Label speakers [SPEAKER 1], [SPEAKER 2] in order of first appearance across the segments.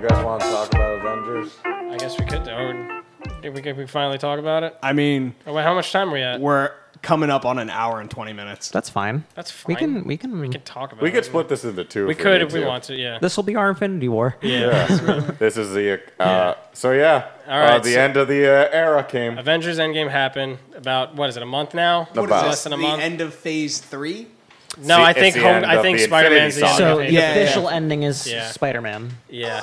[SPEAKER 1] talk about Avengers?
[SPEAKER 2] I guess we could. Or did we, could we finally talk about it?
[SPEAKER 3] I mean,
[SPEAKER 2] Oh, wait, how much time are we at?
[SPEAKER 3] we're coming up on an hour and 20 minutes.
[SPEAKER 4] That's fine.
[SPEAKER 2] That's fine.
[SPEAKER 4] We can. We can.
[SPEAKER 2] We can talk about
[SPEAKER 1] We
[SPEAKER 2] it.
[SPEAKER 1] could split this into two.
[SPEAKER 2] We
[SPEAKER 1] if we,
[SPEAKER 2] could
[SPEAKER 1] need
[SPEAKER 2] if we
[SPEAKER 1] to.
[SPEAKER 2] want to, yeah.
[SPEAKER 4] This will be our Infinity War.
[SPEAKER 2] Oh,
[SPEAKER 1] Yeah. this is the. Uh, So yeah.
[SPEAKER 2] All right,
[SPEAKER 1] Uh, the
[SPEAKER 2] so-
[SPEAKER 1] end of the uh, era came.
[SPEAKER 2] Avengers Endgame happened about, what is it, a month now?
[SPEAKER 1] What is
[SPEAKER 3] What is
[SPEAKER 1] About-
[SPEAKER 2] Less
[SPEAKER 3] this,
[SPEAKER 2] than a
[SPEAKER 3] the
[SPEAKER 2] month.
[SPEAKER 3] end of phase three?
[SPEAKER 2] no,
[SPEAKER 1] the-
[SPEAKER 2] I
[SPEAKER 1] it's
[SPEAKER 2] think
[SPEAKER 1] the
[SPEAKER 2] home,
[SPEAKER 1] end
[SPEAKER 2] I
[SPEAKER 1] of
[SPEAKER 2] think
[SPEAKER 1] the
[SPEAKER 2] Spider Man's the
[SPEAKER 1] Infinity
[SPEAKER 2] end
[SPEAKER 1] Saga. Um,
[SPEAKER 4] So
[SPEAKER 2] of
[SPEAKER 4] the
[SPEAKER 2] Infinity Saga.
[SPEAKER 4] official ending is
[SPEAKER 2] Yeah.
[SPEAKER 4] Spider-Man,
[SPEAKER 2] Yeah.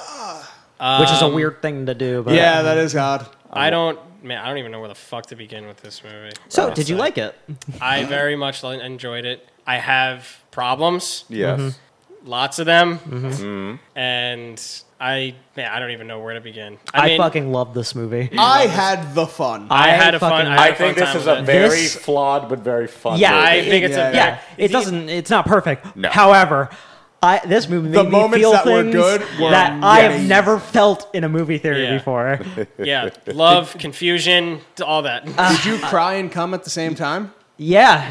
[SPEAKER 4] which is a weird thing to do. But
[SPEAKER 3] Uh, Yeah, that is odd.
[SPEAKER 2] I don't, man, I don't even know where the fuck to begin with this movie.
[SPEAKER 4] So did you
[SPEAKER 2] Honestly.
[SPEAKER 4] like it?
[SPEAKER 2] I very much li- enjoyed it. I have problems,
[SPEAKER 1] Yes.
[SPEAKER 2] lots of them,
[SPEAKER 4] Mm-hmm.
[SPEAKER 1] Mm-hmm.
[SPEAKER 2] and I man, I don't even know where to begin. I,
[SPEAKER 4] I,
[SPEAKER 2] mean,
[SPEAKER 4] fucking love this movie.
[SPEAKER 3] I had the fun.
[SPEAKER 2] I,
[SPEAKER 4] I
[SPEAKER 2] had a fun.
[SPEAKER 4] fucking-
[SPEAKER 2] I,
[SPEAKER 1] I
[SPEAKER 2] had a fun
[SPEAKER 1] think this
[SPEAKER 2] time
[SPEAKER 1] is
[SPEAKER 2] with
[SPEAKER 1] a
[SPEAKER 2] it.
[SPEAKER 1] very
[SPEAKER 4] This-
[SPEAKER 1] flawed but very fun.
[SPEAKER 4] Yeah,
[SPEAKER 1] movie.
[SPEAKER 2] I think it's a
[SPEAKER 3] Yeah.
[SPEAKER 2] very,
[SPEAKER 4] yeah, it doesn't. It's not perfect.
[SPEAKER 1] No.
[SPEAKER 4] However, I this movie made
[SPEAKER 3] The
[SPEAKER 4] me
[SPEAKER 3] moments
[SPEAKER 4] feel
[SPEAKER 3] that were
[SPEAKER 4] things
[SPEAKER 3] good were
[SPEAKER 4] that I have
[SPEAKER 3] amazing.
[SPEAKER 4] never felt in a movie theater
[SPEAKER 2] Yeah.
[SPEAKER 4] before.
[SPEAKER 2] yeah, love, confusion, t- all that.
[SPEAKER 4] Uh,
[SPEAKER 3] Did you cry and come at the same time?
[SPEAKER 4] Yeah,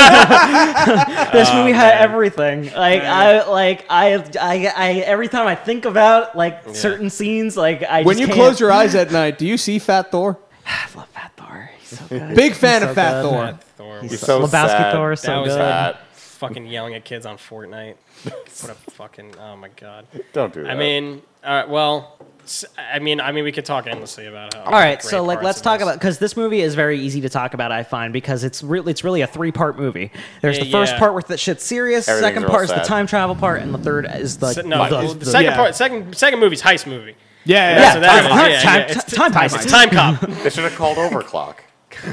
[SPEAKER 4] this
[SPEAKER 2] Oh,
[SPEAKER 4] movie had everything. Like I, like I, I, I, every time I think about like certain scenes, like I
[SPEAKER 3] When
[SPEAKER 4] just
[SPEAKER 3] you
[SPEAKER 4] can't-
[SPEAKER 3] close your eyes at night, do you see Fat Thor?
[SPEAKER 4] I love Fat Thor. He's so good.
[SPEAKER 3] Big fan
[SPEAKER 4] so
[SPEAKER 3] of Fat
[SPEAKER 4] good.
[SPEAKER 3] Thor.
[SPEAKER 2] Thor
[SPEAKER 1] He's
[SPEAKER 2] was
[SPEAKER 1] so
[SPEAKER 4] Lebowski
[SPEAKER 1] sad.
[SPEAKER 4] Thor is
[SPEAKER 2] That
[SPEAKER 4] so
[SPEAKER 2] was
[SPEAKER 4] good.
[SPEAKER 1] Sad.
[SPEAKER 2] fucking yelling at kids on Fortnite. What a fucking oh my god.
[SPEAKER 1] Don't do that.
[SPEAKER 2] I mean, all right, well, s- I mean, I mean, we could talk endlessly about how.
[SPEAKER 4] All right, so like let's talk about because this movie is very easy to talk about. I find because it's really it's really a three part movie. There's the
[SPEAKER 2] Yeah,
[SPEAKER 4] first
[SPEAKER 2] yeah.
[SPEAKER 4] part where the shit's serious.
[SPEAKER 1] Everything's
[SPEAKER 4] Second
[SPEAKER 1] real
[SPEAKER 4] part is the
[SPEAKER 1] sad.
[SPEAKER 4] time travel part, and the third is the
[SPEAKER 2] no,
[SPEAKER 4] the-
[SPEAKER 2] the, second
[SPEAKER 3] yeah.
[SPEAKER 2] part, second second movie's heist movie.
[SPEAKER 3] Yeah,
[SPEAKER 4] yeah,
[SPEAKER 2] so
[SPEAKER 4] time,
[SPEAKER 2] that is-
[SPEAKER 4] time,
[SPEAKER 2] yeah,
[SPEAKER 4] time,
[SPEAKER 2] yeah, it's-
[SPEAKER 4] time, heist.
[SPEAKER 2] It's Time Cop.
[SPEAKER 1] they should have called Overclock.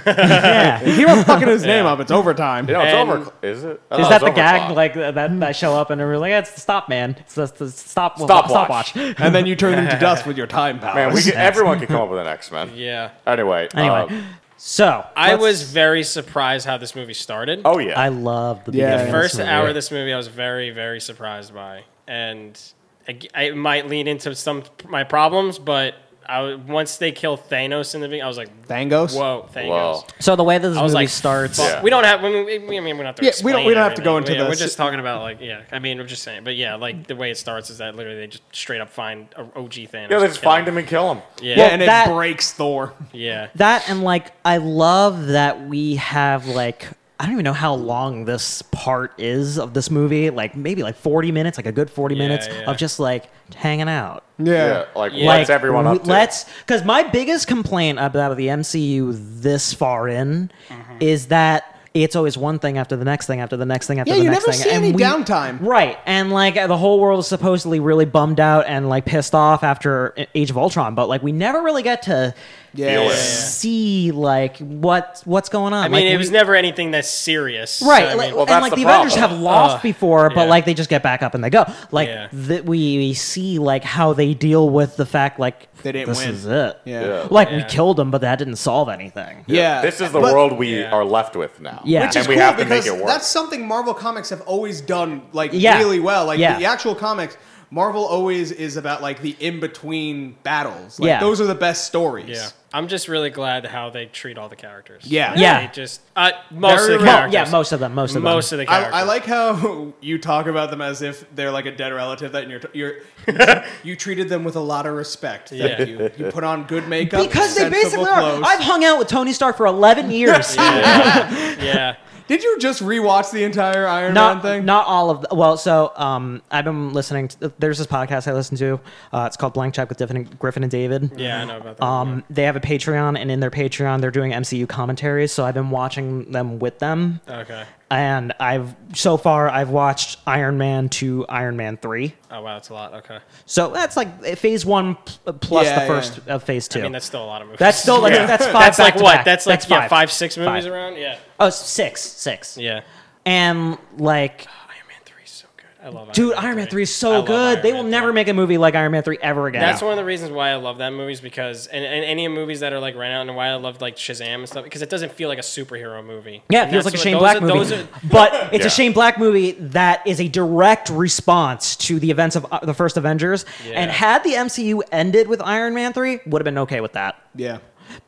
[SPEAKER 4] Yeah.
[SPEAKER 3] He was fucking his name up. It's overtime.
[SPEAKER 1] You know,
[SPEAKER 2] And-
[SPEAKER 1] it's over. Is it? I
[SPEAKER 4] Is
[SPEAKER 2] Oh,
[SPEAKER 1] thought
[SPEAKER 4] that
[SPEAKER 1] it
[SPEAKER 4] the
[SPEAKER 1] was
[SPEAKER 4] gag?
[SPEAKER 1] Overclock.
[SPEAKER 4] Like that, that I show up and they're like, yeah, "It's the stop man. It's the, the stop
[SPEAKER 1] Stopwatch.
[SPEAKER 4] stopwatch."
[SPEAKER 3] And then you turn them to dust with your time powers.
[SPEAKER 1] man, we could, everyone could come up with an X Men.
[SPEAKER 2] Yeah.
[SPEAKER 1] Anyway.
[SPEAKER 4] Anyway,
[SPEAKER 1] uh,
[SPEAKER 4] so
[SPEAKER 2] I
[SPEAKER 4] let's-
[SPEAKER 2] was very surprised how this movie started.
[SPEAKER 1] oh yeah.
[SPEAKER 4] I love the
[SPEAKER 3] Yeah.
[SPEAKER 4] beginning of this
[SPEAKER 2] First
[SPEAKER 4] movie.
[SPEAKER 2] hour of this movie, I was very, very surprised by, and I, I might lean into some my problems, but I once they kill Thanos in the beginning, I was like,
[SPEAKER 3] Thangos.
[SPEAKER 2] "Whoa, Thanos!"
[SPEAKER 1] Whoa.
[SPEAKER 4] So the way that this
[SPEAKER 2] I was
[SPEAKER 4] movie
[SPEAKER 2] like,
[SPEAKER 4] starts,
[SPEAKER 1] Yeah.
[SPEAKER 2] We don't have. I mean, we, we- I mean, we're not.
[SPEAKER 3] Yeah, we don't- we don't have to go into
[SPEAKER 2] yeah, We're
[SPEAKER 3] this.
[SPEAKER 2] just talking about like, yeah. I mean, I'm just saying, but yeah, like the way it starts is that literally they just straight up find a OG Thanos.
[SPEAKER 1] Yeah, they just
[SPEAKER 2] kill
[SPEAKER 1] find him and kill him.
[SPEAKER 2] Yeah,
[SPEAKER 3] Yeah,
[SPEAKER 4] Well,
[SPEAKER 3] and it
[SPEAKER 4] that-
[SPEAKER 3] breaks Thor.
[SPEAKER 2] yeah.
[SPEAKER 4] that and like I love that we have like I don't even know how long this part is of this movie. Like maybe like forty minutes, like a good forty minutes
[SPEAKER 2] yeah.
[SPEAKER 4] of just like hanging out.
[SPEAKER 1] Yeah. Like
[SPEAKER 2] Yeah.
[SPEAKER 1] what's
[SPEAKER 4] Like,
[SPEAKER 1] everyone
[SPEAKER 4] w-
[SPEAKER 1] up to?
[SPEAKER 4] Let's, because my biggest complaint about the MCU this far in is that it's always one thing after the next thing after the next thing after
[SPEAKER 3] Yeah,
[SPEAKER 4] the
[SPEAKER 3] you
[SPEAKER 4] next
[SPEAKER 3] never
[SPEAKER 4] thing.
[SPEAKER 3] see
[SPEAKER 4] and
[SPEAKER 3] any
[SPEAKER 4] we-
[SPEAKER 3] downtime.
[SPEAKER 4] Right, and like the whole world is supposedly really bummed out and like pissed off after Age of Ultron, but like we never really get to
[SPEAKER 3] Yeah.
[SPEAKER 1] Feel it.
[SPEAKER 4] see like what what's going on.
[SPEAKER 2] I mean,
[SPEAKER 4] like,
[SPEAKER 2] it
[SPEAKER 4] we-
[SPEAKER 2] was never anything that's serious. so,
[SPEAKER 4] Right,
[SPEAKER 2] I
[SPEAKER 4] like,
[SPEAKER 2] mean,
[SPEAKER 1] well,
[SPEAKER 4] and
[SPEAKER 1] that's
[SPEAKER 4] like
[SPEAKER 1] the
[SPEAKER 4] the, Avengers
[SPEAKER 1] problem.
[SPEAKER 4] have lost
[SPEAKER 2] Ugh.
[SPEAKER 4] before, but
[SPEAKER 2] Yeah.
[SPEAKER 4] like they just get back up and they go. Like
[SPEAKER 2] Yeah.
[SPEAKER 4] that, we see like how they deal with the fact like
[SPEAKER 3] They didn't
[SPEAKER 4] this
[SPEAKER 3] win.
[SPEAKER 4] is it.
[SPEAKER 3] Yeah.
[SPEAKER 4] Like we
[SPEAKER 2] Yeah.
[SPEAKER 4] killed them, but that didn't solve anything.
[SPEAKER 3] Yeah.
[SPEAKER 1] This is the
[SPEAKER 3] But-
[SPEAKER 1] world we
[SPEAKER 2] Yeah.
[SPEAKER 1] are left with now.
[SPEAKER 4] Yeah.
[SPEAKER 1] and
[SPEAKER 4] Which is
[SPEAKER 1] we
[SPEAKER 3] cool
[SPEAKER 1] have to make
[SPEAKER 3] because
[SPEAKER 1] it work.
[SPEAKER 3] That's something Marvel Comics have always done like
[SPEAKER 4] Yeah.
[SPEAKER 3] really well. Like
[SPEAKER 4] Yeah.
[SPEAKER 3] the actual comics, Marvel always is about like the in between battles. Like
[SPEAKER 4] Yeah.
[SPEAKER 3] those are the best stories.
[SPEAKER 2] yeah. I'm just really glad how they treat all the characters.
[SPEAKER 3] Yeah.
[SPEAKER 4] Yeah.
[SPEAKER 2] They just uh, most
[SPEAKER 3] Very
[SPEAKER 2] of the
[SPEAKER 3] rare.
[SPEAKER 4] Well,
[SPEAKER 2] characters.
[SPEAKER 4] yeah, most of them, most of them.
[SPEAKER 2] most of the characters.
[SPEAKER 3] I, I like how you talk about them as if they're like a dead relative that you're, you're you treated them with a lot of respect. Thank
[SPEAKER 2] Yeah.
[SPEAKER 3] you. You put on good makeup
[SPEAKER 4] because they
[SPEAKER 3] sensible
[SPEAKER 4] basically
[SPEAKER 3] clothes.
[SPEAKER 4] are. I've hung out with Tony Stark for eleven years.
[SPEAKER 2] yeah.
[SPEAKER 3] Did you just rewatch the entire Iron Man
[SPEAKER 4] not
[SPEAKER 3] thing?
[SPEAKER 4] not all of the, well so um i've been listening to there's this podcast i listen to uh, it's called blank check with Griffin and, Griffin and david
[SPEAKER 2] Yeah, I know about that.
[SPEAKER 4] um they have a patreon and in their patreon they're doing mcu commentaries so i've been watching them with them
[SPEAKER 2] okay.
[SPEAKER 4] and i've so far i've watched iron man to iron man 3
[SPEAKER 2] Oh wow, that's a lot. Okay.
[SPEAKER 4] so that's like eh, phase one pl- plus
[SPEAKER 3] Yeah,
[SPEAKER 4] the
[SPEAKER 3] yeah.
[SPEAKER 4] first of phase two
[SPEAKER 2] I mean, that's still a lot of movies.
[SPEAKER 4] That's still like that's five.
[SPEAKER 2] That's like
[SPEAKER 4] back to
[SPEAKER 2] what?
[SPEAKER 4] back.
[SPEAKER 2] That's like yeah,
[SPEAKER 4] five.
[SPEAKER 2] five, six movies
[SPEAKER 4] Five.
[SPEAKER 2] around. Yeah.
[SPEAKER 4] Oh, six, six.
[SPEAKER 2] Yeah.
[SPEAKER 4] And like
[SPEAKER 2] Iron Man three is so good. I love.
[SPEAKER 4] Dude,
[SPEAKER 2] Man
[SPEAKER 4] Iron Man 3 is
[SPEAKER 2] I
[SPEAKER 4] so
[SPEAKER 2] love
[SPEAKER 4] good.
[SPEAKER 2] Iron
[SPEAKER 4] They
[SPEAKER 2] Man
[SPEAKER 4] will
[SPEAKER 2] 3.
[SPEAKER 4] never make a movie like Iron Man 3 ever again.
[SPEAKER 2] That's one of the reasons why I love that movie is because, and, and any movies that are like ran out, and why I love like Shazam and stuff because it doesn't feel like a superhero movie.
[SPEAKER 4] yeah, it
[SPEAKER 2] And
[SPEAKER 4] feels like
[SPEAKER 2] that's what-
[SPEAKER 4] a Shane
[SPEAKER 2] those
[SPEAKER 4] Black
[SPEAKER 2] are-
[SPEAKER 4] movie.
[SPEAKER 2] those are-
[SPEAKER 4] but it's
[SPEAKER 1] Yeah.
[SPEAKER 4] a Shane Black movie that is a direct response to the events of uh, the first Avengers. And
[SPEAKER 2] Yeah.
[SPEAKER 4] had the MCU ended with Iron Man 3, would have been okay with that.
[SPEAKER 3] yeah.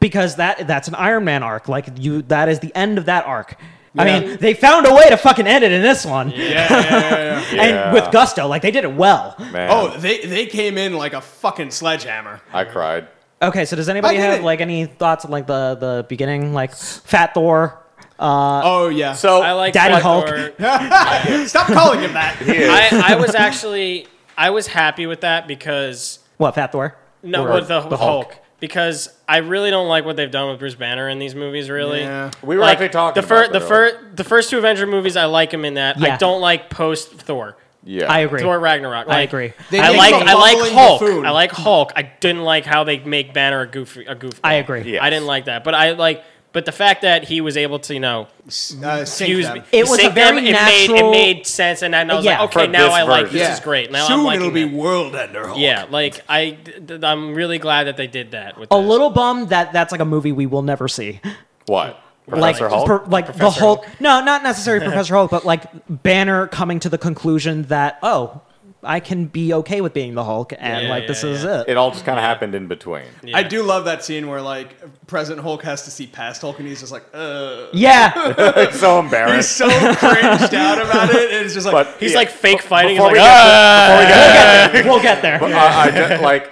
[SPEAKER 4] Because that that's an Iron Man arc. Like you that is the end of that arc. I mean, they found a way to fucking end it in this one,
[SPEAKER 3] Yeah, yeah, yeah, yeah.
[SPEAKER 1] Yeah.
[SPEAKER 4] and with gusto. Like they did it well.
[SPEAKER 1] Man,
[SPEAKER 3] Oh, they they came in like a fucking sledgehammer.
[SPEAKER 1] I cried.
[SPEAKER 4] Okay, so does anybody
[SPEAKER 3] I did
[SPEAKER 4] have
[SPEAKER 3] it.
[SPEAKER 4] like any thoughts on like the the beginning, like Fat Thor? Uh,
[SPEAKER 3] oh yeah.
[SPEAKER 1] So
[SPEAKER 2] I like
[SPEAKER 4] Daddy
[SPEAKER 2] Fat
[SPEAKER 4] Hulk.
[SPEAKER 2] Thor.
[SPEAKER 3] Stop calling him that.
[SPEAKER 2] I, I was actually I was happy with that because
[SPEAKER 4] What Fat Thor?
[SPEAKER 2] no
[SPEAKER 4] Or
[SPEAKER 2] with the, with Hulk.
[SPEAKER 4] Hulk.
[SPEAKER 2] because I really don't like what they've done with Bruce Banner in these movies. Really,
[SPEAKER 3] Yeah.
[SPEAKER 1] We were actually talking
[SPEAKER 2] the fir-
[SPEAKER 1] about
[SPEAKER 2] the
[SPEAKER 1] that
[SPEAKER 2] fir- the first two Avenger movies. I like him in that. I
[SPEAKER 4] Yeah.
[SPEAKER 2] don't like post Thor.
[SPEAKER 1] yeah,
[SPEAKER 4] I agree.
[SPEAKER 2] Thor Ragnarok.
[SPEAKER 4] I
[SPEAKER 2] Like,
[SPEAKER 4] agree.
[SPEAKER 3] They
[SPEAKER 2] I
[SPEAKER 3] make
[SPEAKER 2] like
[SPEAKER 3] him
[SPEAKER 2] I
[SPEAKER 3] a
[SPEAKER 2] like
[SPEAKER 3] bumbling
[SPEAKER 2] Hulk.
[SPEAKER 3] buffoon.
[SPEAKER 2] I like Hulk. I didn't like how they make Banner a goofy a goofball.
[SPEAKER 4] I agree.
[SPEAKER 1] Yeah.
[SPEAKER 2] I didn't like that, but I like. But the fact that he was able to, you know,
[SPEAKER 3] Uh, sink
[SPEAKER 2] fuse
[SPEAKER 3] them.
[SPEAKER 2] me,
[SPEAKER 4] It was a
[SPEAKER 2] sink them,
[SPEAKER 4] very
[SPEAKER 2] it made it
[SPEAKER 4] natural-
[SPEAKER 2] made sense, and then I was
[SPEAKER 4] Yeah.
[SPEAKER 2] like, okay,
[SPEAKER 1] For
[SPEAKER 2] now
[SPEAKER 1] this
[SPEAKER 2] I like
[SPEAKER 1] version.
[SPEAKER 2] this
[SPEAKER 1] Yeah.
[SPEAKER 2] is great. Now
[SPEAKER 3] Soon
[SPEAKER 2] I'm liking
[SPEAKER 3] it'll be
[SPEAKER 2] that.
[SPEAKER 3] World Ender Hulk.
[SPEAKER 2] yeah, like I, th- I'm really glad that they did that. With
[SPEAKER 4] A
[SPEAKER 2] this.
[SPEAKER 4] little bummed that that's like a movie we will never see.
[SPEAKER 1] what?
[SPEAKER 4] like
[SPEAKER 1] Professor Hulk.
[SPEAKER 4] per- like the
[SPEAKER 2] Professor
[SPEAKER 4] Hulk. No, not necessarily Professor Hulk, but like Banner coming to the conclusion that oh, I can be okay with being the Hulk, and
[SPEAKER 2] Yeah,
[SPEAKER 4] like
[SPEAKER 2] yeah,
[SPEAKER 4] this is
[SPEAKER 2] yeah.
[SPEAKER 4] it.
[SPEAKER 1] it all just kind of happened in between.
[SPEAKER 3] I do love that scene where like present Hulk has to see past Hulk and he's just like, uh.
[SPEAKER 4] Yeah,
[SPEAKER 1] It's so
[SPEAKER 3] He's
[SPEAKER 1] embarrassed.
[SPEAKER 3] so cringed out about it, and it's just like
[SPEAKER 1] But
[SPEAKER 2] He's
[SPEAKER 1] yeah,
[SPEAKER 2] like fake fighting. He's
[SPEAKER 1] before
[SPEAKER 2] like,
[SPEAKER 1] we get
[SPEAKER 2] ah!
[SPEAKER 1] to- before we get to-
[SPEAKER 4] we'll get there.
[SPEAKER 1] But I, I just, like,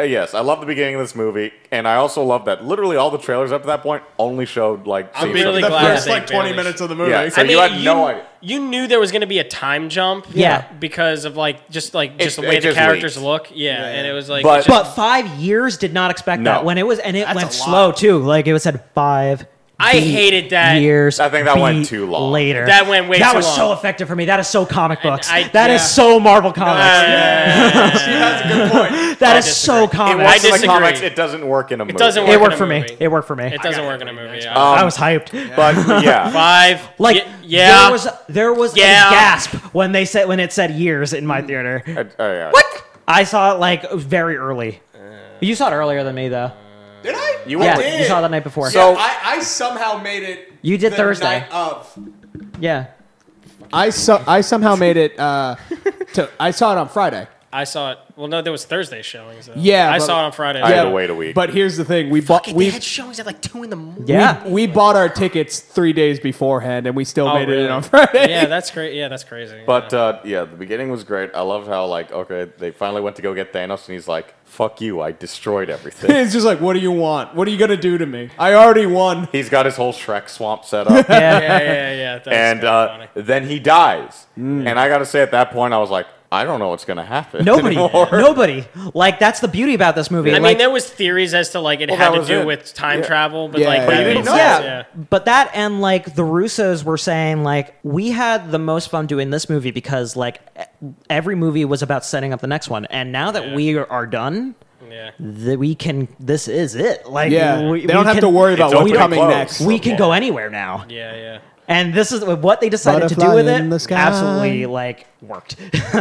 [SPEAKER 1] uh, yes, I love the beginning of this movie, and I also love that literally all the trailers up to that point only showed like.
[SPEAKER 2] I'm
[SPEAKER 1] scenes
[SPEAKER 2] really
[SPEAKER 1] from
[SPEAKER 3] the
[SPEAKER 1] the
[SPEAKER 2] glad
[SPEAKER 1] first-
[SPEAKER 3] first
[SPEAKER 2] they
[SPEAKER 3] like twenty
[SPEAKER 2] barely-
[SPEAKER 3] minutes of the movie.
[SPEAKER 1] Yeah,
[SPEAKER 2] I
[SPEAKER 1] So you had
[SPEAKER 2] mean,
[SPEAKER 1] no idea.
[SPEAKER 2] You knew there was going to be a time jump,
[SPEAKER 4] Yeah.
[SPEAKER 2] because of like just like just
[SPEAKER 1] It-
[SPEAKER 2] the way
[SPEAKER 1] it
[SPEAKER 2] the
[SPEAKER 1] just
[SPEAKER 2] characters
[SPEAKER 1] leaked.
[SPEAKER 2] look, yeah, And it was like,
[SPEAKER 1] But-
[SPEAKER 2] it just-
[SPEAKER 4] But five years did not expect
[SPEAKER 1] No.
[SPEAKER 4] that when it was, and it
[SPEAKER 3] That's
[SPEAKER 4] went
[SPEAKER 3] a
[SPEAKER 4] slow
[SPEAKER 3] lot.
[SPEAKER 4] too. Like it was said five.
[SPEAKER 2] I
[SPEAKER 4] beat
[SPEAKER 2] hated that.
[SPEAKER 4] years.
[SPEAKER 1] I think that went
[SPEAKER 4] beat
[SPEAKER 1] too long.
[SPEAKER 4] Later,
[SPEAKER 2] That went way
[SPEAKER 4] That
[SPEAKER 2] too
[SPEAKER 4] was so
[SPEAKER 2] long.
[SPEAKER 4] effective for me. That is so comic books. That
[SPEAKER 2] I-
[SPEAKER 4] is
[SPEAKER 2] yeah.
[SPEAKER 4] so Marvel comics.
[SPEAKER 2] "Ah,
[SPEAKER 3] she has a good point.
[SPEAKER 4] that
[SPEAKER 2] I
[SPEAKER 4] is
[SPEAKER 2] disagree.
[SPEAKER 4] so
[SPEAKER 2] It
[SPEAKER 1] It
[SPEAKER 4] comic.
[SPEAKER 1] works in the
[SPEAKER 2] disagree.
[SPEAKER 1] comics. It doesn't work in a movie. Um,
[SPEAKER 2] doesn't
[SPEAKER 4] It
[SPEAKER 2] work
[SPEAKER 4] worked
[SPEAKER 2] in a
[SPEAKER 4] for me.
[SPEAKER 2] movie.
[SPEAKER 4] It worked for me.
[SPEAKER 2] it doesn't work in a movie. Yeah.
[SPEAKER 4] I was hyped.
[SPEAKER 1] But yeah,
[SPEAKER 2] Five,
[SPEAKER 4] Like
[SPEAKER 2] y- yeah,
[SPEAKER 4] there was there was
[SPEAKER 2] Yeah. Mm.
[SPEAKER 4] a gasp when they said when it said years in my theater.
[SPEAKER 1] Uh, oh, yeah.
[SPEAKER 4] What? I saw it like very early.
[SPEAKER 2] Uh.
[SPEAKER 4] You saw it earlier than me though.
[SPEAKER 3] Did I?
[SPEAKER 1] You
[SPEAKER 4] Yeah,
[SPEAKER 1] I
[SPEAKER 4] you saw it the night before.
[SPEAKER 1] So-
[SPEAKER 3] I, I somehow made it.
[SPEAKER 4] You did
[SPEAKER 3] the
[SPEAKER 4] Thursday.
[SPEAKER 3] night of.
[SPEAKER 4] yeah.
[SPEAKER 3] I so, I somehow made it. Uh, to I saw it on Friday.
[SPEAKER 2] I saw it. Well, no, there was Thursday showings. Though.
[SPEAKER 3] Yeah,
[SPEAKER 2] I
[SPEAKER 3] but-
[SPEAKER 2] saw it on Friday.
[SPEAKER 1] I had to wait a week.
[SPEAKER 3] But here's the thing: we bought
[SPEAKER 2] we
[SPEAKER 3] we
[SPEAKER 2] had showings at like two in the morning.
[SPEAKER 4] Yeah.
[SPEAKER 3] we bought our tickets three days beforehand, and we still
[SPEAKER 2] Oh,
[SPEAKER 3] made it
[SPEAKER 2] really?
[SPEAKER 3] in on Friday.
[SPEAKER 2] Yeah, that's great. Yeah, that's crazy.
[SPEAKER 1] But uh, yeah, the beginning was great. I loved how like okay, they finally went to go get Thanos, and he's like, "Fuck you! I destroyed everything."
[SPEAKER 3] it's just like, what do you want? What are you gonna do to me? I already won.
[SPEAKER 1] he's got his whole Shrek swamp set up,
[SPEAKER 4] Yeah.
[SPEAKER 2] yeah, yeah, yeah. That
[SPEAKER 1] and uh, then he dies. And I gotta say, at that point, I was like, I don't know what's gonna happen.
[SPEAKER 4] Nobody,
[SPEAKER 1] anymore.
[SPEAKER 4] nobody. Like that's the beauty about this movie.
[SPEAKER 2] I
[SPEAKER 4] like,
[SPEAKER 2] mean, there was theories as to like it
[SPEAKER 1] Well,
[SPEAKER 2] had
[SPEAKER 1] that
[SPEAKER 2] to
[SPEAKER 1] was
[SPEAKER 2] do
[SPEAKER 1] it.
[SPEAKER 2] with time
[SPEAKER 1] Yeah.
[SPEAKER 2] travel, but
[SPEAKER 3] Yeah,
[SPEAKER 2] like
[SPEAKER 3] yeah,
[SPEAKER 1] But you
[SPEAKER 2] that
[SPEAKER 1] didn't
[SPEAKER 2] makes
[SPEAKER 1] know
[SPEAKER 2] sense,
[SPEAKER 1] that.
[SPEAKER 2] yeah.
[SPEAKER 4] But that and like the Russos were saying, like, we had the most fun doing this movie because like e- every movie was about setting up the next one. And now that
[SPEAKER 2] Yeah.
[SPEAKER 4] we are done,
[SPEAKER 2] Yeah.
[SPEAKER 4] that we can this is it. Like
[SPEAKER 3] Yeah,
[SPEAKER 4] we,
[SPEAKER 3] they don't
[SPEAKER 4] we
[SPEAKER 3] have
[SPEAKER 4] can-
[SPEAKER 3] to worry about
[SPEAKER 1] It's
[SPEAKER 3] what's
[SPEAKER 1] open and
[SPEAKER 3] coming
[SPEAKER 1] closed.
[SPEAKER 3] next.
[SPEAKER 4] We can go anywhere now.
[SPEAKER 2] Yeah, yeah.
[SPEAKER 4] And this is what they decided to do
[SPEAKER 3] Butterfly
[SPEAKER 4] with it.
[SPEAKER 3] in the sky.
[SPEAKER 4] Absolutely like worked.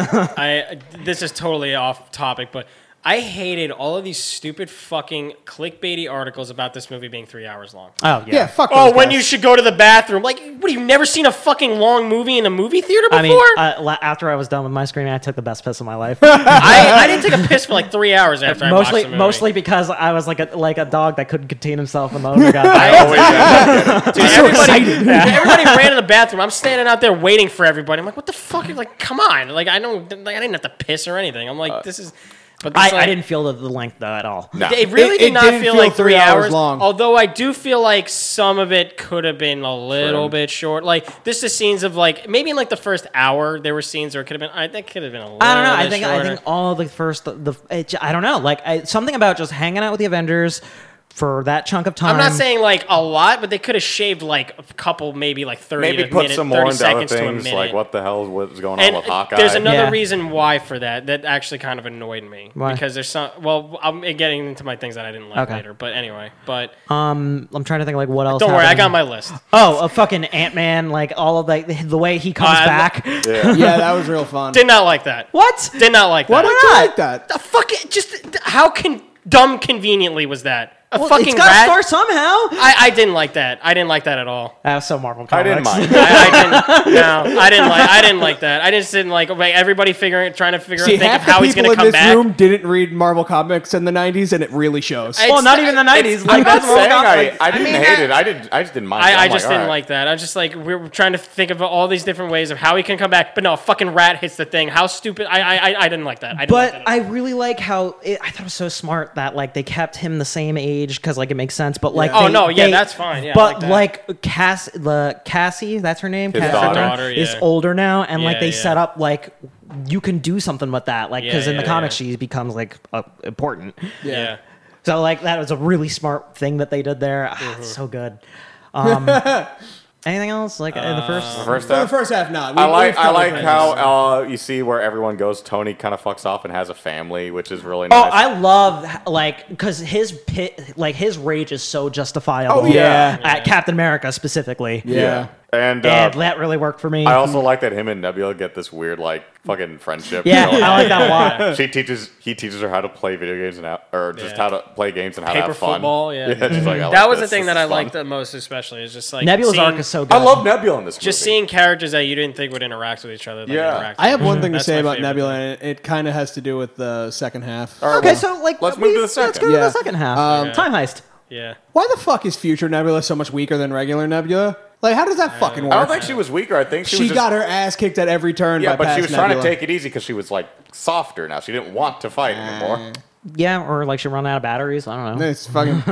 [SPEAKER 2] I this is totally off topic, but I hated all of these stupid fucking clickbaity articles about this movie being three hours long.
[SPEAKER 4] oh yeah.
[SPEAKER 3] yeah, fuck.
[SPEAKER 2] Oh,
[SPEAKER 3] those
[SPEAKER 2] when
[SPEAKER 3] guys.
[SPEAKER 2] you should go to the bathroom. Like, what? You've never seen a fucking long movie in a movie theater before?
[SPEAKER 4] I mean, uh, la- after I was done with my screening, I took the best piss of my life.
[SPEAKER 2] I, I didn't take a piss for like three hours after I watched
[SPEAKER 4] mostly,
[SPEAKER 2] the movie.
[SPEAKER 4] mostly because I was like a, like a dog that couldn't contain himself and the owner got
[SPEAKER 1] I
[SPEAKER 4] mad.
[SPEAKER 1] always end up getting-
[SPEAKER 2] Dude, everybody, everybody ran to the bathroom. I'm standing out there waiting for everybody. I'm like, what the fuck? Like, come on! Like, I don't. Like, I didn't have to piss or anything. I'm like, this is. But this,
[SPEAKER 4] Uh, I, I
[SPEAKER 2] like-
[SPEAKER 4] didn't feel the, the length though at all.
[SPEAKER 1] No.
[SPEAKER 2] It really
[SPEAKER 3] It-
[SPEAKER 2] did
[SPEAKER 3] it
[SPEAKER 2] not
[SPEAKER 3] didn't
[SPEAKER 2] feel,
[SPEAKER 3] feel
[SPEAKER 2] like three,
[SPEAKER 3] three hours
[SPEAKER 2] hours
[SPEAKER 3] long.
[SPEAKER 2] Although I do feel like some of it could have been a little
[SPEAKER 1] True.
[SPEAKER 2] bit short. Like there's the scenes of like maybe in like the first hour there were scenes where it could have been. I think could have been a little.
[SPEAKER 4] I don't know. I
[SPEAKER 2] bit
[SPEAKER 4] think I
[SPEAKER 2] shorter.
[SPEAKER 4] think all the first the, the it, j- I don't know like I, something about just hanging out with the Avengers for that chunk of time.
[SPEAKER 2] I'm not saying like a lot, but they could have shaved like a couple, maybe like thirty.
[SPEAKER 1] Maybe
[SPEAKER 2] to a
[SPEAKER 1] put
[SPEAKER 2] minute,
[SPEAKER 1] some
[SPEAKER 2] 30
[SPEAKER 1] more into other
[SPEAKER 2] seconds to a
[SPEAKER 1] things,
[SPEAKER 2] minute.
[SPEAKER 1] like what the hell was going on
[SPEAKER 2] And
[SPEAKER 1] with Hawkeye.
[SPEAKER 2] there's another
[SPEAKER 4] Yeah.
[SPEAKER 2] reason why for that that actually kind of annoyed me
[SPEAKER 4] Why?
[SPEAKER 2] because there's some. Well, I'm getting into my things that I didn't like
[SPEAKER 4] Okay.
[SPEAKER 2] later, but anyway. But
[SPEAKER 4] I'm trying to think like what else.
[SPEAKER 2] don't worry, I
[SPEAKER 4] happened.
[SPEAKER 2] got my list.
[SPEAKER 4] Oh, a fucking Ant Man! Like all of like the, the way he comes
[SPEAKER 2] I-
[SPEAKER 4] back.
[SPEAKER 1] Yeah.
[SPEAKER 3] yeah, that was real fun.
[SPEAKER 2] Did not like that.
[SPEAKER 4] What?
[SPEAKER 2] Did not like
[SPEAKER 3] Why
[SPEAKER 2] that.
[SPEAKER 3] did you
[SPEAKER 4] not?
[SPEAKER 3] like that?
[SPEAKER 2] The fuck it, just how can dumb conveniently was that? a
[SPEAKER 4] Well,
[SPEAKER 2] fucking
[SPEAKER 4] it's gotta
[SPEAKER 2] rat.
[SPEAKER 4] start somehow.
[SPEAKER 2] I, I didn't like that. I didn't like that at all.
[SPEAKER 4] That was so Marvel
[SPEAKER 1] I
[SPEAKER 4] comics.
[SPEAKER 1] didn't mind.
[SPEAKER 2] I, I didn't. No, I didn't like. I didn't like that. I just didn't like. like everybody figuring, trying to figure,
[SPEAKER 3] See,
[SPEAKER 2] think of
[SPEAKER 3] half
[SPEAKER 2] how
[SPEAKER 3] the
[SPEAKER 2] he's
[SPEAKER 3] people
[SPEAKER 2] gonna
[SPEAKER 3] in
[SPEAKER 2] come
[SPEAKER 3] this
[SPEAKER 2] back.
[SPEAKER 3] room didn't read Marvel comics in the '90s, and it really shows.
[SPEAKER 2] I-
[SPEAKER 4] well, not
[SPEAKER 2] It's-
[SPEAKER 4] even the
[SPEAKER 2] it's-
[SPEAKER 4] '90s.
[SPEAKER 1] I'm
[SPEAKER 4] Like,
[SPEAKER 1] not
[SPEAKER 4] that's Marvel
[SPEAKER 1] saying I,
[SPEAKER 4] comics.
[SPEAKER 1] I didn't
[SPEAKER 2] mean,
[SPEAKER 1] hate
[SPEAKER 2] I-
[SPEAKER 1] it. I didn't. I just didn't mind. it.
[SPEAKER 2] I, I
[SPEAKER 1] I'm
[SPEAKER 2] just didn't
[SPEAKER 1] "Alright."
[SPEAKER 2] like that. I was just like we were trying to think of all these different ways of how he can come back, but no, a fucking rat hits the thing. How stupid! I I, I- I didn't like that. I didn't like
[SPEAKER 4] But
[SPEAKER 2] that at all.
[SPEAKER 4] I really like how it, I thought it was so smart that like they kept him the same age because like it makes sense. But like,
[SPEAKER 2] Yeah. Oh,
[SPEAKER 4] they-
[SPEAKER 2] no, yeah,
[SPEAKER 4] they-
[SPEAKER 2] that's fine. Yeah, I like
[SPEAKER 4] but
[SPEAKER 2] that.
[SPEAKER 4] like Cass, the Cassie, that's her name.
[SPEAKER 1] His
[SPEAKER 4] Cass-
[SPEAKER 1] daughter.
[SPEAKER 4] her
[SPEAKER 2] Daughter,
[SPEAKER 4] is
[SPEAKER 2] yeah.
[SPEAKER 4] older now, and like
[SPEAKER 2] Yeah,
[SPEAKER 4] they
[SPEAKER 2] yeah.
[SPEAKER 4] set up like you can do something with that, like because
[SPEAKER 2] Yeah,
[SPEAKER 4] in the
[SPEAKER 2] yeah,
[SPEAKER 4] comics
[SPEAKER 2] yeah.
[SPEAKER 4] she becomes like uh, important.
[SPEAKER 2] yeah.
[SPEAKER 4] So like that was a really smart thing that they did there. Ah, it's
[SPEAKER 3] Mm-hmm.
[SPEAKER 4] so good. Um, anything else like in the
[SPEAKER 3] Uh,
[SPEAKER 4] first?
[SPEAKER 1] First
[SPEAKER 3] Well, the
[SPEAKER 1] half,
[SPEAKER 3] first half, not. We-
[SPEAKER 1] I like
[SPEAKER 3] we've
[SPEAKER 1] I
[SPEAKER 3] covered
[SPEAKER 1] like
[SPEAKER 3] that.
[SPEAKER 1] how uh, you see where everyone goes. Tony kind of fucks off and has a family, which is really
[SPEAKER 4] Oh,
[SPEAKER 1] nice.
[SPEAKER 4] I love h- like because his pit, like his rage is so justifiable.
[SPEAKER 3] Oh, yeah.
[SPEAKER 4] at Captain America specifically.
[SPEAKER 3] Yeah.
[SPEAKER 1] and, uh,
[SPEAKER 4] and that really worked for me.
[SPEAKER 1] I also like that him and Nebula get this weird like fucking friendship.
[SPEAKER 4] yeah,
[SPEAKER 1] going
[SPEAKER 4] I
[SPEAKER 1] on.
[SPEAKER 4] like that a lot.
[SPEAKER 1] She teaches he teaches her how to play video games and how, or just
[SPEAKER 2] Yeah.
[SPEAKER 1] how to play games and how to
[SPEAKER 2] Paper
[SPEAKER 1] have fun.
[SPEAKER 2] football, yeah.
[SPEAKER 1] Oh, just like, I like
[SPEAKER 2] That was
[SPEAKER 1] this.
[SPEAKER 2] the thing
[SPEAKER 1] This
[SPEAKER 2] that
[SPEAKER 1] is
[SPEAKER 2] I
[SPEAKER 1] fun.
[SPEAKER 2] liked the most, especially is just like
[SPEAKER 4] Nebula's
[SPEAKER 2] seeing-
[SPEAKER 4] arc is so good.
[SPEAKER 1] I love Nebula in this.
[SPEAKER 2] just
[SPEAKER 1] movie.
[SPEAKER 2] seeing characters that you didn't think would interact with each other. Like
[SPEAKER 1] Yeah.
[SPEAKER 2] interact
[SPEAKER 3] I have
[SPEAKER 2] with
[SPEAKER 3] one
[SPEAKER 2] each
[SPEAKER 3] thing
[SPEAKER 2] other. Mm-hmm.
[SPEAKER 3] to
[SPEAKER 2] That's
[SPEAKER 3] say
[SPEAKER 2] my
[SPEAKER 3] about
[SPEAKER 2] favorite
[SPEAKER 3] Nebula,
[SPEAKER 2] thing.
[SPEAKER 3] and it, it kind of has to do with the second half.
[SPEAKER 1] All right,
[SPEAKER 4] Okay,
[SPEAKER 1] well,
[SPEAKER 4] so like
[SPEAKER 1] let's move to the
[SPEAKER 4] Let's
[SPEAKER 1] second.
[SPEAKER 4] go to
[SPEAKER 3] Yeah.
[SPEAKER 4] the second half.
[SPEAKER 3] Um,
[SPEAKER 4] Time heist.
[SPEAKER 2] Yeah,
[SPEAKER 3] Why the fuck is Future Nebula so much weaker than regular Nebula? Like, how does that fucking work?
[SPEAKER 1] I don't think she was weaker. I think she,
[SPEAKER 3] she
[SPEAKER 1] was just,
[SPEAKER 3] got her ass kicked at every turn.
[SPEAKER 1] Yeah, but
[SPEAKER 3] by
[SPEAKER 1] she
[SPEAKER 3] past
[SPEAKER 1] was trying to
[SPEAKER 3] Nebula.
[SPEAKER 1] take it easy because she was like softer now. She didn't want to fight anymore.
[SPEAKER 4] Yeah, or like she run out of batteries. I don't know.
[SPEAKER 3] It's fucking.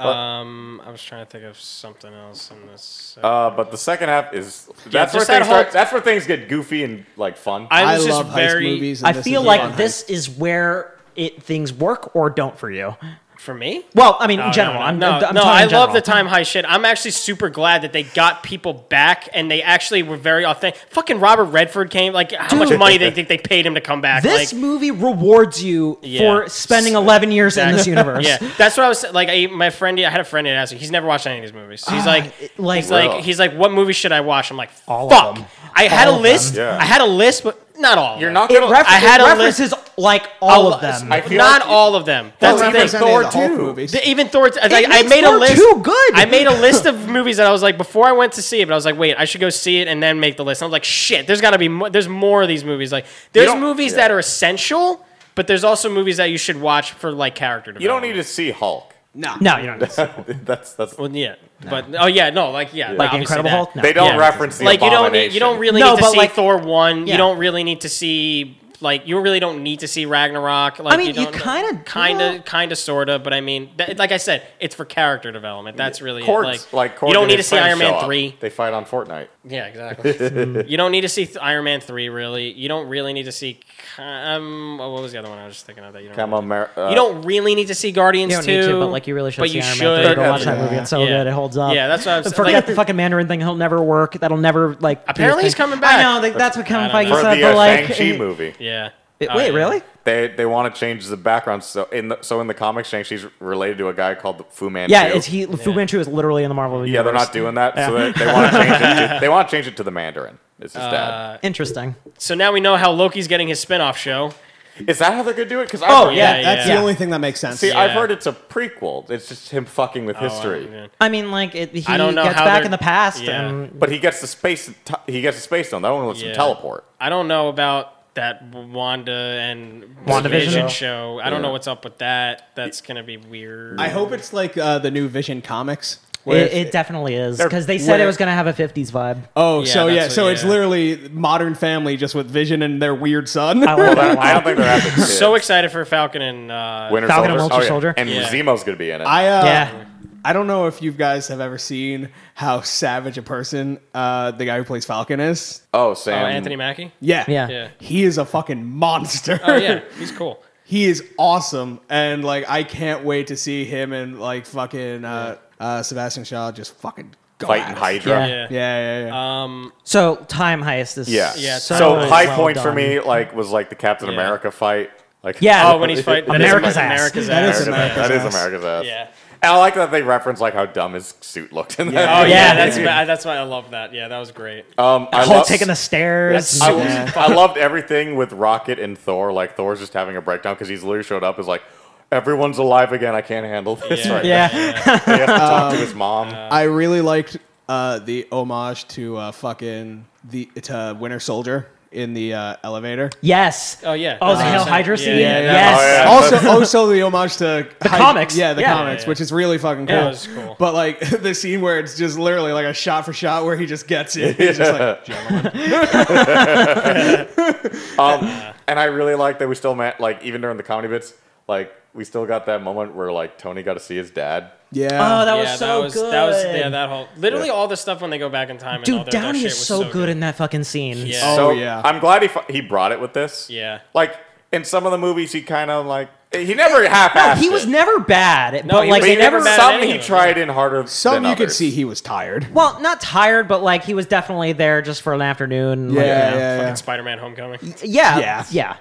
[SPEAKER 2] um, I was trying to think of something else in this.
[SPEAKER 1] Uh, but the second half is
[SPEAKER 2] just
[SPEAKER 1] that's where things
[SPEAKER 2] that whole-
[SPEAKER 1] start, that's where things get goofy and like fun.
[SPEAKER 2] I
[SPEAKER 3] I
[SPEAKER 2] was
[SPEAKER 3] love
[SPEAKER 2] just
[SPEAKER 3] heist
[SPEAKER 2] very
[SPEAKER 3] movies. and
[SPEAKER 4] I
[SPEAKER 3] this
[SPEAKER 4] feel
[SPEAKER 3] is
[SPEAKER 4] like
[SPEAKER 3] one.
[SPEAKER 4] this is where it things work or don't for you.
[SPEAKER 2] for me.
[SPEAKER 4] Well, I mean, in
[SPEAKER 2] No,
[SPEAKER 4] general,
[SPEAKER 2] no,
[SPEAKER 4] I'm,
[SPEAKER 2] no,
[SPEAKER 4] I'm, I'm
[SPEAKER 2] no,
[SPEAKER 4] talking
[SPEAKER 2] I
[SPEAKER 4] in
[SPEAKER 2] love the
[SPEAKER 4] general.
[SPEAKER 2] time high shit. I'm actually super glad that they got people back and they actually were very authentic. Fucking Robert Redford came. Like, how much money they think they paid him to come back?
[SPEAKER 4] This
[SPEAKER 2] like,
[SPEAKER 4] movie rewards you
[SPEAKER 2] Yeah.
[SPEAKER 4] for spending 11 years in this universe.
[SPEAKER 2] yeah, that's what I was like. I, my friend, I had a friend that asked me. He's never watched any of these movies. He's
[SPEAKER 4] Ah,
[SPEAKER 2] like,
[SPEAKER 4] it- like-
[SPEAKER 2] he's like,
[SPEAKER 1] Wow.
[SPEAKER 2] he's like, what movie should I watch? I'm like,
[SPEAKER 4] All of
[SPEAKER 2] fuck.
[SPEAKER 4] them.
[SPEAKER 2] I had
[SPEAKER 4] All
[SPEAKER 2] a
[SPEAKER 4] of
[SPEAKER 2] list.
[SPEAKER 1] them. Yeah.
[SPEAKER 2] I had a list, but not all. of
[SPEAKER 1] You're
[SPEAKER 2] them.
[SPEAKER 1] not
[SPEAKER 4] It,
[SPEAKER 1] gonna.
[SPEAKER 4] references-
[SPEAKER 2] I had
[SPEAKER 4] it
[SPEAKER 2] a list-
[SPEAKER 4] references like all of
[SPEAKER 2] I'll-
[SPEAKER 4] them.
[SPEAKER 1] I feel
[SPEAKER 2] not
[SPEAKER 1] like you-
[SPEAKER 2] all of them.
[SPEAKER 3] Well,
[SPEAKER 2] That's the thing.
[SPEAKER 3] representative
[SPEAKER 1] Thor
[SPEAKER 3] of the Hulk
[SPEAKER 1] too.
[SPEAKER 3] movies.
[SPEAKER 2] The- even Thor. Like, I
[SPEAKER 4] makes
[SPEAKER 2] made
[SPEAKER 4] Thor
[SPEAKER 2] a list.
[SPEAKER 4] too good.
[SPEAKER 2] I made a list of movies that I was like before I went to see it, but I was like, wait, I should go see it and then make the list. And I was like, shit, there's got to be mo- there's more of these movies. Like, there's
[SPEAKER 1] don't-
[SPEAKER 2] movies
[SPEAKER 1] yeah.
[SPEAKER 2] that are essential, but there's also movies that you should watch for like character
[SPEAKER 1] You don't
[SPEAKER 2] development.
[SPEAKER 1] need to see Hulk.
[SPEAKER 3] No.
[SPEAKER 4] no, you don't.
[SPEAKER 1] that's that's.
[SPEAKER 2] Well, yeah, but oh yeah, no, like yeah,
[SPEAKER 4] Like
[SPEAKER 2] obviously
[SPEAKER 4] Incredible
[SPEAKER 2] that.
[SPEAKER 4] Hulk? No.
[SPEAKER 1] They don't
[SPEAKER 2] Yeah.
[SPEAKER 1] reference the
[SPEAKER 2] Like you don't need, you don't
[SPEAKER 1] Abomination.
[SPEAKER 2] really
[SPEAKER 4] No,
[SPEAKER 2] need to
[SPEAKER 4] but,
[SPEAKER 2] see
[SPEAKER 4] like-
[SPEAKER 2] Thor one.
[SPEAKER 4] Yeah.
[SPEAKER 2] You don't really need to see like you really don't need to see Ragnarok. Like
[SPEAKER 4] I mean, you
[SPEAKER 2] don't-
[SPEAKER 4] kinda do
[SPEAKER 2] kinda
[SPEAKER 4] that.
[SPEAKER 2] kinda sorta, but I mean, that, like I said, it's for character development. That's really it.
[SPEAKER 1] Korg's,
[SPEAKER 2] like,
[SPEAKER 1] like Korg
[SPEAKER 2] you don't
[SPEAKER 1] and
[SPEAKER 2] need to
[SPEAKER 1] his
[SPEAKER 2] see
[SPEAKER 1] friends
[SPEAKER 2] Iron
[SPEAKER 1] show
[SPEAKER 2] Man
[SPEAKER 1] up.
[SPEAKER 2] three.
[SPEAKER 1] They fight on Fortnite.
[SPEAKER 2] Yeah, exactly. you don't need to see th- Iron Man three really. You don't really need to see. Um, oh, what was the other one I was just thinking of that you don't.
[SPEAKER 1] Come
[SPEAKER 2] really-
[SPEAKER 1] on, Mar- uh,
[SPEAKER 2] you don't really need to see Guardians
[SPEAKER 4] You don't need
[SPEAKER 2] two,
[SPEAKER 4] to, but like you really should
[SPEAKER 2] But
[SPEAKER 4] see
[SPEAKER 2] you
[SPEAKER 4] Iron Man
[SPEAKER 2] should.
[SPEAKER 4] 3. Go watch that
[SPEAKER 1] Yeah.
[SPEAKER 4] movie. It's so
[SPEAKER 2] Yeah.
[SPEAKER 4] good. It holds up.
[SPEAKER 2] Yeah, that's what I was-
[SPEAKER 4] Forget
[SPEAKER 2] like-
[SPEAKER 4] the fucking Mandarin thing. He'll never work. That'll never like. be a
[SPEAKER 2] Apparently he's
[SPEAKER 4] thing.
[SPEAKER 2] coming back.
[SPEAKER 4] I know. Like, that's what Kevin
[SPEAKER 2] I
[SPEAKER 4] Feige
[SPEAKER 2] don't
[SPEAKER 1] for
[SPEAKER 2] know.
[SPEAKER 4] said.
[SPEAKER 1] the
[SPEAKER 4] But
[SPEAKER 1] uh,
[SPEAKER 4] like,
[SPEAKER 1] Shang Chi movie.
[SPEAKER 2] Yeah.
[SPEAKER 4] It-
[SPEAKER 2] Oh,
[SPEAKER 4] wait,
[SPEAKER 2] yeah.
[SPEAKER 4] really?
[SPEAKER 1] They they want to change the background. So in the, so in the comics, Shang Chi's related to a guy called the Fu Manchu.
[SPEAKER 4] Yeah, it's he. Fu Manchu is literally in the Marvel universe.
[SPEAKER 1] Yeah, they're not doing that. So they, they want to change it. To, they want to change it to the Mandarin. It's his dad.
[SPEAKER 4] Interesting.
[SPEAKER 2] So now we know how Loki's getting his spin-off show.
[SPEAKER 1] Is that how they're gonna do it? Because
[SPEAKER 3] Oh
[SPEAKER 1] oh
[SPEAKER 3] yeah,
[SPEAKER 2] Uh, yeah,
[SPEAKER 3] that's
[SPEAKER 4] yeah.
[SPEAKER 3] the only thing that makes sense.
[SPEAKER 1] see, I've
[SPEAKER 2] Yeah.
[SPEAKER 1] heard it's a prequel. It's just him fucking with history.
[SPEAKER 2] Oh, yeah.
[SPEAKER 4] I mean, like it, he
[SPEAKER 2] I don't know
[SPEAKER 4] gets
[SPEAKER 2] how
[SPEAKER 4] back
[SPEAKER 2] they're-
[SPEAKER 4] in the past,
[SPEAKER 2] Yeah.
[SPEAKER 4] and
[SPEAKER 1] But he gets the space. He gets the space stone. That one lets
[SPEAKER 2] Yeah.
[SPEAKER 1] him teleport.
[SPEAKER 2] I don't know about that Wanda and
[SPEAKER 4] WandaVision?
[SPEAKER 2] WandaVision show. I don't
[SPEAKER 1] Yeah.
[SPEAKER 2] know what's up with that. That's gonna be weird.
[SPEAKER 3] I hope it's like uh, the new Vision comics. where
[SPEAKER 4] it, it definitely is
[SPEAKER 1] They're-
[SPEAKER 4] because they said it
[SPEAKER 1] where-
[SPEAKER 4] was gonna have a '50s vibe.
[SPEAKER 3] oh,
[SPEAKER 2] Yeah,
[SPEAKER 3] so
[SPEAKER 2] that's
[SPEAKER 3] yeah,
[SPEAKER 2] what-
[SPEAKER 3] so it's
[SPEAKER 2] yeah.
[SPEAKER 3] literally Modern Family just with Vision and their weird son.
[SPEAKER 4] I love that. a
[SPEAKER 1] I
[SPEAKER 4] lot.
[SPEAKER 1] don't think they're having kids.
[SPEAKER 2] So excited for Falcon and uh,
[SPEAKER 1] Winter
[SPEAKER 4] Falcon and
[SPEAKER 1] Soldier. Oh,
[SPEAKER 4] Winter Soldier.
[SPEAKER 1] And
[SPEAKER 2] Yeah.
[SPEAKER 1] Zemo's gonna be in it.
[SPEAKER 3] I uh,
[SPEAKER 4] Yeah.
[SPEAKER 3] I don't know if you guys have ever seen how savage a person uh, the guy who plays Falcon is.
[SPEAKER 1] oh,
[SPEAKER 2] oh,
[SPEAKER 1] Sam.
[SPEAKER 2] Anthony Mackie.
[SPEAKER 3] Yeah.
[SPEAKER 4] Yeah.
[SPEAKER 2] Yeah.
[SPEAKER 3] He is a fucking monster.
[SPEAKER 2] Oh yeah, he's cool.
[SPEAKER 3] he is awesome, and like I can't wait to see him and like fucking uh, uh, Sebastian Shaw just fucking go at
[SPEAKER 1] fighting
[SPEAKER 3] it.
[SPEAKER 1] Hydra.
[SPEAKER 2] Yeah.
[SPEAKER 3] Yeah, yeah, yeah.
[SPEAKER 2] Um,
[SPEAKER 4] So time heist is
[SPEAKER 1] Yeah.
[SPEAKER 2] Yeah,
[SPEAKER 4] So,
[SPEAKER 1] So
[SPEAKER 4] well
[SPEAKER 1] high point for
[SPEAKER 4] done.
[SPEAKER 1] me like was like the Captain
[SPEAKER 2] Yeah.
[SPEAKER 1] America fight. Like
[SPEAKER 4] Yeah.
[SPEAKER 2] oh, when he's fighting that is
[SPEAKER 4] America's ass.
[SPEAKER 2] America's
[SPEAKER 3] That
[SPEAKER 2] ass.
[SPEAKER 3] is America's
[SPEAKER 1] that is
[SPEAKER 3] ass.
[SPEAKER 1] America's ass.
[SPEAKER 2] Yeah.
[SPEAKER 1] And I like that they reference like how dumb his suit looked in
[SPEAKER 2] Oh
[SPEAKER 1] that.
[SPEAKER 2] yeah,
[SPEAKER 4] Yeah.
[SPEAKER 2] that's why- that's why I love that. Yeah, that was great.
[SPEAKER 1] Um, I
[SPEAKER 4] Hulk
[SPEAKER 1] love-
[SPEAKER 4] taking the stairs.
[SPEAKER 1] I,
[SPEAKER 3] Yeah.
[SPEAKER 1] I loved everything with Rocket and Thor. Like Thor's just having a breakdown because he's literally showed up as like, Everyone's alive again. I can't handle this
[SPEAKER 2] Yeah.
[SPEAKER 1] right
[SPEAKER 4] Yeah.
[SPEAKER 1] now. He has to talk to his mom.
[SPEAKER 3] I really liked uh, the homage to uh, fucking the to Winter Soldier in the uh, elevator.
[SPEAKER 4] Yes.
[SPEAKER 2] Oh, yeah.
[SPEAKER 4] Oh, the
[SPEAKER 2] Uh,
[SPEAKER 4] Hail Hydra
[SPEAKER 2] yeah,
[SPEAKER 4] scene.
[SPEAKER 2] yeah, yeah.
[SPEAKER 4] Yes.
[SPEAKER 1] Oh, yeah.
[SPEAKER 3] Also, also the homage to the
[SPEAKER 4] comics.
[SPEAKER 3] Yeah, the
[SPEAKER 4] Yeah.
[SPEAKER 3] comics,
[SPEAKER 2] Yeah, yeah.
[SPEAKER 3] which is really fucking cool.
[SPEAKER 2] Yeah, it was cool.
[SPEAKER 3] But like the scene where it's just literally like a shot for shot where he just gets it. He's just like,
[SPEAKER 2] Oh,
[SPEAKER 3] "Gentlemen."
[SPEAKER 1] Um, and I really like that we still met, like, even during the comedy bits, like, we still got that moment where, like, Tony got to see his dad.
[SPEAKER 3] yeah.
[SPEAKER 4] Oh, that was so good.
[SPEAKER 2] That was yeah, that whole literally all the stuff when they go back in time. and all
[SPEAKER 4] Dude,
[SPEAKER 2] their- their
[SPEAKER 4] Downey
[SPEAKER 2] shit
[SPEAKER 4] is
[SPEAKER 2] was
[SPEAKER 4] so, good, in that fucking scene.
[SPEAKER 2] Yeah.
[SPEAKER 4] Oh,
[SPEAKER 1] so
[SPEAKER 3] Oh, yeah.
[SPEAKER 1] I'm glad he, fu- he brought it with this.
[SPEAKER 2] Yeah.
[SPEAKER 1] Like, in some of the movies, he kind of, like, he never half
[SPEAKER 4] no,
[SPEAKER 1] assed
[SPEAKER 4] Oh, he was never bad,
[SPEAKER 2] No,
[SPEAKER 4] but
[SPEAKER 2] he
[SPEAKER 4] like
[SPEAKER 2] was
[SPEAKER 4] they
[SPEAKER 2] never
[SPEAKER 4] never.
[SPEAKER 2] bad. at
[SPEAKER 1] Some
[SPEAKER 2] any
[SPEAKER 1] he
[SPEAKER 2] of them.
[SPEAKER 1] tried in harder
[SPEAKER 3] Some
[SPEAKER 1] than
[SPEAKER 3] you could
[SPEAKER 1] others.
[SPEAKER 3] see he was tired.
[SPEAKER 4] Well, not tired, but like he was definitely there just for an afternoon.
[SPEAKER 3] Yeah,
[SPEAKER 4] like, you know.
[SPEAKER 3] yeah, yeah.
[SPEAKER 2] Fucking Spider-Man: Homecoming.
[SPEAKER 4] yeah,
[SPEAKER 3] Yeah.
[SPEAKER 4] yeah,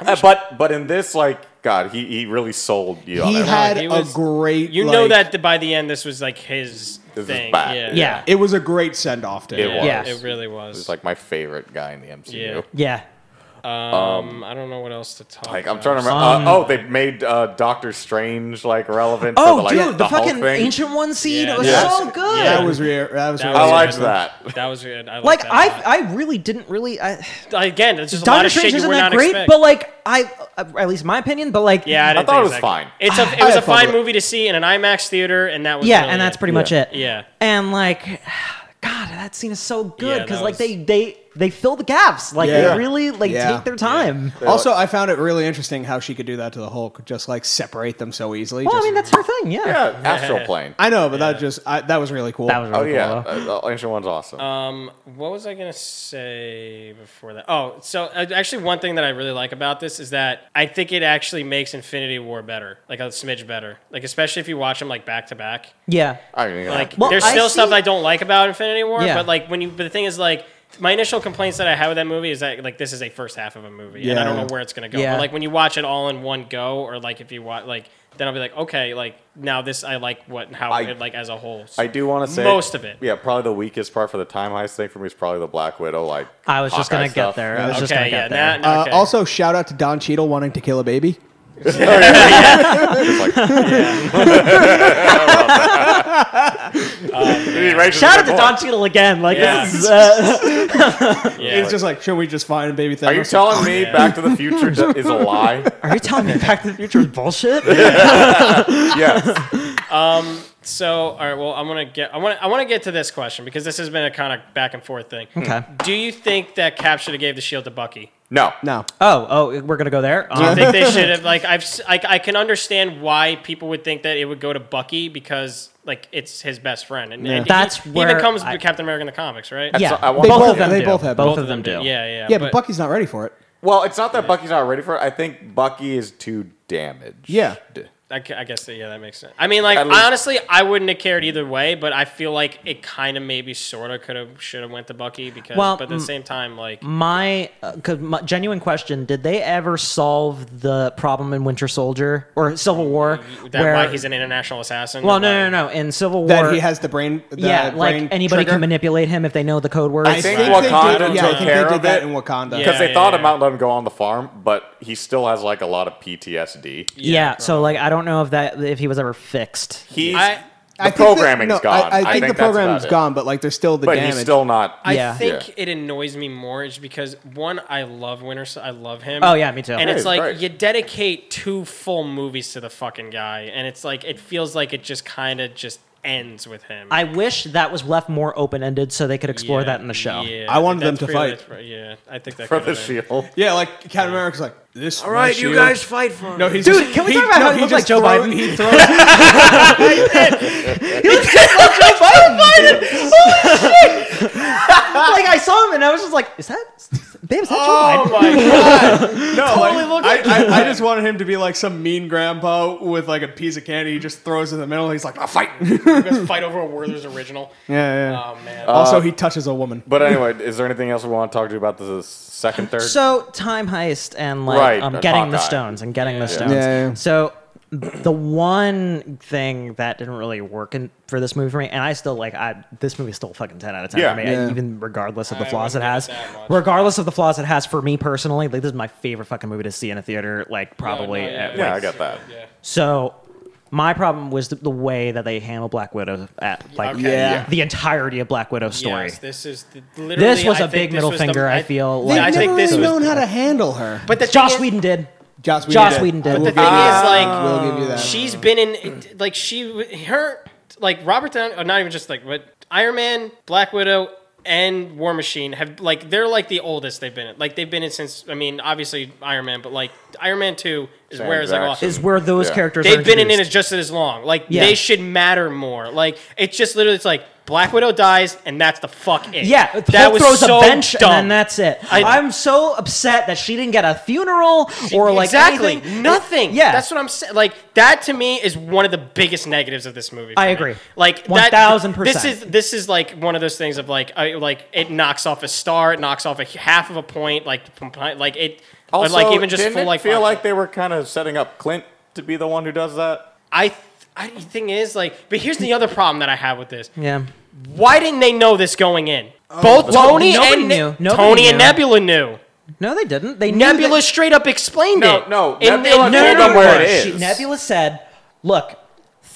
[SPEAKER 1] Uh, but, but in this, like, God, he, he really sold you on
[SPEAKER 3] He
[SPEAKER 1] that.
[SPEAKER 3] had
[SPEAKER 2] He was-
[SPEAKER 3] a great.
[SPEAKER 2] You know
[SPEAKER 3] like-
[SPEAKER 2] that th- by the end, this was like his
[SPEAKER 1] This is
[SPEAKER 2] thing.
[SPEAKER 1] bad.
[SPEAKER 2] Yeah,
[SPEAKER 1] Yeah.
[SPEAKER 4] yeah,
[SPEAKER 3] it was a great send off to
[SPEAKER 1] It
[SPEAKER 2] Yeah,
[SPEAKER 1] was.
[SPEAKER 4] Yes.
[SPEAKER 2] It really was.
[SPEAKER 1] He's, like, my favorite guy in the MCU.
[SPEAKER 2] Yeah.
[SPEAKER 4] yeah.
[SPEAKER 2] um, I I don't know what else to talk.
[SPEAKER 1] Like
[SPEAKER 2] about.
[SPEAKER 1] I'm trying to remember.
[SPEAKER 4] Um,
[SPEAKER 1] uh, oh, they made uh, Doctor Strange like relevant. for
[SPEAKER 4] Oh,
[SPEAKER 1] the, like,
[SPEAKER 4] dude, the,
[SPEAKER 1] Hulk
[SPEAKER 4] fucking
[SPEAKER 1] thing.
[SPEAKER 4] ancient one scene
[SPEAKER 2] Yeah,
[SPEAKER 4] it was
[SPEAKER 1] that-
[SPEAKER 4] so good.
[SPEAKER 2] yeah.
[SPEAKER 3] That was re- that was.
[SPEAKER 2] That
[SPEAKER 3] really
[SPEAKER 1] I
[SPEAKER 2] was
[SPEAKER 3] good.
[SPEAKER 1] liked
[SPEAKER 2] good.
[SPEAKER 1] that.
[SPEAKER 2] That was good. I
[SPEAKER 4] like
[SPEAKER 2] liked
[SPEAKER 4] I,
[SPEAKER 2] that.
[SPEAKER 4] I really didn't really. I,
[SPEAKER 2] a lot. again, it's just a lot
[SPEAKER 4] Doctor
[SPEAKER 2] of
[SPEAKER 4] Strange
[SPEAKER 2] shit you
[SPEAKER 4] isn't
[SPEAKER 2] were
[SPEAKER 4] that
[SPEAKER 2] not
[SPEAKER 4] great,
[SPEAKER 2] expecting.
[SPEAKER 4] but like I, uh, at least in my opinion, but like
[SPEAKER 2] yeah, I, didn't
[SPEAKER 1] thought
[SPEAKER 2] think
[SPEAKER 1] it was
[SPEAKER 2] that-
[SPEAKER 1] fine.
[SPEAKER 2] It's a it was a
[SPEAKER 3] had
[SPEAKER 2] fine
[SPEAKER 3] fun with it.
[SPEAKER 2] movie to see in an IMAX theater, and that was
[SPEAKER 4] yeah,
[SPEAKER 2] really
[SPEAKER 4] and that's
[SPEAKER 2] it.
[SPEAKER 4] pretty
[SPEAKER 1] Yeah.
[SPEAKER 4] much it.
[SPEAKER 2] Yeah.
[SPEAKER 4] and like, God, that scene is so good
[SPEAKER 2] Yeah,
[SPEAKER 4] because
[SPEAKER 2] that
[SPEAKER 4] like
[SPEAKER 2] was-
[SPEAKER 4] they they they fill the gaps. Like
[SPEAKER 3] Yeah.
[SPEAKER 4] they really like
[SPEAKER 3] Yeah.
[SPEAKER 4] take their time.
[SPEAKER 3] Also, I found it really interesting how she could do that to the Hulk, just like separate them so easily.
[SPEAKER 4] Well, I
[SPEAKER 3] just-
[SPEAKER 4] mean that's her thing. Yeah.
[SPEAKER 1] Yeah, astral plane.
[SPEAKER 3] I know, but that just I, that was really cool.
[SPEAKER 4] that was
[SPEAKER 1] Oh
[SPEAKER 4] really
[SPEAKER 1] yeah,
[SPEAKER 4] cool. though.
[SPEAKER 1] uh, uh, ancient one's awesome.
[SPEAKER 2] Um, what was I gonna say before that? Oh, so uh, actually, one thing that I really like about this is that I think it actually makes Infinity War better, like a smidge better, like especially if you watch them like back to back.
[SPEAKER 4] Yeah.
[SPEAKER 1] I mean,
[SPEAKER 2] Like,
[SPEAKER 1] yeah.
[SPEAKER 4] Well,
[SPEAKER 2] there's
[SPEAKER 4] I
[SPEAKER 2] still stuff
[SPEAKER 4] see-
[SPEAKER 2] I don't like about Infinity War,
[SPEAKER 4] Yeah.
[SPEAKER 2] but like when you, but the thing is like. My initial complaints that I have with that movie is that like this is a first half of a movie, and I don't
[SPEAKER 3] Yeah.
[SPEAKER 2] know where it's gonna go.
[SPEAKER 4] Yeah.
[SPEAKER 2] But like when you watch it all in one go, or like if you watch like, then I'll be like, okay, like now this I like what how
[SPEAKER 1] I-
[SPEAKER 2] it like as a whole.
[SPEAKER 1] I do want to say
[SPEAKER 2] most of it.
[SPEAKER 1] Yeah, probably the weakest part for the time heist thing for me is probably the Black Widow. Like
[SPEAKER 4] I was just
[SPEAKER 1] Hawkeye
[SPEAKER 4] gonna get
[SPEAKER 1] stuff.
[SPEAKER 4] there.
[SPEAKER 3] Yeah.
[SPEAKER 4] I was just gonna
[SPEAKER 2] Okay, yeah,
[SPEAKER 4] get there.
[SPEAKER 2] now-
[SPEAKER 3] Uh,
[SPEAKER 2] Okay.
[SPEAKER 3] Also, shout out to Don Cheadle wanting to kill a baby.
[SPEAKER 1] It's like,
[SPEAKER 4] Shout out to Don Cheadle again. Like
[SPEAKER 2] Yeah.
[SPEAKER 4] this is, uh,
[SPEAKER 2] Yeah.
[SPEAKER 3] It's just like, should we just find baby Thanos?
[SPEAKER 1] Are you telling me Back to the Future d- is a lie?
[SPEAKER 4] are you telling me Back to the Future is bullshit?
[SPEAKER 1] Yes.
[SPEAKER 2] So, all right. Well, I'm gonna get. I want. I want to get to this question because this has been a kind of back and forth thing.
[SPEAKER 4] Okay.
[SPEAKER 2] Do you think that Cap should have gave the shield to Bucky?
[SPEAKER 1] No.
[SPEAKER 3] No.
[SPEAKER 4] Oh, oh, we're gonna go there. Um,
[SPEAKER 2] I think they should have. Like, I've. s- Like, I can understand why people would think that it would go to Bucky because, like, it's his best friend, and, and he-
[SPEAKER 4] That's
[SPEAKER 2] he
[SPEAKER 4] where
[SPEAKER 2] even comes
[SPEAKER 4] I-
[SPEAKER 2] with Captain America in the comics, right?
[SPEAKER 1] That's
[SPEAKER 4] Yeah.
[SPEAKER 1] what I
[SPEAKER 3] They
[SPEAKER 1] want.
[SPEAKER 3] both,
[SPEAKER 4] Both of them
[SPEAKER 3] they
[SPEAKER 4] do.
[SPEAKER 3] both have.
[SPEAKER 4] Both
[SPEAKER 2] Both
[SPEAKER 4] of them do.
[SPEAKER 2] Yeah, yeah.
[SPEAKER 3] Yeah, but, Bucky's not ready for it.
[SPEAKER 1] Well, it's not that Bucky's not ready for it. I think Bucky is too damaged.
[SPEAKER 3] Yeah.
[SPEAKER 2] I, ca- I guess that, yeah, that makes sense. I mean, like,
[SPEAKER 1] At least-
[SPEAKER 2] honestly, I wouldn't have cared either way, but I feel like it kind of, maybe, sort of, could have, should have went to Bucky because.
[SPEAKER 4] Well,
[SPEAKER 2] but at the
[SPEAKER 4] mm,
[SPEAKER 2] same time, like,
[SPEAKER 4] My, uh, 'cause my genuine question: Did they ever solve the problem in Winter Soldier or Civil War?
[SPEAKER 2] that
[SPEAKER 4] where,
[SPEAKER 2] why he's an international assassin.
[SPEAKER 4] well,
[SPEAKER 2] and
[SPEAKER 4] no,
[SPEAKER 2] why-
[SPEAKER 4] no, no. In Civil War,
[SPEAKER 3] That he has the brain. The
[SPEAKER 4] yeah,
[SPEAKER 3] brain
[SPEAKER 4] like anybody
[SPEAKER 3] trigger.
[SPEAKER 4] can manipulate him if they know the code words.
[SPEAKER 3] I think,
[SPEAKER 1] Right.
[SPEAKER 3] they
[SPEAKER 1] Wakanda took
[SPEAKER 3] did, yeah, I think
[SPEAKER 1] care
[SPEAKER 3] they did
[SPEAKER 1] of
[SPEAKER 3] that
[SPEAKER 1] it.
[SPEAKER 3] in Wakanda.
[SPEAKER 2] Yeah.
[SPEAKER 1] Because they thought
[SPEAKER 2] yeah,
[SPEAKER 1] about letting him go on the farm, but he still has like a lot of PTSD.
[SPEAKER 4] yeah, so like I don't know if that if he was ever fixed.
[SPEAKER 1] He's
[SPEAKER 2] I-
[SPEAKER 1] the
[SPEAKER 3] think that-
[SPEAKER 1] programming's
[SPEAKER 3] no,
[SPEAKER 1] gone.
[SPEAKER 3] I, I, think the
[SPEAKER 1] that's
[SPEAKER 3] program's
[SPEAKER 1] about it.
[SPEAKER 3] gone, but like there's still the
[SPEAKER 1] But
[SPEAKER 3] damage.
[SPEAKER 1] he's still not.
[SPEAKER 2] I
[SPEAKER 4] Yeah.
[SPEAKER 2] think
[SPEAKER 1] Yeah.
[SPEAKER 2] it annoys me more is because one, I love Winter. Sol- I love him.
[SPEAKER 4] Oh, yeah, me too.
[SPEAKER 2] And
[SPEAKER 1] Yeah,
[SPEAKER 2] it's
[SPEAKER 1] he's
[SPEAKER 2] like
[SPEAKER 1] great.
[SPEAKER 2] you dedicate two full movies to the fucking guy, and it's like it feels like it just kind of just ends with him.
[SPEAKER 4] I wish that was left more open ended so they could explore
[SPEAKER 2] Yeah,
[SPEAKER 4] that in the show.
[SPEAKER 2] yeah,
[SPEAKER 3] I wanted them
[SPEAKER 2] that's
[SPEAKER 3] to
[SPEAKER 2] really-
[SPEAKER 3] fight.
[SPEAKER 2] that's right, Yeah, I think that
[SPEAKER 1] for
[SPEAKER 2] could've
[SPEAKER 1] the
[SPEAKER 2] been.
[SPEAKER 1] shield.
[SPEAKER 3] yeah, like Captain America's like this. All
[SPEAKER 5] right, you guys fight for him.
[SPEAKER 3] No, he's
[SPEAKER 4] Dude,
[SPEAKER 3] just-
[SPEAKER 4] can we
[SPEAKER 3] he-
[SPEAKER 4] talk about
[SPEAKER 3] no,
[SPEAKER 4] how he
[SPEAKER 3] he
[SPEAKER 4] looks
[SPEAKER 3] just
[SPEAKER 4] like Joe
[SPEAKER 3] throws-
[SPEAKER 4] Biden?
[SPEAKER 3] He throws
[SPEAKER 4] like I saw him and I was just like, is that, babe? Is that
[SPEAKER 1] Oh
[SPEAKER 4] Joe Biden?
[SPEAKER 3] No, like,
[SPEAKER 4] looked
[SPEAKER 3] I,
[SPEAKER 4] like
[SPEAKER 3] I, I just wanted him to be like some mean grandpa with like a piece of candy he just throws in the middle. He's like, I'll fight. Uh, yeah,
[SPEAKER 2] You guys fight over a Werther's original.
[SPEAKER 3] yeah.
[SPEAKER 2] Oh man.
[SPEAKER 3] also, he touches a woman.
[SPEAKER 1] But anyway, is there anything else we want to talk to you about this is second, third?
[SPEAKER 4] So time heist and like
[SPEAKER 1] Right,
[SPEAKER 4] um,
[SPEAKER 1] and
[SPEAKER 4] getting the
[SPEAKER 1] Hawkeye.
[SPEAKER 4] stones and getting the stones.
[SPEAKER 3] Yeah, yeah.
[SPEAKER 4] So the one thing that didn't really work in, for this movie for me, and I still like, I this movie is still a fucking ten out of ten
[SPEAKER 1] Yeah.
[SPEAKER 4] for me,
[SPEAKER 3] Yeah.
[SPEAKER 4] even regardless of the
[SPEAKER 2] I
[SPEAKER 4] flaws it
[SPEAKER 2] wouldn't
[SPEAKER 4] has.
[SPEAKER 2] give it that much.
[SPEAKER 4] Regardless of the flaws it has for me personally, like this is my favorite fucking movie to see in a theater. Like probably,
[SPEAKER 2] Oh, No, no,
[SPEAKER 4] at,
[SPEAKER 1] Yeah,
[SPEAKER 4] like,
[SPEAKER 1] I got that.
[SPEAKER 2] Yeah.
[SPEAKER 4] so. My problem was the, the way that they handle Black Widow at like
[SPEAKER 2] Okay.
[SPEAKER 3] Yeah.
[SPEAKER 4] the entirety of Black Widow's story.
[SPEAKER 2] Yes, this is the, literally.
[SPEAKER 4] this was
[SPEAKER 2] a
[SPEAKER 4] a big middle finger. I feel
[SPEAKER 3] They've
[SPEAKER 4] like
[SPEAKER 2] I
[SPEAKER 3] never
[SPEAKER 2] think this
[SPEAKER 3] really
[SPEAKER 2] was-
[SPEAKER 3] known how to handle her.
[SPEAKER 2] But the
[SPEAKER 4] Josh
[SPEAKER 2] thing is-
[SPEAKER 4] Whedon did.
[SPEAKER 3] Joss Whedon.
[SPEAKER 4] Josh
[SPEAKER 3] did.
[SPEAKER 4] Whedon did.
[SPEAKER 3] I
[SPEAKER 4] But
[SPEAKER 3] will
[SPEAKER 2] the
[SPEAKER 3] give
[SPEAKER 2] thing
[SPEAKER 3] you
[SPEAKER 2] is,
[SPEAKER 3] that.
[SPEAKER 2] like,
[SPEAKER 3] I will give you that.
[SPEAKER 1] Um,
[SPEAKER 2] she's been in like she her like Robert Downey, or not even just like but Iron Man, Black Widow, and War Machine have like they're like the oldest they've been in. Like they've been in since I mean obviously Iron Man, but like Iron Man two is
[SPEAKER 1] Sam
[SPEAKER 2] where it's like
[SPEAKER 1] Jackson.
[SPEAKER 2] awesome.
[SPEAKER 4] Is where those
[SPEAKER 1] Yeah.
[SPEAKER 4] characters are
[SPEAKER 2] They've been in it
[SPEAKER 4] introduced.
[SPEAKER 2] as just as long. Like
[SPEAKER 4] Yeah.
[SPEAKER 2] they should matter more. Like it's just literally it's like Black Widow dies and that's the fuck it.
[SPEAKER 4] Yeah,
[SPEAKER 2] that
[SPEAKER 4] Hulk
[SPEAKER 2] was
[SPEAKER 4] throws
[SPEAKER 2] so
[SPEAKER 4] a bench
[SPEAKER 2] dumb.
[SPEAKER 4] and then that's it.
[SPEAKER 2] I-
[SPEAKER 4] I, am so upset that she didn't get a funeral or like
[SPEAKER 2] exactly
[SPEAKER 4] anything.
[SPEAKER 2] nothing.
[SPEAKER 4] Yeah,
[SPEAKER 2] that's what I'm saying. Like that to me is one of the biggest negatives of this movie. for
[SPEAKER 4] I
[SPEAKER 2] me.
[SPEAKER 4] agree.
[SPEAKER 2] Like that-
[SPEAKER 4] 1000%.
[SPEAKER 2] This is this is like one of those things of like I, like it knocks off a star, it knocks off a half of a point, like from, like it, or,
[SPEAKER 1] Also,
[SPEAKER 2] like even just
[SPEAKER 1] didn't
[SPEAKER 2] full
[SPEAKER 1] it
[SPEAKER 2] like
[SPEAKER 1] feel
[SPEAKER 2] five-
[SPEAKER 1] like they were kind of setting up Clint to be the one who does that.
[SPEAKER 2] I. th- I, the thing is, like, but here's the other problem that I have with this.
[SPEAKER 4] yeah.
[SPEAKER 2] Why didn't they know this going in?
[SPEAKER 1] Oh.
[SPEAKER 2] Both
[SPEAKER 4] Well,
[SPEAKER 2] Tony
[SPEAKER 4] nobody
[SPEAKER 2] and
[SPEAKER 4] knew. Nobody
[SPEAKER 2] Tony and
[SPEAKER 4] knew.
[SPEAKER 2] Nebula knew.
[SPEAKER 4] No, they didn't. They knew
[SPEAKER 2] Nebula
[SPEAKER 4] that-
[SPEAKER 2] straight up explained
[SPEAKER 1] No,
[SPEAKER 2] it.
[SPEAKER 1] no,
[SPEAKER 2] In-
[SPEAKER 1] Nebula
[SPEAKER 2] in-
[SPEAKER 1] told
[SPEAKER 4] no, no, no,
[SPEAKER 1] them where
[SPEAKER 4] no.
[SPEAKER 1] it is.
[SPEAKER 4] She- Nebula said, "Look,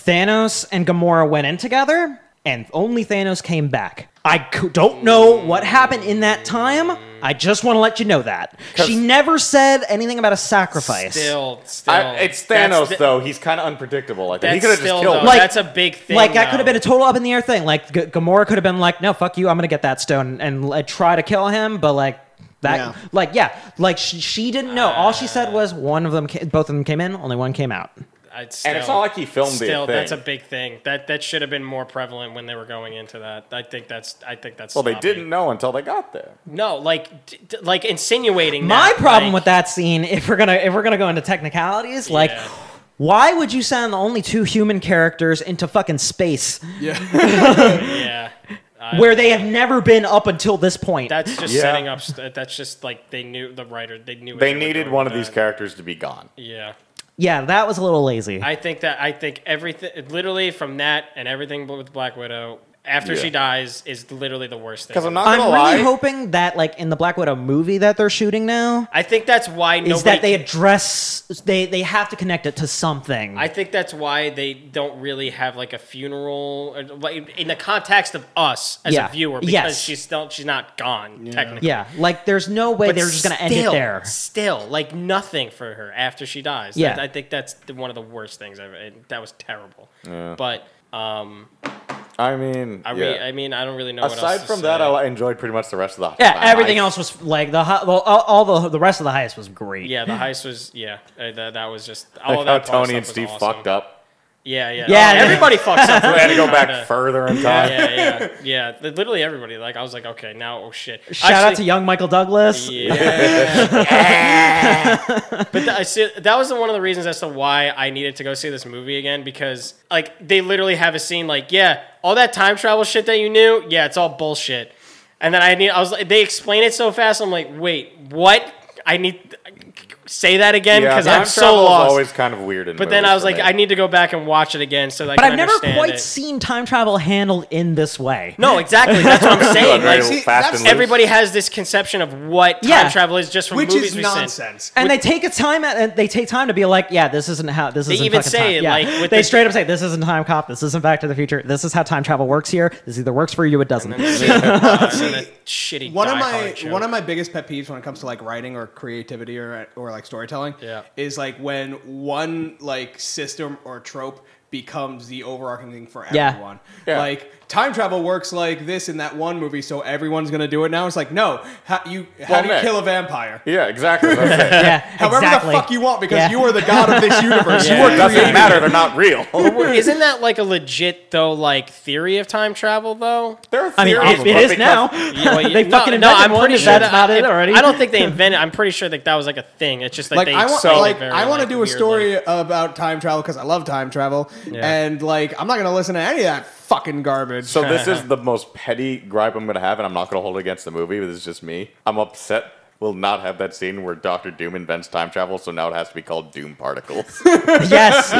[SPEAKER 4] Thanos and Gamora went in together, and only Thanos came back." I c- don't know what happened in that time. I just want to let you know that she never said anything about a sacrifice.
[SPEAKER 2] Still, still,
[SPEAKER 1] I, it's
[SPEAKER 2] That's
[SPEAKER 1] Thanos
[SPEAKER 2] the-
[SPEAKER 1] though. He's kind of unpredictable. Like that. he
[SPEAKER 2] That's
[SPEAKER 1] could have just
[SPEAKER 2] still,
[SPEAKER 1] killed.
[SPEAKER 2] though,
[SPEAKER 1] him.
[SPEAKER 4] Like-
[SPEAKER 2] that's a big thing.
[SPEAKER 4] like that could have
[SPEAKER 2] though.
[SPEAKER 4] been a total up in the air thing. Like G- Gamora could have been like, "No, fuck you, I'm gonna get that stone and like, try to kill him," but like that,
[SPEAKER 3] Yeah.
[SPEAKER 4] like yeah, like she, she didn't know. All she
[SPEAKER 1] Uh.
[SPEAKER 4] said was one of them, ca- both of them came in, only one came out.
[SPEAKER 2] I'd still,
[SPEAKER 1] and it's not like he filmed
[SPEAKER 2] still,
[SPEAKER 1] the thing.
[SPEAKER 2] that's a big thing. That that should have been more prevalent when they were going into that. I think that's. I think that's.
[SPEAKER 1] well, they
[SPEAKER 2] sloppy.
[SPEAKER 1] didn't know until they got there.
[SPEAKER 2] No, like, d- d- like insinuating.
[SPEAKER 4] My
[SPEAKER 2] that,
[SPEAKER 4] problem
[SPEAKER 2] like,
[SPEAKER 4] with that scene, if we're gonna if we're gonna go into technicalities, like.
[SPEAKER 2] Yeah.
[SPEAKER 4] Why would you send the only two human characters into fucking space
[SPEAKER 3] Yeah.
[SPEAKER 2] Yeah,
[SPEAKER 4] where they have never been up until this point?
[SPEAKER 2] that's just
[SPEAKER 1] Yeah.
[SPEAKER 2] setting up. st- That's just like they knew the writer. They knew. what
[SPEAKER 1] They
[SPEAKER 2] were
[SPEAKER 1] needed
[SPEAKER 2] doing
[SPEAKER 1] one of
[SPEAKER 2] with
[SPEAKER 1] these
[SPEAKER 2] that.
[SPEAKER 1] characters to be gone.
[SPEAKER 2] Yeah.
[SPEAKER 4] yeah, that was a little lazy.
[SPEAKER 2] I think that I think everything, literally from that and everything with Black Widow after
[SPEAKER 1] Yeah.
[SPEAKER 2] she dies is literally the worst thing.
[SPEAKER 1] Because I'm not
[SPEAKER 4] I'm
[SPEAKER 1] gonna
[SPEAKER 4] really
[SPEAKER 1] lie.
[SPEAKER 4] hoping that like in the Black Widow movie that they're shooting now,
[SPEAKER 2] I think that's why nobody
[SPEAKER 4] is that they address they they have to connect it to something.
[SPEAKER 2] I think that's why they don't really have like a funeral or, like, in the context of us as
[SPEAKER 4] Yeah.
[SPEAKER 2] a viewer because
[SPEAKER 4] Yes.
[SPEAKER 2] she's still she's not gone technically.
[SPEAKER 4] yeah, like there's no way
[SPEAKER 2] But
[SPEAKER 4] they're just gonna end it
[SPEAKER 2] still-
[SPEAKER 4] there.
[SPEAKER 2] Still, like nothing for her after she dies.
[SPEAKER 4] Yeah.
[SPEAKER 2] I, I think that's the, one of the worst things I've. It, that was terrible. But um,
[SPEAKER 1] I mean,
[SPEAKER 2] I,
[SPEAKER 1] yeah.
[SPEAKER 2] re, I mean, I don't really know. what
[SPEAKER 1] aside
[SPEAKER 2] else to
[SPEAKER 1] from that,
[SPEAKER 2] say.
[SPEAKER 1] I enjoyed pretty much the rest of the.
[SPEAKER 4] Yeah,
[SPEAKER 1] the
[SPEAKER 4] everything
[SPEAKER 1] night.
[SPEAKER 4] else was like the hi- well, all, all the the rest of the heist was great.
[SPEAKER 2] yeah, the heist was yeah. uh, that, that was just all
[SPEAKER 1] Like
[SPEAKER 2] of
[SPEAKER 1] how
[SPEAKER 2] that. bar
[SPEAKER 1] Tony and
[SPEAKER 2] stuff was
[SPEAKER 1] Steve
[SPEAKER 2] awesome.
[SPEAKER 1] fucked up.
[SPEAKER 2] Yeah, yeah.
[SPEAKER 4] Yeah,
[SPEAKER 2] Oh,
[SPEAKER 4] they-
[SPEAKER 2] everybody fucks up.
[SPEAKER 1] They had to go
[SPEAKER 2] Kinda.
[SPEAKER 1] back further in time.
[SPEAKER 2] yeah, yeah, yeah. Th- Literally everybody. Like I was like, okay, now oh shit.
[SPEAKER 4] Shout out to young Michael Douglas.
[SPEAKER 2] Yeah. but th- I see, that was the, one of the reasons as to why I needed to go see this movie again because like they literally have a scene like yeah all that time travel shit that you knew yeah it's all bullshit and then I need I was like they explain it so fast I'm like wait what I need say that again
[SPEAKER 1] Yeah,
[SPEAKER 2] because
[SPEAKER 1] time
[SPEAKER 2] I'm so
[SPEAKER 1] travel is
[SPEAKER 2] lost
[SPEAKER 1] Always kind of weird. In
[SPEAKER 2] but then
[SPEAKER 1] movies
[SPEAKER 2] I was
[SPEAKER 1] for
[SPEAKER 2] like
[SPEAKER 1] me.
[SPEAKER 2] I need to go back and watch it again so that
[SPEAKER 4] But
[SPEAKER 2] I can
[SPEAKER 4] I've never
[SPEAKER 2] understand
[SPEAKER 4] quite
[SPEAKER 2] it.
[SPEAKER 4] seen time travel handled in this way.
[SPEAKER 2] no exactly that's what I'm
[SPEAKER 1] Going
[SPEAKER 2] saying
[SPEAKER 1] very
[SPEAKER 2] like
[SPEAKER 3] see,
[SPEAKER 1] fast
[SPEAKER 3] that's
[SPEAKER 1] and loose.
[SPEAKER 2] everybody has this conception of what time
[SPEAKER 4] Yeah.
[SPEAKER 2] travel is just from
[SPEAKER 3] Which
[SPEAKER 2] movies
[SPEAKER 3] is
[SPEAKER 2] we've seen.
[SPEAKER 3] nonsense.
[SPEAKER 4] And they take a time. and They take time to be like, yeah, this isn't how this isn't.
[SPEAKER 2] even
[SPEAKER 4] fucking
[SPEAKER 2] say
[SPEAKER 4] time.
[SPEAKER 2] it,
[SPEAKER 4] yeah.
[SPEAKER 2] like, with
[SPEAKER 4] they
[SPEAKER 2] the-
[SPEAKER 4] straight up say, "This isn't time cop. This isn't Back to the Future. This is how time travel works here. This either works for you, or it doesn't."
[SPEAKER 2] Uh, and that shitty
[SPEAKER 3] one of
[SPEAKER 2] Die
[SPEAKER 3] my
[SPEAKER 2] Hard joke.
[SPEAKER 3] one of my biggest pet peeves when it comes to like writing or creativity or or like storytelling
[SPEAKER 2] Yeah.
[SPEAKER 3] is like when one like system or trope becomes the overarching thing for
[SPEAKER 4] Yeah.
[SPEAKER 3] everyone.
[SPEAKER 1] Yeah.
[SPEAKER 3] Like time travel works like this in that one movie, so everyone's gonna do it now. It's like no, how, you how
[SPEAKER 1] Well,
[SPEAKER 3] do you
[SPEAKER 1] Nick.
[SPEAKER 3] kill a vampire?
[SPEAKER 1] Yeah, exactly. that's what I'm saying.
[SPEAKER 4] yeah,
[SPEAKER 3] However
[SPEAKER 4] exactly.
[SPEAKER 3] the fuck you want because
[SPEAKER 4] Yeah.
[SPEAKER 3] you are the god of this universe.
[SPEAKER 2] Yeah.
[SPEAKER 3] You are
[SPEAKER 1] It doesn't
[SPEAKER 3] creating
[SPEAKER 1] matter. They're not real.
[SPEAKER 2] Isn't that like a legit though like theory of time travel though?
[SPEAKER 1] There are
[SPEAKER 4] I mean,
[SPEAKER 1] theories,
[SPEAKER 4] it,
[SPEAKER 1] but
[SPEAKER 4] it is
[SPEAKER 1] because-
[SPEAKER 4] now.
[SPEAKER 2] Yeah, well,
[SPEAKER 4] they
[SPEAKER 2] you-
[SPEAKER 4] fucking invented one. Is that about it
[SPEAKER 2] I-
[SPEAKER 4] already?
[SPEAKER 2] I don't think they invented. I'm pretty sure that that was like a thing. It's just that
[SPEAKER 3] like
[SPEAKER 2] they
[SPEAKER 3] I want,
[SPEAKER 2] explained it
[SPEAKER 3] like
[SPEAKER 2] very,
[SPEAKER 3] I want
[SPEAKER 2] like,
[SPEAKER 3] to do a
[SPEAKER 2] weirdly.
[SPEAKER 3] story about time travel because I love time travel, and like I'm not gonna listen to any of that fucking garbage.
[SPEAKER 1] So this is the most petty gripe I'm gonna have, and I'm not gonna hold it against the movie. But it's just me. I'm upset will not have that scene where Doctor Doom invents time travel, so now it has to be called Doom Particles.
[SPEAKER 4] yes,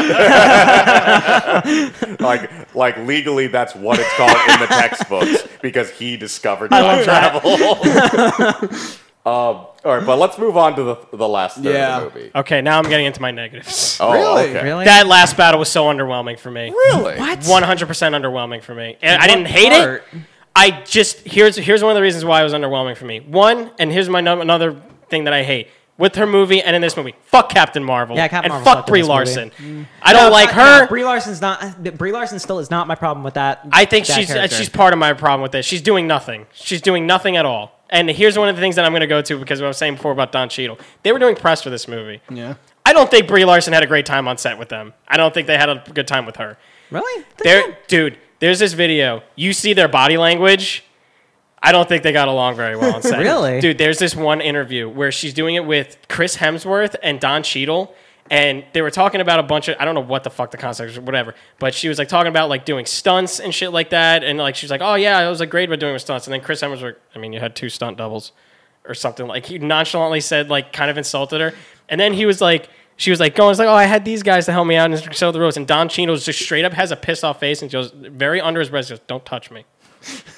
[SPEAKER 1] like, like legally, that's what it's called in the textbooks because he discovered
[SPEAKER 4] I love
[SPEAKER 1] time travel. um, all right, but let's move on to the, the last third
[SPEAKER 3] Yeah.
[SPEAKER 1] of the movie.
[SPEAKER 2] Okay, now I'm getting into my negatives.
[SPEAKER 1] Oh,
[SPEAKER 3] Really?
[SPEAKER 1] okay.
[SPEAKER 4] really.
[SPEAKER 2] That last battle was so underwhelming for me.
[SPEAKER 1] Really?
[SPEAKER 4] What?
[SPEAKER 2] 100% underwhelming for me. And I
[SPEAKER 4] What
[SPEAKER 2] didn't hate
[SPEAKER 4] part?
[SPEAKER 2] it. I just here's here's one of the reasons why it was underwhelming for me. One, and here's my no- another thing that I hate with her movie and in this movie. Fuck Captain Marvel.
[SPEAKER 4] Yeah, Captain
[SPEAKER 2] and
[SPEAKER 4] Marvel
[SPEAKER 2] fuck
[SPEAKER 4] sucked in
[SPEAKER 2] Brie
[SPEAKER 4] this
[SPEAKER 2] Larson.
[SPEAKER 4] movie. Mm.
[SPEAKER 2] I don't like her.
[SPEAKER 4] Brie Larson's not. Brie Larson still is not my problem with that.
[SPEAKER 2] I think
[SPEAKER 4] that
[SPEAKER 2] she's uh,
[SPEAKER 4] character.
[SPEAKER 2] she's part of my problem with this. She's doing nothing. She's doing nothing at all. And here's one of the things that I'm going to go to because what I was saying before about Don Cheadle. They were doing press for this movie.
[SPEAKER 3] Yeah.
[SPEAKER 2] I don't think Brie Larson had a great time on set with them. I don't think they had a good time with her.
[SPEAKER 4] really.
[SPEAKER 2] There, dude. There's this video. You see their body language. I don't think they got along very well on set.
[SPEAKER 4] Really?
[SPEAKER 2] dude. There's this one interview where she's doing it with Chris Hemsworth and Don Cheadle, and they were talking about a bunch of I don't know what the fuck the concept was, whatever. But she was like talking about like doing stunts and shit like that, and like she was like, oh yeah, I was like great about doing with stunts, and then Chris Hemsworth, I mean, you had two stunt doubles or something like he nonchalantly said like kind of insulted her and then he was like she was like going it's like oh i had these guys to help me out and show the ropes and don chino just straight up has a pissed off face and goes very under his breath goes don't touch me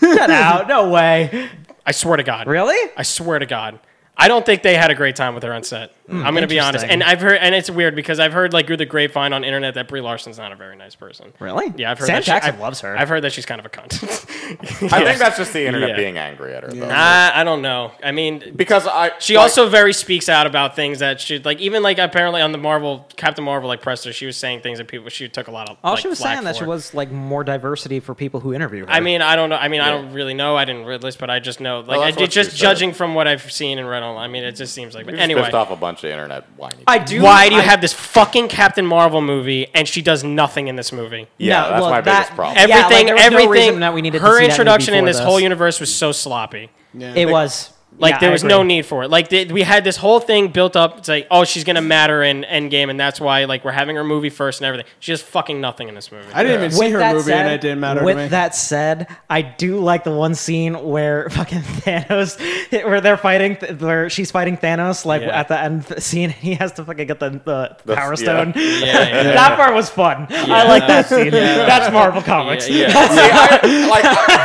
[SPEAKER 4] Get out. No way.
[SPEAKER 2] i swear to god
[SPEAKER 4] Really?
[SPEAKER 2] i swear to god i don't think they had a great time with her on set i'm gonna be honest
[SPEAKER 4] Hmm, interesting.
[SPEAKER 2] and i've heard and it's weird because i've heard like through the grapevine on internet that brie larson's not a very nice person
[SPEAKER 4] Really?
[SPEAKER 2] yeah i've heard
[SPEAKER 4] Sam
[SPEAKER 2] that she-
[SPEAKER 4] Jackson
[SPEAKER 2] I've-
[SPEAKER 4] loves her.
[SPEAKER 2] i've heard that she's kind of a cunt
[SPEAKER 1] I think that's just the internet
[SPEAKER 2] Yeah.
[SPEAKER 1] being angry at her, though.
[SPEAKER 2] I, I don't know i mean
[SPEAKER 1] Because I
[SPEAKER 2] She
[SPEAKER 1] like-
[SPEAKER 2] also very speaks out about things that she like even like apparently on the Marvel Captain Marvel like presser she was saying things that people she took a lot of
[SPEAKER 4] All
[SPEAKER 2] like,
[SPEAKER 4] Oh, she was
[SPEAKER 2] flack
[SPEAKER 4] saying that she
[SPEAKER 2] for.
[SPEAKER 4] was like more diversity for people who interview her.
[SPEAKER 2] I mean I don't know I mean I don't really know I didn't read this but I just know like
[SPEAKER 1] Well,
[SPEAKER 2] I
[SPEAKER 1] that's what
[SPEAKER 2] did, just
[SPEAKER 1] she said.
[SPEAKER 2] judging from what I've seen and read online I mean it just seems like but
[SPEAKER 1] you just
[SPEAKER 2] anyway
[SPEAKER 1] pissed off a bunch of internet whiny.
[SPEAKER 4] I do.
[SPEAKER 2] why do you
[SPEAKER 4] I-
[SPEAKER 2] have this fucking Captain Marvel movie and she does nothing in this movie
[SPEAKER 1] yeah,
[SPEAKER 4] No,
[SPEAKER 1] that's
[SPEAKER 4] well,
[SPEAKER 1] my
[SPEAKER 4] that-
[SPEAKER 1] biggest problem.
[SPEAKER 4] Yeah,
[SPEAKER 2] everything
[SPEAKER 4] like, there was no
[SPEAKER 2] everything
[SPEAKER 4] reason that we needed to
[SPEAKER 2] her
[SPEAKER 4] see that movie
[SPEAKER 2] introduction in
[SPEAKER 4] before
[SPEAKER 2] this,
[SPEAKER 4] this.
[SPEAKER 2] whole universe was so sloppy
[SPEAKER 3] yeah.
[SPEAKER 4] It was
[SPEAKER 2] Like
[SPEAKER 4] Yeah,
[SPEAKER 2] there
[SPEAKER 4] I
[SPEAKER 2] was
[SPEAKER 4] agree.
[SPEAKER 2] no need for it. Like th- we had this whole thing built up. It's like, oh, she's gonna matter in Endgame, and that's why like we're having her movie first and everything. She does fucking nothing in this movie.
[SPEAKER 3] I didn't even see
[SPEAKER 4] With
[SPEAKER 3] her
[SPEAKER 4] that
[SPEAKER 3] movie,
[SPEAKER 4] said,
[SPEAKER 3] and it didn't matter
[SPEAKER 4] With
[SPEAKER 3] to me.
[SPEAKER 4] that said, I do like the one scene where fucking Thanos, where they're fighting, where she's fighting Thanos, like
[SPEAKER 2] Yeah.
[SPEAKER 4] at the end scene, he has to fucking get the, the
[SPEAKER 1] That's-
[SPEAKER 4] Power
[SPEAKER 1] yeah.
[SPEAKER 4] Stone.
[SPEAKER 2] yeah, yeah, yeah.
[SPEAKER 4] That part was fun. I like that scene. That's Marvel Comics.
[SPEAKER 2] yeah.
[SPEAKER 1] See, I- like,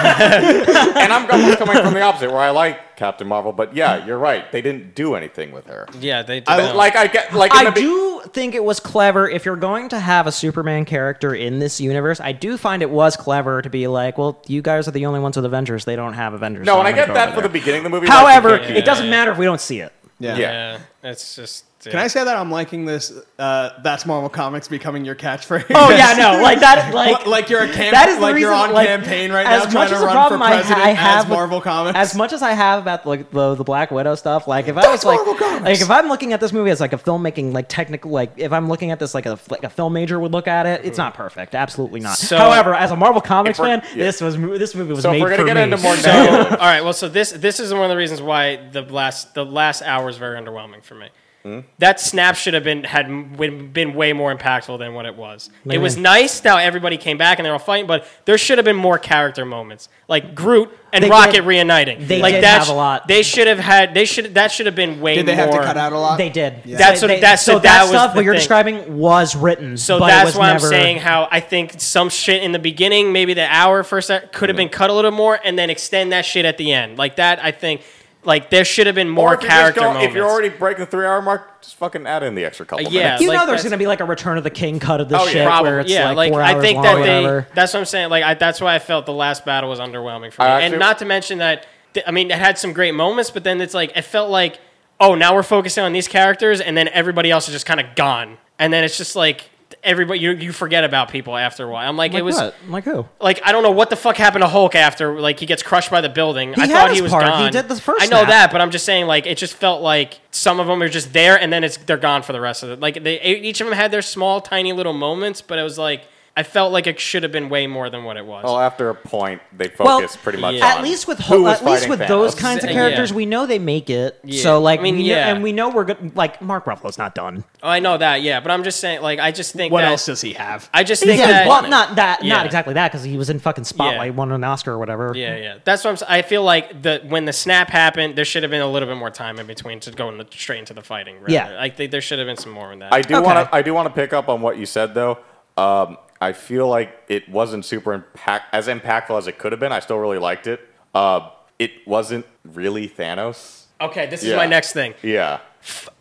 [SPEAKER 1] I- and I'm almost coming from the opposite, where I like Captain Marvel, but yeah, you're right. They didn't do anything with her.
[SPEAKER 2] Yeah, they did.
[SPEAKER 1] I,
[SPEAKER 2] that.
[SPEAKER 1] Like I get, like in
[SPEAKER 4] I
[SPEAKER 1] the be-
[SPEAKER 4] do think it was clever if you're going to have a Superman character in this universe. I do find it was clever to be like, well, you guys are the only ones with Avengers. They don't have Avengers.
[SPEAKER 1] No,
[SPEAKER 4] so
[SPEAKER 1] and I
[SPEAKER 4] I'm gonna
[SPEAKER 1] get
[SPEAKER 4] go
[SPEAKER 1] that
[SPEAKER 4] over
[SPEAKER 1] for the
[SPEAKER 4] there."
[SPEAKER 1] beginning of the movie.
[SPEAKER 4] Oh However,
[SPEAKER 1] like, you
[SPEAKER 2] yeah.
[SPEAKER 1] can't-
[SPEAKER 4] it doesn't matter if we don't see it.
[SPEAKER 3] Yeah.
[SPEAKER 1] yeah.
[SPEAKER 2] yeah, it's just. yeah.
[SPEAKER 3] Can I say that I'm liking this? Uh, that's Marvel Comics becoming your catchphrase.
[SPEAKER 4] Oh yeah, no, like that, like
[SPEAKER 3] Like, like you're a camp,
[SPEAKER 4] That is the
[SPEAKER 3] like
[SPEAKER 4] reason,
[SPEAKER 3] you're on
[SPEAKER 4] like,
[SPEAKER 3] campaign right
[SPEAKER 4] as
[SPEAKER 3] now trying
[SPEAKER 4] much
[SPEAKER 3] to
[SPEAKER 4] as the
[SPEAKER 3] run for
[SPEAKER 4] problem I ha-
[SPEAKER 3] president
[SPEAKER 4] I have
[SPEAKER 3] as
[SPEAKER 4] with-
[SPEAKER 3] Marvel Comics.
[SPEAKER 4] as much as I have about like the the Black Widow stuff, like if I
[SPEAKER 3] That's
[SPEAKER 4] was like,
[SPEAKER 3] Marvel Comics.
[SPEAKER 4] like if I'm looking at this movie as like a filmmaking like technical like if I'm looking at this like a like a film major would look at it, it's not perfect, absolutely not.
[SPEAKER 2] So-
[SPEAKER 4] However, as a Marvel Comics
[SPEAKER 1] Mm-hmm. If we're-
[SPEAKER 4] fan,
[SPEAKER 1] yeah.
[SPEAKER 4] this was mo- this movie was
[SPEAKER 1] So if
[SPEAKER 4] made
[SPEAKER 1] we're gonna
[SPEAKER 4] for
[SPEAKER 1] get
[SPEAKER 4] me.
[SPEAKER 1] into more
[SPEAKER 2] So,
[SPEAKER 1] negative,
[SPEAKER 2] all right. Well, so this this is one of the reasons why the last the last hour is very underwhelming for me.
[SPEAKER 3] Hmm?
[SPEAKER 2] That snap should have been had m- been been way more impactful than what it was. It
[SPEAKER 4] do you
[SPEAKER 2] was
[SPEAKER 4] mean?
[SPEAKER 2] nice how everybody came back and they were all fighting, but there should have been more character moments, like Groot and
[SPEAKER 4] They
[SPEAKER 2] Rocket
[SPEAKER 4] did-
[SPEAKER 2] reuniting.
[SPEAKER 4] they
[SPEAKER 2] like
[SPEAKER 4] did
[SPEAKER 2] that
[SPEAKER 4] have
[SPEAKER 2] sh-
[SPEAKER 4] a lot.
[SPEAKER 2] They should have had. They should that should have been way.
[SPEAKER 3] Did they
[SPEAKER 2] more,
[SPEAKER 3] have to cut out a lot?
[SPEAKER 4] they did.
[SPEAKER 2] That's
[SPEAKER 4] So
[SPEAKER 2] what-
[SPEAKER 4] they-
[SPEAKER 2] that's-
[SPEAKER 4] so
[SPEAKER 2] so that
[SPEAKER 4] that
[SPEAKER 2] was
[SPEAKER 4] stuff
[SPEAKER 2] the
[SPEAKER 4] what you're
[SPEAKER 2] thing.
[SPEAKER 4] describing was written.
[SPEAKER 2] So
[SPEAKER 4] but it
[SPEAKER 2] that's
[SPEAKER 4] was
[SPEAKER 2] why
[SPEAKER 4] never-
[SPEAKER 2] I'm saying how I think some shit in the beginning, maybe the hour first could have been cut a little more, and then extend that shit at the end. Like that, I think. Like there should have been
[SPEAKER 1] or
[SPEAKER 2] more
[SPEAKER 1] if you're just
[SPEAKER 2] character
[SPEAKER 1] going-
[SPEAKER 2] moments.
[SPEAKER 1] If you're already breaking the three-hour mark, just fucking add in the extra couple.
[SPEAKER 2] Uh, yeah.
[SPEAKER 1] minutes.
[SPEAKER 4] You
[SPEAKER 2] like,
[SPEAKER 4] know, there's
[SPEAKER 2] that's-
[SPEAKER 4] gonna be like a Return of the King cut of this
[SPEAKER 1] Oh, yeah.
[SPEAKER 4] shit where
[SPEAKER 2] Probably,
[SPEAKER 4] it's
[SPEAKER 2] yeah.
[SPEAKER 4] like,
[SPEAKER 2] Like,
[SPEAKER 4] four
[SPEAKER 2] I
[SPEAKER 4] hours
[SPEAKER 2] think
[SPEAKER 4] long
[SPEAKER 2] that
[SPEAKER 4] or whatever.
[SPEAKER 2] they. That's what I'm saying. Like I, that's why I felt the last battle was underwhelming for me.
[SPEAKER 1] I actually-
[SPEAKER 2] and not to mention that th- I mean it had some great moments, but then it's like it felt like oh now we're focusing on these characters, and then everybody else is just kind of gone, and then it's just like everybody you you forget about people after a while. I'm like,
[SPEAKER 4] Like
[SPEAKER 2] it was.
[SPEAKER 4] what? Like who?
[SPEAKER 2] like I don't know what the fuck happened to Hulk after like he gets crushed by the building. I
[SPEAKER 4] had
[SPEAKER 2] thought
[SPEAKER 4] his
[SPEAKER 2] he was
[SPEAKER 4] part. He
[SPEAKER 2] gone.
[SPEAKER 4] did the first
[SPEAKER 2] I know
[SPEAKER 4] snap.
[SPEAKER 2] that, but I'm just saying like it just felt like some of them are just e, there and then it's they're gone for the rest of it. Like they each of them had their small tiny little moments, but it was like I felt like it should have been way more than what it was.
[SPEAKER 1] Well, after a point, they
[SPEAKER 4] Well,
[SPEAKER 1] focus pretty much
[SPEAKER 2] yeah.
[SPEAKER 1] on
[SPEAKER 4] At least with
[SPEAKER 1] who
[SPEAKER 4] ho-
[SPEAKER 1] was
[SPEAKER 4] at least
[SPEAKER 1] fighting
[SPEAKER 4] with those
[SPEAKER 1] Thanos.
[SPEAKER 4] kinds of
[SPEAKER 2] Yeah.
[SPEAKER 4] characters, we know they make it.
[SPEAKER 2] Yeah.
[SPEAKER 4] So like,
[SPEAKER 2] I mean,
[SPEAKER 4] we know-
[SPEAKER 2] yeah.
[SPEAKER 4] and we know we're good. Like Mark Ruffalo's not done.
[SPEAKER 2] oh, I know that, yeah, but I'm just saying, like, I just think
[SPEAKER 3] What
[SPEAKER 2] that,
[SPEAKER 3] else does he have?
[SPEAKER 2] I just
[SPEAKER 4] He's
[SPEAKER 2] think that
[SPEAKER 4] good. Well, not that,
[SPEAKER 2] Yeah.
[SPEAKER 4] not exactly that, because he was in fucking Spotlight,
[SPEAKER 2] Yeah.
[SPEAKER 4] won an Oscar or whatever.
[SPEAKER 2] Yeah, yeah. That's what I'm. s- I feel like the when the snap happened, there should have been a little bit more time in between to go in the, straight into the fighting. Rather.
[SPEAKER 4] Yeah.
[SPEAKER 2] I think there should have been some more in that.
[SPEAKER 1] I do
[SPEAKER 4] Okay.
[SPEAKER 1] want to. I do want to pick up on what you said though. Um, I feel like it wasn't super impact as impactful as it could have been. I still really liked it. Uh, it wasn't really Thanos.
[SPEAKER 2] okay, this is
[SPEAKER 1] Yeah.
[SPEAKER 2] my next thing.
[SPEAKER 1] Yeah.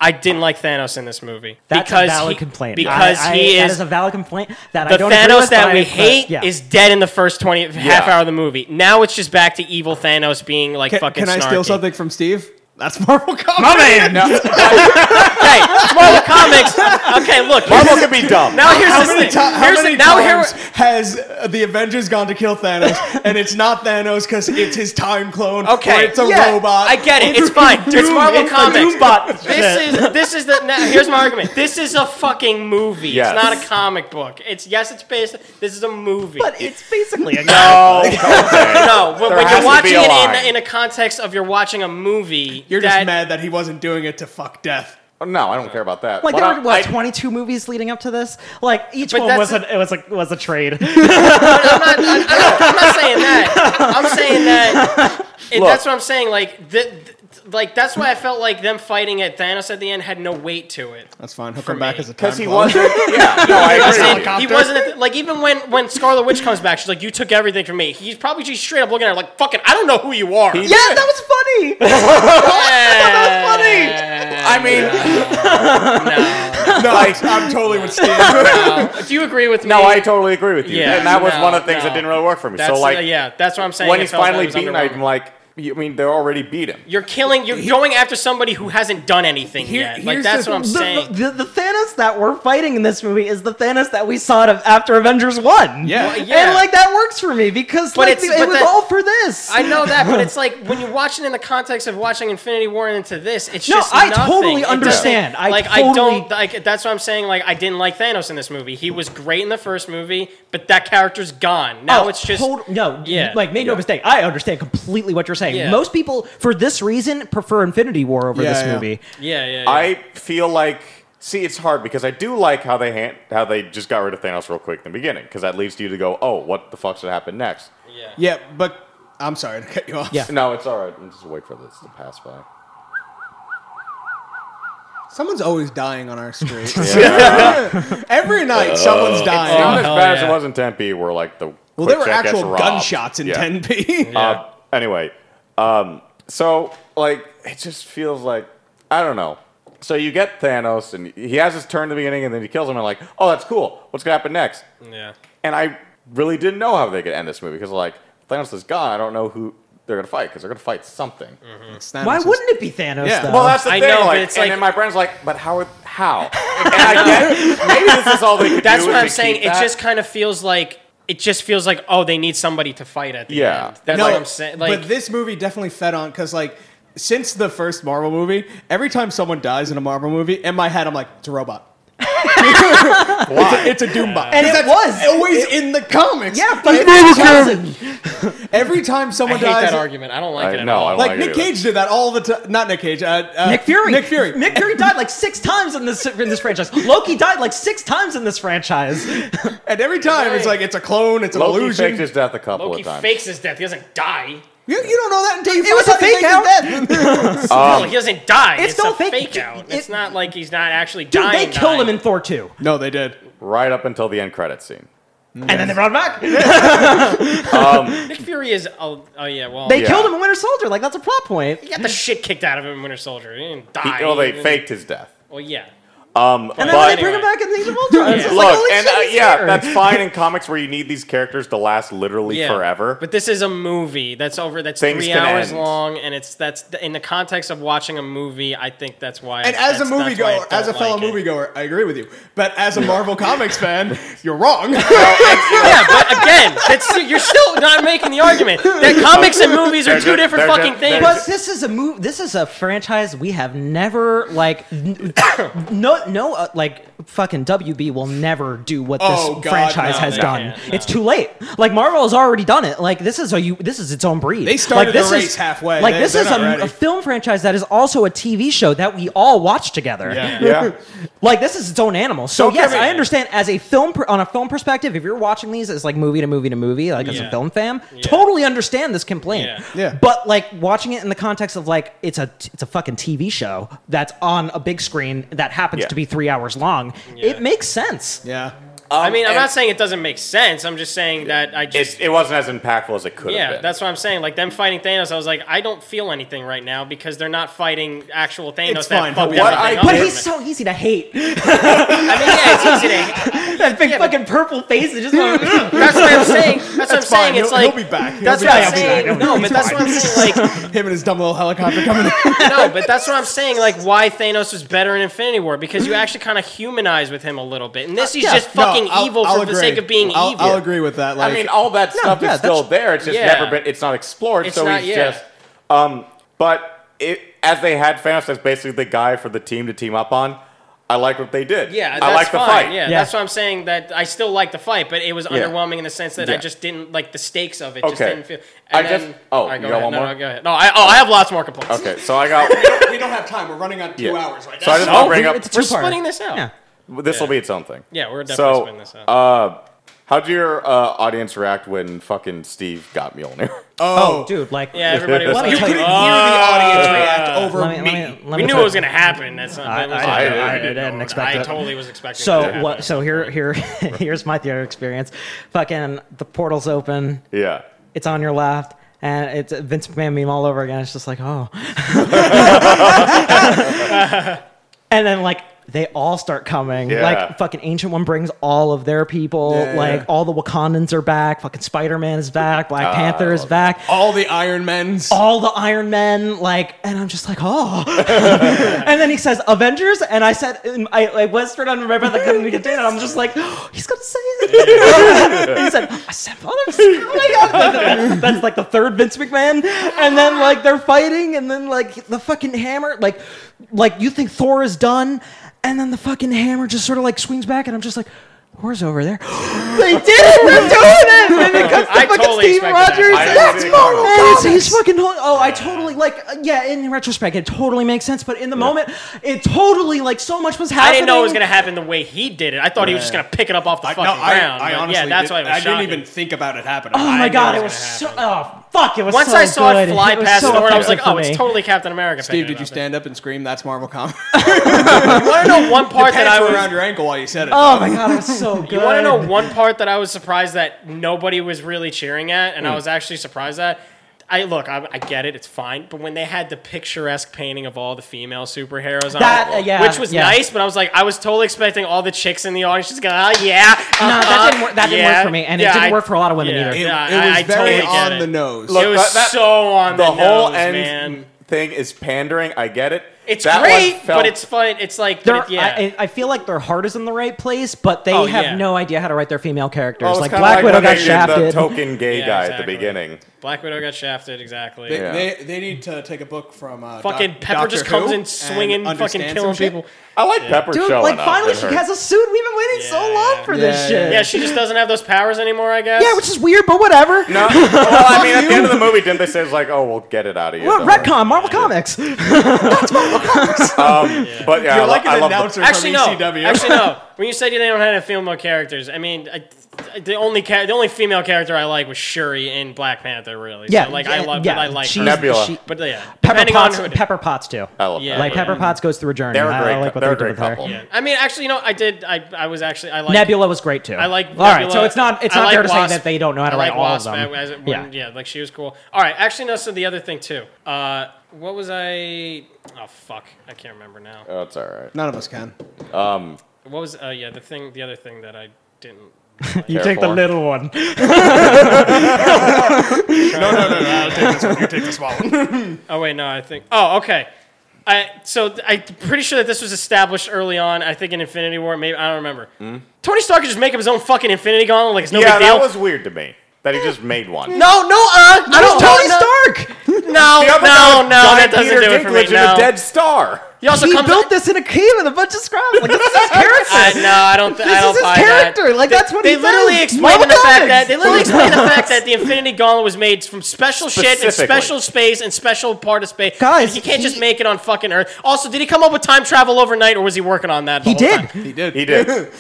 [SPEAKER 2] I didn't like Thanos in this movie
[SPEAKER 4] That's
[SPEAKER 2] because
[SPEAKER 4] a valid
[SPEAKER 2] he,
[SPEAKER 4] complaint.
[SPEAKER 2] Because
[SPEAKER 4] I- I-
[SPEAKER 2] he
[SPEAKER 4] that
[SPEAKER 2] is,
[SPEAKER 4] is a valid complaint that I
[SPEAKER 2] the
[SPEAKER 4] don't agree
[SPEAKER 2] Thanos
[SPEAKER 4] with,
[SPEAKER 2] that
[SPEAKER 4] but
[SPEAKER 2] we
[SPEAKER 4] I- but-
[SPEAKER 2] hate
[SPEAKER 4] yeah.
[SPEAKER 2] is dead in the first twenty half hour of the movie. Now it's just back to evil Thanos being like
[SPEAKER 3] Can,
[SPEAKER 2] fucking.
[SPEAKER 3] can I steal
[SPEAKER 2] snarky.
[SPEAKER 3] something from Steve? That's Marvel Comics.
[SPEAKER 1] No,
[SPEAKER 2] Hey, it's Marvel Comics. Okay, look.
[SPEAKER 1] Marvel could be dumb.
[SPEAKER 2] Now here's
[SPEAKER 3] How
[SPEAKER 2] the
[SPEAKER 3] many,
[SPEAKER 2] thing.
[SPEAKER 3] ti- how
[SPEAKER 2] here's the-
[SPEAKER 3] many
[SPEAKER 2] now here-
[SPEAKER 3] times has uh, the Avengers gone to kill Thanos, and it's not Thanos because it's his time clone or
[SPEAKER 2] Okay,
[SPEAKER 3] it's a
[SPEAKER 4] yeah,
[SPEAKER 3] robot?
[SPEAKER 2] I get it.
[SPEAKER 3] or
[SPEAKER 2] It's fine. It's
[SPEAKER 3] Doom-
[SPEAKER 2] Marvel
[SPEAKER 3] it's the
[SPEAKER 2] Comics.
[SPEAKER 3] Doombot.
[SPEAKER 2] This is this is the now, here's my argument. This is a fucking movie.
[SPEAKER 1] Yes.
[SPEAKER 2] It's not a comic book. It's yes, it's based. This is a movie.
[SPEAKER 4] but it's basically a
[SPEAKER 1] No, Oh, okay.
[SPEAKER 2] no, but
[SPEAKER 1] There
[SPEAKER 2] when
[SPEAKER 1] has to
[SPEAKER 2] you're
[SPEAKER 1] be
[SPEAKER 2] watching
[SPEAKER 1] a
[SPEAKER 2] it
[SPEAKER 1] line.
[SPEAKER 2] in, in a context of you're watching a movie,
[SPEAKER 3] You're
[SPEAKER 2] that,
[SPEAKER 3] just mad that he wasn't doing it to fuck death.
[SPEAKER 1] no, I don't care about that.
[SPEAKER 4] Like
[SPEAKER 1] But
[SPEAKER 4] there
[SPEAKER 1] I-
[SPEAKER 4] were what
[SPEAKER 1] I-
[SPEAKER 4] 22 movies leading up to this. Like each
[SPEAKER 2] But
[SPEAKER 4] one
[SPEAKER 2] that's
[SPEAKER 4] was
[SPEAKER 2] the-
[SPEAKER 4] a, it was a was a trade.
[SPEAKER 2] I'm not, I'm, I'm not, I'm not saying that. I'm saying that. It,
[SPEAKER 1] Look.
[SPEAKER 2] that's what I'm saying. Like the, the- like that's why I felt like them fighting at Thanos at the end had no weight to it.
[SPEAKER 3] That's fine. He'll
[SPEAKER 2] For
[SPEAKER 3] come back
[SPEAKER 2] me.
[SPEAKER 3] as a time
[SPEAKER 1] Because he
[SPEAKER 3] clone.
[SPEAKER 1] wasn't. Yeah, no, I agree.
[SPEAKER 2] And
[SPEAKER 1] with you.
[SPEAKER 3] Helicopter.
[SPEAKER 2] he wasn't at the- like even when when Scarlet Witch comes back, she's like, "You took everything from me." He's probably just straight up looking at her like, "Fucking, I don't know who you are."
[SPEAKER 1] He-
[SPEAKER 4] yeah, that was funny.
[SPEAKER 1] I mean,
[SPEAKER 3] No, I'm totally with Steve.
[SPEAKER 2] Um, Do you agree with me?
[SPEAKER 1] no, I totally agree with you.
[SPEAKER 2] Yeah,
[SPEAKER 1] and that was
[SPEAKER 2] no,
[SPEAKER 1] one of the things
[SPEAKER 2] no.
[SPEAKER 1] that didn't really work for me.
[SPEAKER 2] That's,
[SPEAKER 1] so like,
[SPEAKER 2] uh, yeah, that's what I'm saying.
[SPEAKER 1] when
[SPEAKER 2] I
[SPEAKER 1] he's
[SPEAKER 2] felt that
[SPEAKER 1] finally
[SPEAKER 2] was
[SPEAKER 1] beaten,
[SPEAKER 2] underwhelming.
[SPEAKER 1] I'm like, I mean, they already beat him.
[SPEAKER 2] you're killing. You're going after somebody who hasn't done anything
[SPEAKER 3] Here-
[SPEAKER 2] yet. Like
[SPEAKER 3] here's
[SPEAKER 2] that's
[SPEAKER 3] the-
[SPEAKER 2] what I'm
[SPEAKER 4] the,
[SPEAKER 2] saying.
[SPEAKER 4] the, the Thanos that we're fighting in this movie is the Thanos that we saw out of after Avengers One.
[SPEAKER 3] Yeah. Well,
[SPEAKER 2] yeah.
[SPEAKER 4] and like that works for me because
[SPEAKER 2] But
[SPEAKER 4] like,
[SPEAKER 2] it's-
[SPEAKER 4] it
[SPEAKER 2] but
[SPEAKER 4] was
[SPEAKER 2] that-
[SPEAKER 4] all for this.
[SPEAKER 2] I know that, but it's like when you watch it in the context of watching Infinity War and into this, it's
[SPEAKER 4] No,
[SPEAKER 2] just
[SPEAKER 4] I
[SPEAKER 2] nothing.
[SPEAKER 4] totally
[SPEAKER 2] It doesn't-
[SPEAKER 4] understand. I
[SPEAKER 2] like I
[SPEAKER 4] totally-
[SPEAKER 2] don't like that's what I'm saying. Like I didn't like Thanos in this movie. He was great in the first movie, but that character's gone. Now
[SPEAKER 4] Oh,
[SPEAKER 2] it's just
[SPEAKER 4] tot- no,
[SPEAKER 2] Yeah.
[SPEAKER 4] yeah. Like, make no mistake, I understand completely what you're saying.
[SPEAKER 2] Yeah.
[SPEAKER 4] Most people, for this reason, prefer Infinity War over
[SPEAKER 3] Yeah,
[SPEAKER 4] this
[SPEAKER 3] yeah.
[SPEAKER 4] movie.
[SPEAKER 2] yeah, yeah. yeah.
[SPEAKER 1] I feel like see it's hard because I do like how they han- how they just got rid of Thanos real quick in the beginning because that leads you to go oh what the fuck's gonna happen next
[SPEAKER 2] yeah.
[SPEAKER 3] yeah, but I'm sorry to cut you off.
[SPEAKER 4] Yeah.
[SPEAKER 1] no it's all right I'm just wait for this to pass by
[SPEAKER 3] Someone's always dying on our street. Every night, someone's
[SPEAKER 1] Uh, it's not
[SPEAKER 3] dying.
[SPEAKER 1] as
[SPEAKER 2] Oh, hell
[SPEAKER 1] bad as it
[SPEAKER 2] yeah.
[SPEAKER 1] was in 10p where like the
[SPEAKER 3] Well,
[SPEAKER 1] quick
[SPEAKER 3] there were
[SPEAKER 1] check gets
[SPEAKER 3] actual
[SPEAKER 1] robbed.
[SPEAKER 3] gunshots in
[SPEAKER 1] Yeah.
[SPEAKER 3] 10p.
[SPEAKER 1] Uh, anyway, um, so like it just feels like I don't know. So you get Thanos and he has his turn at the beginning and then he kills him and like oh that's cool what's gonna happen next
[SPEAKER 2] Yeah.
[SPEAKER 1] And I really didn't know how they could end this movie because, like, Thanos is gone. I don't know who they're gonna fight because they're gonna fight something.
[SPEAKER 4] Why wouldn't it be Thanos,
[SPEAKER 3] Yeah. uh,
[SPEAKER 4] though?
[SPEAKER 1] Well, that's the
[SPEAKER 2] Mm-hmm. I
[SPEAKER 1] thing.
[SPEAKER 2] know, but
[SPEAKER 1] like,
[SPEAKER 2] it's
[SPEAKER 1] and
[SPEAKER 2] like-
[SPEAKER 1] then my friend's like, "But how? Are, how?" and I get maybe this is all they could
[SPEAKER 2] That's
[SPEAKER 1] do.
[SPEAKER 2] what
[SPEAKER 1] is
[SPEAKER 2] I'm
[SPEAKER 1] to
[SPEAKER 2] saying.
[SPEAKER 1] keep
[SPEAKER 2] It
[SPEAKER 1] that.
[SPEAKER 2] just kind of feels like it just feels like oh they need somebody to fight at the
[SPEAKER 1] Yeah.
[SPEAKER 2] end. That's
[SPEAKER 3] no,
[SPEAKER 2] what I'm saying. Like
[SPEAKER 3] but this movie definitely fed on because like since the first Marvel movie, every time someone dies in a Marvel movie, in my head I'm like, it's a robot.
[SPEAKER 1] Why?
[SPEAKER 3] It's a Doombot.
[SPEAKER 4] And it
[SPEAKER 3] 'Cause that's
[SPEAKER 4] was.
[SPEAKER 3] always in the comics.
[SPEAKER 4] yeah,
[SPEAKER 3] Like,
[SPEAKER 4] fucking
[SPEAKER 3] every,
[SPEAKER 4] Michael
[SPEAKER 3] time,
[SPEAKER 4] Jackson.
[SPEAKER 3] every time
[SPEAKER 2] I
[SPEAKER 3] someone
[SPEAKER 2] hate
[SPEAKER 3] dies,
[SPEAKER 2] that argument. I don't like
[SPEAKER 1] I-
[SPEAKER 2] it at
[SPEAKER 1] no,
[SPEAKER 2] all.
[SPEAKER 1] I don't
[SPEAKER 3] like
[SPEAKER 1] like it
[SPEAKER 3] Nick
[SPEAKER 1] either.
[SPEAKER 3] Cage did that all the time. Not Nick Cage. Uh, uh,
[SPEAKER 4] Nick Fury.
[SPEAKER 3] Nick Fury.
[SPEAKER 4] Nick Fury died like six times in this in this franchise. Loki died like six times in this franchise.
[SPEAKER 3] And every time it's like it's a clone. It's an
[SPEAKER 1] Loki faked
[SPEAKER 3] illusion.
[SPEAKER 1] his death a couple
[SPEAKER 2] Loki
[SPEAKER 1] of times.
[SPEAKER 2] fakes his death. He doesn't die.
[SPEAKER 3] You, you don't know that until you.
[SPEAKER 4] It was
[SPEAKER 3] find
[SPEAKER 4] a fake
[SPEAKER 3] out
[SPEAKER 4] out.
[SPEAKER 3] he faked his death.
[SPEAKER 1] Um,
[SPEAKER 2] no, he doesn't die.
[SPEAKER 4] it's
[SPEAKER 2] It's,
[SPEAKER 4] still
[SPEAKER 2] a
[SPEAKER 4] fake.
[SPEAKER 2] fake, out.
[SPEAKER 4] It-
[SPEAKER 2] it's not like he's not actually
[SPEAKER 4] Dude,
[SPEAKER 2] dying.
[SPEAKER 4] they killed him
[SPEAKER 2] dying.
[SPEAKER 4] in Thor 2.
[SPEAKER 3] no, they did.
[SPEAKER 1] Right up until the end credits scene.
[SPEAKER 4] And then they brought him back.
[SPEAKER 2] Nick Fury is oh, oh yeah well
[SPEAKER 4] They
[SPEAKER 1] Yeah.
[SPEAKER 4] killed him in Winter Soldier. Like, that's a plot point.
[SPEAKER 2] he got the shit kicked out of him in Winter Soldier. He didn't
[SPEAKER 1] He,
[SPEAKER 2] die.
[SPEAKER 1] oh, they faked his death.
[SPEAKER 2] Well yeah.
[SPEAKER 1] Um,
[SPEAKER 4] And then
[SPEAKER 1] but-
[SPEAKER 4] they bring him back in the Age of Ultron. It's
[SPEAKER 2] Yeah.
[SPEAKER 4] just
[SPEAKER 1] Look,
[SPEAKER 4] like, holy
[SPEAKER 1] and
[SPEAKER 4] shit,
[SPEAKER 1] uh,
[SPEAKER 4] he's
[SPEAKER 1] yeah,
[SPEAKER 4] here.
[SPEAKER 1] that's fine in comics where you need these characters to last literally
[SPEAKER 2] Yeah.
[SPEAKER 1] forever.
[SPEAKER 2] But this is a movie that's over. That's
[SPEAKER 1] Things
[SPEAKER 2] three
[SPEAKER 1] can
[SPEAKER 2] hours
[SPEAKER 1] end.
[SPEAKER 2] long, and it's that's in the context of watching a movie. I think that's why.
[SPEAKER 3] And as a
[SPEAKER 2] that's- that's why I
[SPEAKER 3] moviegoer,
[SPEAKER 2] don't
[SPEAKER 3] as a fellow
[SPEAKER 2] like it.
[SPEAKER 3] moviegoer, I agree with you. But as a Marvel Comics fan, you're wrong.
[SPEAKER 2] yeah, but again, that's you're still not making the argument that comics and movies are
[SPEAKER 1] They're
[SPEAKER 2] two
[SPEAKER 1] ju-
[SPEAKER 2] different
[SPEAKER 1] they're ju-
[SPEAKER 2] fucking
[SPEAKER 1] they're
[SPEAKER 2] things.
[SPEAKER 4] But this is a move. This is a franchise we have never like. n- no, no, no, uh, like fucking WB will never do what this
[SPEAKER 3] Oh, God,
[SPEAKER 4] franchise
[SPEAKER 3] no,
[SPEAKER 4] has
[SPEAKER 3] they
[SPEAKER 4] done.
[SPEAKER 2] can't,
[SPEAKER 4] It's too late. Like Marvel has already done it. Like this is a you. This is its own breed.
[SPEAKER 3] They started
[SPEAKER 4] like, this
[SPEAKER 3] the
[SPEAKER 4] is-
[SPEAKER 3] race halfway.
[SPEAKER 4] Like
[SPEAKER 3] They-
[SPEAKER 4] this
[SPEAKER 3] they're
[SPEAKER 4] is
[SPEAKER 3] not
[SPEAKER 4] a,
[SPEAKER 3] ready.
[SPEAKER 4] a film franchise that is also a TV show that we all watch together.
[SPEAKER 3] Yeah.
[SPEAKER 1] Yeah.
[SPEAKER 4] Like this is its own animal. So
[SPEAKER 1] Don't
[SPEAKER 4] yes,
[SPEAKER 1] give me-
[SPEAKER 4] I understand as a film per, on a film perspective. If you're watching these as like movie to movie to movie, like as
[SPEAKER 2] Yeah.
[SPEAKER 4] a film fan, totally understand this complaint.
[SPEAKER 2] Yeah.
[SPEAKER 3] Yeah.
[SPEAKER 4] But like watching it in the context of like it's a it's a fucking TV show that's on a big screen that happens
[SPEAKER 1] Yeah.
[SPEAKER 4] to be three hours long. It makes sense.
[SPEAKER 3] Yeah.
[SPEAKER 2] I mean, I'm
[SPEAKER 1] Um, and
[SPEAKER 2] not saying it doesn't make sense. I'm just saying that I just
[SPEAKER 1] it, it wasn't as impactful as it could have
[SPEAKER 2] yeah,
[SPEAKER 1] been.
[SPEAKER 2] that's what I'm saying. Like them fighting Thanos, I was like, I don't feel anything right now because they're not fighting actual Thanos.
[SPEAKER 3] It's
[SPEAKER 2] that
[SPEAKER 3] fine,
[SPEAKER 2] fucked
[SPEAKER 3] but
[SPEAKER 1] what
[SPEAKER 2] everything
[SPEAKER 1] I
[SPEAKER 2] up
[SPEAKER 4] But
[SPEAKER 1] Yeah.
[SPEAKER 2] for
[SPEAKER 4] he's
[SPEAKER 2] me.
[SPEAKER 4] so easy to hate.
[SPEAKER 2] I mean, yeah, it's easy to.
[SPEAKER 4] that big fucking purple face is just like, "Ugh."
[SPEAKER 2] That's what I'm saying. That's what I'm
[SPEAKER 3] It's
[SPEAKER 2] saying.
[SPEAKER 3] fine.
[SPEAKER 2] It's
[SPEAKER 3] he'll,
[SPEAKER 2] like
[SPEAKER 3] he'll be back. He'll
[SPEAKER 2] that's
[SPEAKER 3] be
[SPEAKER 2] what I'm
[SPEAKER 3] back.
[SPEAKER 2] saying. No, but that's what I'm saying. Like
[SPEAKER 3] Him and his dumb little helicopter coming.
[SPEAKER 2] no, but that's what I'm saying. Like, why Thanos was better in Infinity War because you actually kind of humanize with him a little bit, and this he's
[SPEAKER 4] yeah.
[SPEAKER 2] just fucking
[SPEAKER 3] Uh, No, I'll-
[SPEAKER 2] evil
[SPEAKER 3] I'll
[SPEAKER 2] for the
[SPEAKER 3] agree.
[SPEAKER 2] sake of being
[SPEAKER 3] I'll,
[SPEAKER 2] evil.
[SPEAKER 3] I'll agree with that. Like,
[SPEAKER 1] I mean, all that stuff
[SPEAKER 4] yeah,
[SPEAKER 1] is still
[SPEAKER 4] that's-
[SPEAKER 1] there. It's just
[SPEAKER 2] Yeah.
[SPEAKER 1] never been. It's not explored.
[SPEAKER 2] It's
[SPEAKER 1] so
[SPEAKER 2] not-
[SPEAKER 1] he's
[SPEAKER 2] yeah.
[SPEAKER 1] just. Um, but it as they had Thanos as basically the guy for the team to team up on. I like what they did.
[SPEAKER 2] Yeah, that's
[SPEAKER 1] I like the
[SPEAKER 2] fine.
[SPEAKER 1] fight.
[SPEAKER 2] Yeah,
[SPEAKER 4] Yeah.
[SPEAKER 2] that's what I'm saying. That I still like the fight, but it was
[SPEAKER 1] Yeah.
[SPEAKER 2] underwhelming in the sense that I
[SPEAKER 1] Yeah.
[SPEAKER 2] just didn't like the stakes of it. Just
[SPEAKER 1] Okay.
[SPEAKER 2] didn't feel. And
[SPEAKER 1] I
[SPEAKER 2] then,
[SPEAKER 1] just- oh,
[SPEAKER 2] All right,
[SPEAKER 1] you
[SPEAKER 2] go
[SPEAKER 1] got
[SPEAKER 2] ahead.
[SPEAKER 1] one
[SPEAKER 2] no,
[SPEAKER 1] more?
[SPEAKER 2] No, go ahead. No, I, oh, I have lots more complaints.
[SPEAKER 1] Okay, so I got
[SPEAKER 3] we don't have time. We're running on two
[SPEAKER 1] Yeah.
[SPEAKER 3] hours right now.
[SPEAKER 1] So I just want to bring up.
[SPEAKER 4] oh, it's
[SPEAKER 2] We're
[SPEAKER 4] two-parter.
[SPEAKER 2] splitting this out.
[SPEAKER 4] Yeah.
[SPEAKER 1] This will be its own thing.
[SPEAKER 2] Yeah, we're
[SPEAKER 1] so, uh,
[SPEAKER 2] definitely spinning this out.
[SPEAKER 1] How would your uh, audience react when fucking Steve got Mjolnir?
[SPEAKER 4] Oh,
[SPEAKER 3] oh,
[SPEAKER 4] dude, like
[SPEAKER 2] yeah, everybody was
[SPEAKER 4] let me
[SPEAKER 2] like,
[SPEAKER 4] tell you-
[SPEAKER 3] hear the
[SPEAKER 2] "Oh,
[SPEAKER 3] audience react over
[SPEAKER 4] let me,
[SPEAKER 3] me.
[SPEAKER 4] let me,
[SPEAKER 2] we
[SPEAKER 4] let me
[SPEAKER 2] knew
[SPEAKER 4] tell
[SPEAKER 2] it
[SPEAKER 4] you-
[SPEAKER 2] was gonna happen. That's not.
[SPEAKER 4] I,
[SPEAKER 2] that was
[SPEAKER 4] I,
[SPEAKER 2] not-
[SPEAKER 1] I
[SPEAKER 4] I,
[SPEAKER 1] didn't
[SPEAKER 4] I didn't expect
[SPEAKER 2] I
[SPEAKER 4] it.
[SPEAKER 2] totally was expecting. it to
[SPEAKER 4] So
[SPEAKER 2] happen.
[SPEAKER 4] what? So here, here, here's my theater experience. Fucking the portals open.
[SPEAKER 1] yeah.
[SPEAKER 4] It's on your left, and it's a Vince McMahon meme all over again. It's just like, oh. and then like they all start coming.
[SPEAKER 1] Yeah.
[SPEAKER 4] Like fucking ancient one brings all of their people.
[SPEAKER 3] Yeah, yeah,
[SPEAKER 4] like
[SPEAKER 3] yeah.
[SPEAKER 4] all the Wakandans are back. Fucking Spider Man is back. Black Panther is back.
[SPEAKER 3] all the Iron Men's.
[SPEAKER 4] all the Iron Men, like, and I'm just like, oh. and then he says Avengers, and I said, and I, I was turned on remember that couldn't get data. I'm just like, oh, he's gonna say it. he said, I said, oh, I'm sorry. Like, that's, that's like the third Vince McMahon, and then like they're fighting, and then like the fucking hammer, like, like you think Thor is done, and then the fucking hammer just sort of like swings back, and I'm just like. Thor's over there. they did it! They're doing it! And it cuts to
[SPEAKER 2] I
[SPEAKER 4] fucking
[SPEAKER 2] totally
[SPEAKER 4] Steve
[SPEAKER 2] expected that.
[SPEAKER 4] Rogers.
[SPEAKER 1] I didn't
[SPEAKER 4] That's
[SPEAKER 1] see it
[SPEAKER 4] Marvel
[SPEAKER 1] coming.
[SPEAKER 4] and it's- he's fucking. hol- Oh, I totally like. uh, Yeah, in retrospect, it totally makes sense. But in the moment, it totally like so much was happening.
[SPEAKER 2] I didn't know it was gonna happen the way he did it. I thought he was just gonna pick it up off the
[SPEAKER 3] I, no,
[SPEAKER 2] fucking
[SPEAKER 3] I,
[SPEAKER 2] ground.
[SPEAKER 3] I
[SPEAKER 2] but
[SPEAKER 3] honestly,
[SPEAKER 2] yeah, that's
[SPEAKER 3] did,
[SPEAKER 2] why it was
[SPEAKER 3] I didn't
[SPEAKER 2] shocking.
[SPEAKER 3] even think about it happening.
[SPEAKER 4] Oh my god,
[SPEAKER 2] it
[SPEAKER 4] it
[SPEAKER 2] was
[SPEAKER 4] was
[SPEAKER 2] gonna
[SPEAKER 4] so. Oh fuck, it was.
[SPEAKER 2] Once
[SPEAKER 4] so
[SPEAKER 2] I saw it
[SPEAKER 4] good.
[SPEAKER 2] fly
[SPEAKER 4] It was
[SPEAKER 2] past
[SPEAKER 4] so
[SPEAKER 2] the door, I was like,
[SPEAKER 4] effective for
[SPEAKER 2] "Oh, it's
[SPEAKER 4] me.
[SPEAKER 2] totally Captain America."
[SPEAKER 3] Steve,
[SPEAKER 2] picking
[SPEAKER 3] did
[SPEAKER 2] it
[SPEAKER 3] you
[SPEAKER 2] up.
[SPEAKER 3] stand up and scream? That's Marvel Comics.
[SPEAKER 2] You want to know one part that I
[SPEAKER 3] Pants were
[SPEAKER 2] was?
[SPEAKER 3] around your ankle while you said it.
[SPEAKER 4] Oh my god, it was so good.
[SPEAKER 2] You want to know one part that I was surprised that nobody was really cheering at,
[SPEAKER 4] Hmm.
[SPEAKER 2] and I was actually surprised at. I look, I, I get it, it's fine, but when they had the picturesque painting of all the female superheroes, on
[SPEAKER 4] That,
[SPEAKER 2] it,
[SPEAKER 4] uh, yeah,
[SPEAKER 2] which was
[SPEAKER 4] yeah.
[SPEAKER 2] nice, but I was like, I was totally expecting all the chicks in the audience just going, oh yeah,
[SPEAKER 4] No,
[SPEAKER 2] uh-huh,
[SPEAKER 4] that didn't work. That didn't
[SPEAKER 2] yeah,
[SPEAKER 4] work for me, and it
[SPEAKER 2] yeah,
[SPEAKER 4] didn't
[SPEAKER 2] I-
[SPEAKER 4] work for a lot of women
[SPEAKER 2] yeah,
[SPEAKER 4] either.
[SPEAKER 3] It,
[SPEAKER 2] yeah,
[SPEAKER 3] it was
[SPEAKER 2] I, I
[SPEAKER 3] very
[SPEAKER 2] totally get
[SPEAKER 3] on
[SPEAKER 2] it.
[SPEAKER 3] the nose.
[SPEAKER 1] Look,
[SPEAKER 2] it was
[SPEAKER 1] that- that-
[SPEAKER 2] so on the,
[SPEAKER 1] The whole
[SPEAKER 2] nose,
[SPEAKER 1] end
[SPEAKER 2] man.
[SPEAKER 1] thing is pandering. I get it.
[SPEAKER 2] It's
[SPEAKER 1] That one
[SPEAKER 2] great,
[SPEAKER 1] felt-
[SPEAKER 2] but it's fun. It's like, but
[SPEAKER 4] They're-
[SPEAKER 2] it- yeah.
[SPEAKER 4] I, I feel like their heart is in the right place, but they
[SPEAKER 2] Oh,
[SPEAKER 4] have
[SPEAKER 2] yeah.
[SPEAKER 4] no idea how to write their female characters.
[SPEAKER 1] Oh, it's
[SPEAKER 4] like
[SPEAKER 1] kinda
[SPEAKER 4] Black Widow
[SPEAKER 1] when
[SPEAKER 4] got
[SPEAKER 1] they did The
[SPEAKER 4] shafted.
[SPEAKER 1] token gay
[SPEAKER 2] Yeah,
[SPEAKER 1] guy at the
[SPEAKER 2] exactly.
[SPEAKER 1] beginning.
[SPEAKER 2] Black Widow got shafted, exactly.
[SPEAKER 3] They,
[SPEAKER 1] Yeah.
[SPEAKER 3] they, they need to take a book from uh,
[SPEAKER 2] Fucking
[SPEAKER 3] Doc-
[SPEAKER 2] Pepper
[SPEAKER 3] Doctor
[SPEAKER 2] just comes
[SPEAKER 3] Who
[SPEAKER 2] in
[SPEAKER 3] and
[SPEAKER 2] swinging, fucking
[SPEAKER 3] understand
[SPEAKER 2] killing
[SPEAKER 3] some shit.
[SPEAKER 2] people.
[SPEAKER 1] I like Pepper
[SPEAKER 4] Dude,
[SPEAKER 1] showing
[SPEAKER 4] like
[SPEAKER 1] up
[SPEAKER 4] finally
[SPEAKER 1] in
[SPEAKER 4] she
[SPEAKER 1] her-
[SPEAKER 4] has a suit. We've been waiting so
[SPEAKER 2] Yeah,
[SPEAKER 4] long
[SPEAKER 2] yeah,
[SPEAKER 4] for
[SPEAKER 3] yeah.
[SPEAKER 4] this
[SPEAKER 3] Yeah,
[SPEAKER 4] shit.
[SPEAKER 2] Yeah, she just doesn't have those powers anymore, I guess.
[SPEAKER 4] yeah, which is weird, but whatever.
[SPEAKER 1] No, well, I mean, at the end of the movie, didn't they say it's like, oh, we'll get it out of you?
[SPEAKER 4] Well,
[SPEAKER 1] don't worry.
[SPEAKER 4] retcon, Marvel Comics.
[SPEAKER 1] But yeah, I
[SPEAKER 3] You're
[SPEAKER 1] lo-
[SPEAKER 3] like
[SPEAKER 1] I
[SPEAKER 3] an
[SPEAKER 1] love the-
[SPEAKER 3] announcer
[SPEAKER 2] actually
[SPEAKER 3] from
[SPEAKER 2] no.
[SPEAKER 3] E ECW.
[SPEAKER 2] Actually no. When you said you didn't have female characters, I mean, I, I- the only ca- the only female character I like was Shuri in Black Panther, really.
[SPEAKER 4] yeah,
[SPEAKER 2] so, like
[SPEAKER 4] yeah,
[SPEAKER 2] I love,
[SPEAKER 4] yeah,
[SPEAKER 2] but I like
[SPEAKER 4] she's-
[SPEAKER 2] her.
[SPEAKER 1] Nebula.
[SPEAKER 4] she-
[SPEAKER 2] But yeah,
[SPEAKER 4] Pepper
[SPEAKER 2] depending
[SPEAKER 4] Potts,
[SPEAKER 2] on who it is.
[SPEAKER 4] Pepper Potts too.
[SPEAKER 1] I love
[SPEAKER 2] Yeah.
[SPEAKER 1] Pepper.
[SPEAKER 4] like Pepper Potts goes through a journey.
[SPEAKER 1] They're a
[SPEAKER 4] I-
[SPEAKER 1] great
[SPEAKER 4] I like
[SPEAKER 1] cou-
[SPEAKER 4] what
[SPEAKER 1] they're a
[SPEAKER 4] they
[SPEAKER 1] great
[SPEAKER 4] did with her.
[SPEAKER 1] couple.
[SPEAKER 2] Yeah. I mean, actually, no. I did. I, I was actually I like
[SPEAKER 4] Nebula was great too.
[SPEAKER 2] I like.
[SPEAKER 4] All right,
[SPEAKER 2] Nebula.
[SPEAKER 4] so it's not it's
[SPEAKER 2] I
[SPEAKER 4] not
[SPEAKER 2] like
[SPEAKER 4] fair to
[SPEAKER 2] Wasp.
[SPEAKER 4] say that they don't know how to
[SPEAKER 2] I
[SPEAKER 4] write
[SPEAKER 2] like
[SPEAKER 4] all
[SPEAKER 2] Wasp,
[SPEAKER 4] of them.
[SPEAKER 2] as it-
[SPEAKER 4] yeah.
[SPEAKER 2] when- yeah, like she was cool. All right, actually, no. So the other thing too. Uh, what was I? Oh fuck, I can't remember now.
[SPEAKER 1] Oh, it's all right.
[SPEAKER 3] None of us can.
[SPEAKER 2] What was? Uh, yeah, the thing. The other thing that I didn't.
[SPEAKER 4] you
[SPEAKER 1] Care take the for.
[SPEAKER 4] little one.
[SPEAKER 2] Oh wait, no, I think. Oh, okay. I so th- I'm pretty sure that this was established early on. I think in Infinity War, maybe I don't remember. Tony Stark could just make up his own fucking Infinity Gauntlet, like it's no
[SPEAKER 1] Hmm? yeah,
[SPEAKER 2] big deal.
[SPEAKER 1] that was weird to me that he just made one.
[SPEAKER 4] No, no, uh, I
[SPEAKER 2] don't
[SPEAKER 4] Tony
[SPEAKER 2] want
[SPEAKER 4] Stark.
[SPEAKER 2] no, no, no,
[SPEAKER 1] The
[SPEAKER 2] that
[SPEAKER 1] other guy with
[SPEAKER 2] doesn't
[SPEAKER 1] giant
[SPEAKER 2] do
[SPEAKER 1] Peter
[SPEAKER 2] it for me.
[SPEAKER 1] Dinklage and
[SPEAKER 2] No.
[SPEAKER 1] a dead star.
[SPEAKER 2] He also
[SPEAKER 4] he
[SPEAKER 2] comes
[SPEAKER 4] built this in a cave with a bunch of scraps. Like this is his character.
[SPEAKER 2] I, no, I don't. Th-
[SPEAKER 4] This
[SPEAKER 2] I don't
[SPEAKER 4] is his
[SPEAKER 2] buy
[SPEAKER 4] character.
[SPEAKER 2] That.
[SPEAKER 4] Like,
[SPEAKER 2] They-
[SPEAKER 4] that's what
[SPEAKER 2] they
[SPEAKER 4] he
[SPEAKER 2] literally
[SPEAKER 4] does.
[SPEAKER 2] explain the
[SPEAKER 4] Marvel
[SPEAKER 2] fact that
[SPEAKER 4] Comics.
[SPEAKER 2] they literally explain the fact that the Infinity Gauntlet was made from special shit and
[SPEAKER 1] Specifically.
[SPEAKER 2] special space and special part of space.
[SPEAKER 4] Guys,
[SPEAKER 2] he can't just
[SPEAKER 4] he-
[SPEAKER 2] make it on fucking Earth. Also, did he come up with time travel overnight, or was he working on that? The
[SPEAKER 4] He
[SPEAKER 2] whole
[SPEAKER 4] did.
[SPEAKER 2] time?
[SPEAKER 3] He did.
[SPEAKER 1] He did.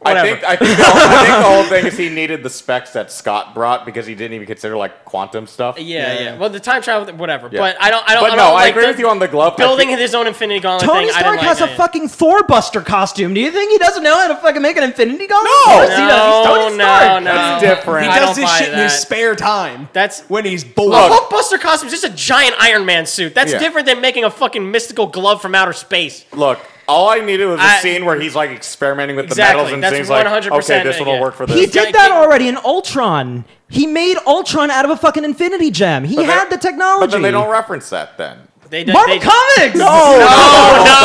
[SPEAKER 1] I
[SPEAKER 2] Whatever.
[SPEAKER 1] think I think, the whole, I think the whole thing is he needed the specs that Scott brought because he didn't even consider like quantum stuff.
[SPEAKER 2] Yeah, yeah,
[SPEAKER 3] Yeah.
[SPEAKER 2] Well, the time travel, whatever.
[SPEAKER 1] Yeah.
[SPEAKER 2] But I don't. I don't.
[SPEAKER 1] But
[SPEAKER 2] I
[SPEAKER 1] no,
[SPEAKER 2] don't,
[SPEAKER 1] I
[SPEAKER 2] like
[SPEAKER 1] agree
[SPEAKER 2] the
[SPEAKER 1] with you on the glove. I
[SPEAKER 2] Building
[SPEAKER 1] think-
[SPEAKER 2] his own Infinity Gauntlet
[SPEAKER 4] Tony
[SPEAKER 2] thing. I
[SPEAKER 4] Stark
[SPEAKER 2] didn't like
[SPEAKER 4] has
[SPEAKER 2] that.
[SPEAKER 4] a fucking Thor Buster costume. Do you think he doesn't know how to fucking make an Infinity Gauntlet?
[SPEAKER 3] No!
[SPEAKER 4] Of course he does. He's
[SPEAKER 2] No,
[SPEAKER 4] Tony Stark.
[SPEAKER 2] no,
[SPEAKER 1] That's
[SPEAKER 2] no.
[SPEAKER 1] different.
[SPEAKER 3] He
[SPEAKER 1] I
[SPEAKER 3] does
[SPEAKER 2] don't
[SPEAKER 3] this
[SPEAKER 2] buy
[SPEAKER 3] shit in his
[SPEAKER 2] that.
[SPEAKER 3] spare time.
[SPEAKER 2] That's-
[SPEAKER 3] when he's bored.
[SPEAKER 2] A Hulkbuster costume is just a giant Iron Man suit. That's
[SPEAKER 1] Yeah.
[SPEAKER 2] different than making a fucking mystical glove from outer space.
[SPEAKER 1] Look, all I needed was a
[SPEAKER 2] I-
[SPEAKER 1] scene where he's like experimenting with
[SPEAKER 2] Exactly,
[SPEAKER 1] the metals and
[SPEAKER 2] that's
[SPEAKER 1] things like,
[SPEAKER 2] 100%
[SPEAKER 1] okay, this
[SPEAKER 2] it,
[SPEAKER 1] one will
[SPEAKER 2] yeah.
[SPEAKER 1] work for
[SPEAKER 4] He
[SPEAKER 1] this.
[SPEAKER 4] did
[SPEAKER 2] guy
[SPEAKER 4] that
[SPEAKER 2] can't-
[SPEAKER 4] already in Ultron. He made Ultron out of a fucking Infinity Gem. He
[SPEAKER 1] But they-
[SPEAKER 4] had the technology.
[SPEAKER 1] But then they don't reference that then.
[SPEAKER 2] They, they,
[SPEAKER 4] Marvel
[SPEAKER 2] they,
[SPEAKER 4] Comics.
[SPEAKER 2] No, no,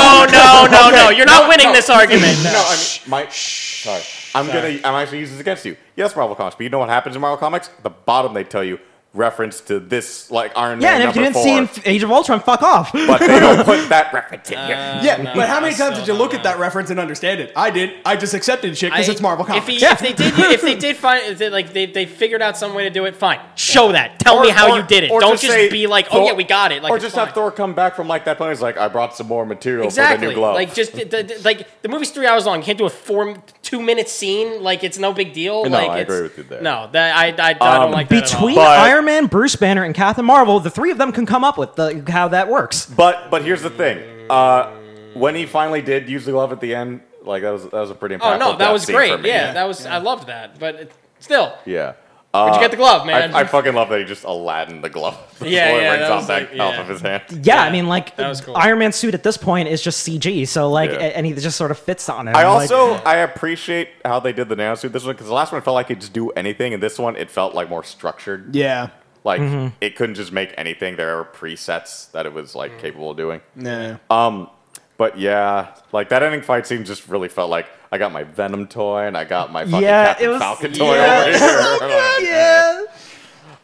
[SPEAKER 1] Oh,
[SPEAKER 2] no, no, no. You're not winning this argument.
[SPEAKER 1] No, I mean, my, sorry. I'm gonna. I'm actually using this against you. Yes, Marvel Comics, but you know what happens in Marvel Comics? At the bottom, they tell you reference to this, like Iron
[SPEAKER 4] Yeah,
[SPEAKER 1] Man.
[SPEAKER 4] and if you didn't
[SPEAKER 1] number
[SPEAKER 4] see
[SPEAKER 1] four,
[SPEAKER 4] Inf- Age of Ultron, fuck off.
[SPEAKER 1] but they don't put that reference
[SPEAKER 2] Uh,
[SPEAKER 1] in here.
[SPEAKER 3] yeah,
[SPEAKER 2] no,
[SPEAKER 3] but how many
[SPEAKER 2] I
[SPEAKER 3] times
[SPEAKER 2] still
[SPEAKER 3] did you look
[SPEAKER 2] don't
[SPEAKER 3] at
[SPEAKER 2] know.
[SPEAKER 3] that reference and understand it? I did. I just accepted shit because
[SPEAKER 2] I-
[SPEAKER 3] it's Marvel Comics.
[SPEAKER 2] If, he,
[SPEAKER 4] Yeah.
[SPEAKER 2] if they did, if they did find, if they, like they, they figured out some way to do it, fine. Show that. Tell me
[SPEAKER 1] Or-
[SPEAKER 2] how
[SPEAKER 1] or-
[SPEAKER 2] you did it.
[SPEAKER 1] or
[SPEAKER 2] Don't just,
[SPEAKER 1] say
[SPEAKER 2] be like, oh
[SPEAKER 1] Thor-
[SPEAKER 2] yeah, we got it. Like,
[SPEAKER 1] or
[SPEAKER 2] it's
[SPEAKER 1] just
[SPEAKER 2] fine.
[SPEAKER 1] have Thor come back from like that planet. He's like, I brought some more material for the
[SPEAKER 2] Exactly.
[SPEAKER 1] new glove.
[SPEAKER 2] Like just the, the, like the movie's three hours long. You can't do a four two minute scene. Like it's no big deal.
[SPEAKER 1] No,
[SPEAKER 2] like,
[SPEAKER 1] I
[SPEAKER 2] it's-
[SPEAKER 1] agree with you there.
[SPEAKER 2] No, that I I, I don't
[SPEAKER 1] Um,
[SPEAKER 2] like that at all.
[SPEAKER 4] Between
[SPEAKER 1] But-
[SPEAKER 4] Iron Man, Bruce Banner, and Captain Marvel, the three of them can come up with the, how that works.
[SPEAKER 1] but but here's the thing. Uh, when he finally did use the glove at the end, like that was that was a pretty.
[SPEAKER 2] Oh
[SPEAKER 1] Impactful
[SPEAKER 2] no, that
[SPEAKER 1] death
[SPEAKER 2] was
[SPEAKER 1] scene for
[SPEAKER 2] great.
[SPEAKER 1] me.
[SPEAKER 2] Yeah, that was. I loved that. But it, still,
[SPEAKER 1] Yeah. Uh,
[SPEAKER 2] you get the glove, man?
[SPEAKER 1] I, I fucking love that he just Aladdin the glove. The
[SPEAKER 2] Yeah,
[SPEAKER 1] sword
[SPEAKER 2] yeah,
[SPEAKER 1] rings
[SPEAKER 2] that
[SPEAKER 1] off
[SPEAKER 2] was
[SPEAKER 1] that
[SPEAKER 2] like-
[SPEAKER 1] off
[SPEAKER 2] yeah.
[SPEAKER 1] of his hand.
[SPEAKER 4] Yeah,
[SPEAKER 2] Yeah,
[SPEAKER 4] I mean, like
[SPEAKER 2] that was cool.
[SPEAKER 4] Iron Man's suit at this point is just CG, so like,
[SPEAKER 1] Yeah.
[SPEAKER 4] a- and he just sort of fits on it.
[SPEAKER 1] I
[SPEAKER 4] Like,
[SPEAKER 1] also I appreciate how they did the nano suit this one because the last one felt like he could just do anything, and this one it felt like more structured.
[SPEAKER 3] yeah.
[SPEAKER 1] Like
[SPEAKER 4] Mm-hmm.
[SPEAKER 1] it couldn't just make anything. There were presets that it was like capable of doing.
[SPEAKER 3] Nah.
[SPEAKER 1] Um, but yeah, like that ending fight scene just really felt like I got my Venom toy and I got my fucking
[SPEAKER 4] Yeah,
[SPEAKER 1] Captain
[SPEAKER 4] it was-
[SPEAKER 1] Falcon toy
[SPEAKER 4] yeah,
[SPEAKER 1] over here.
[SPEAKER 4] yeah.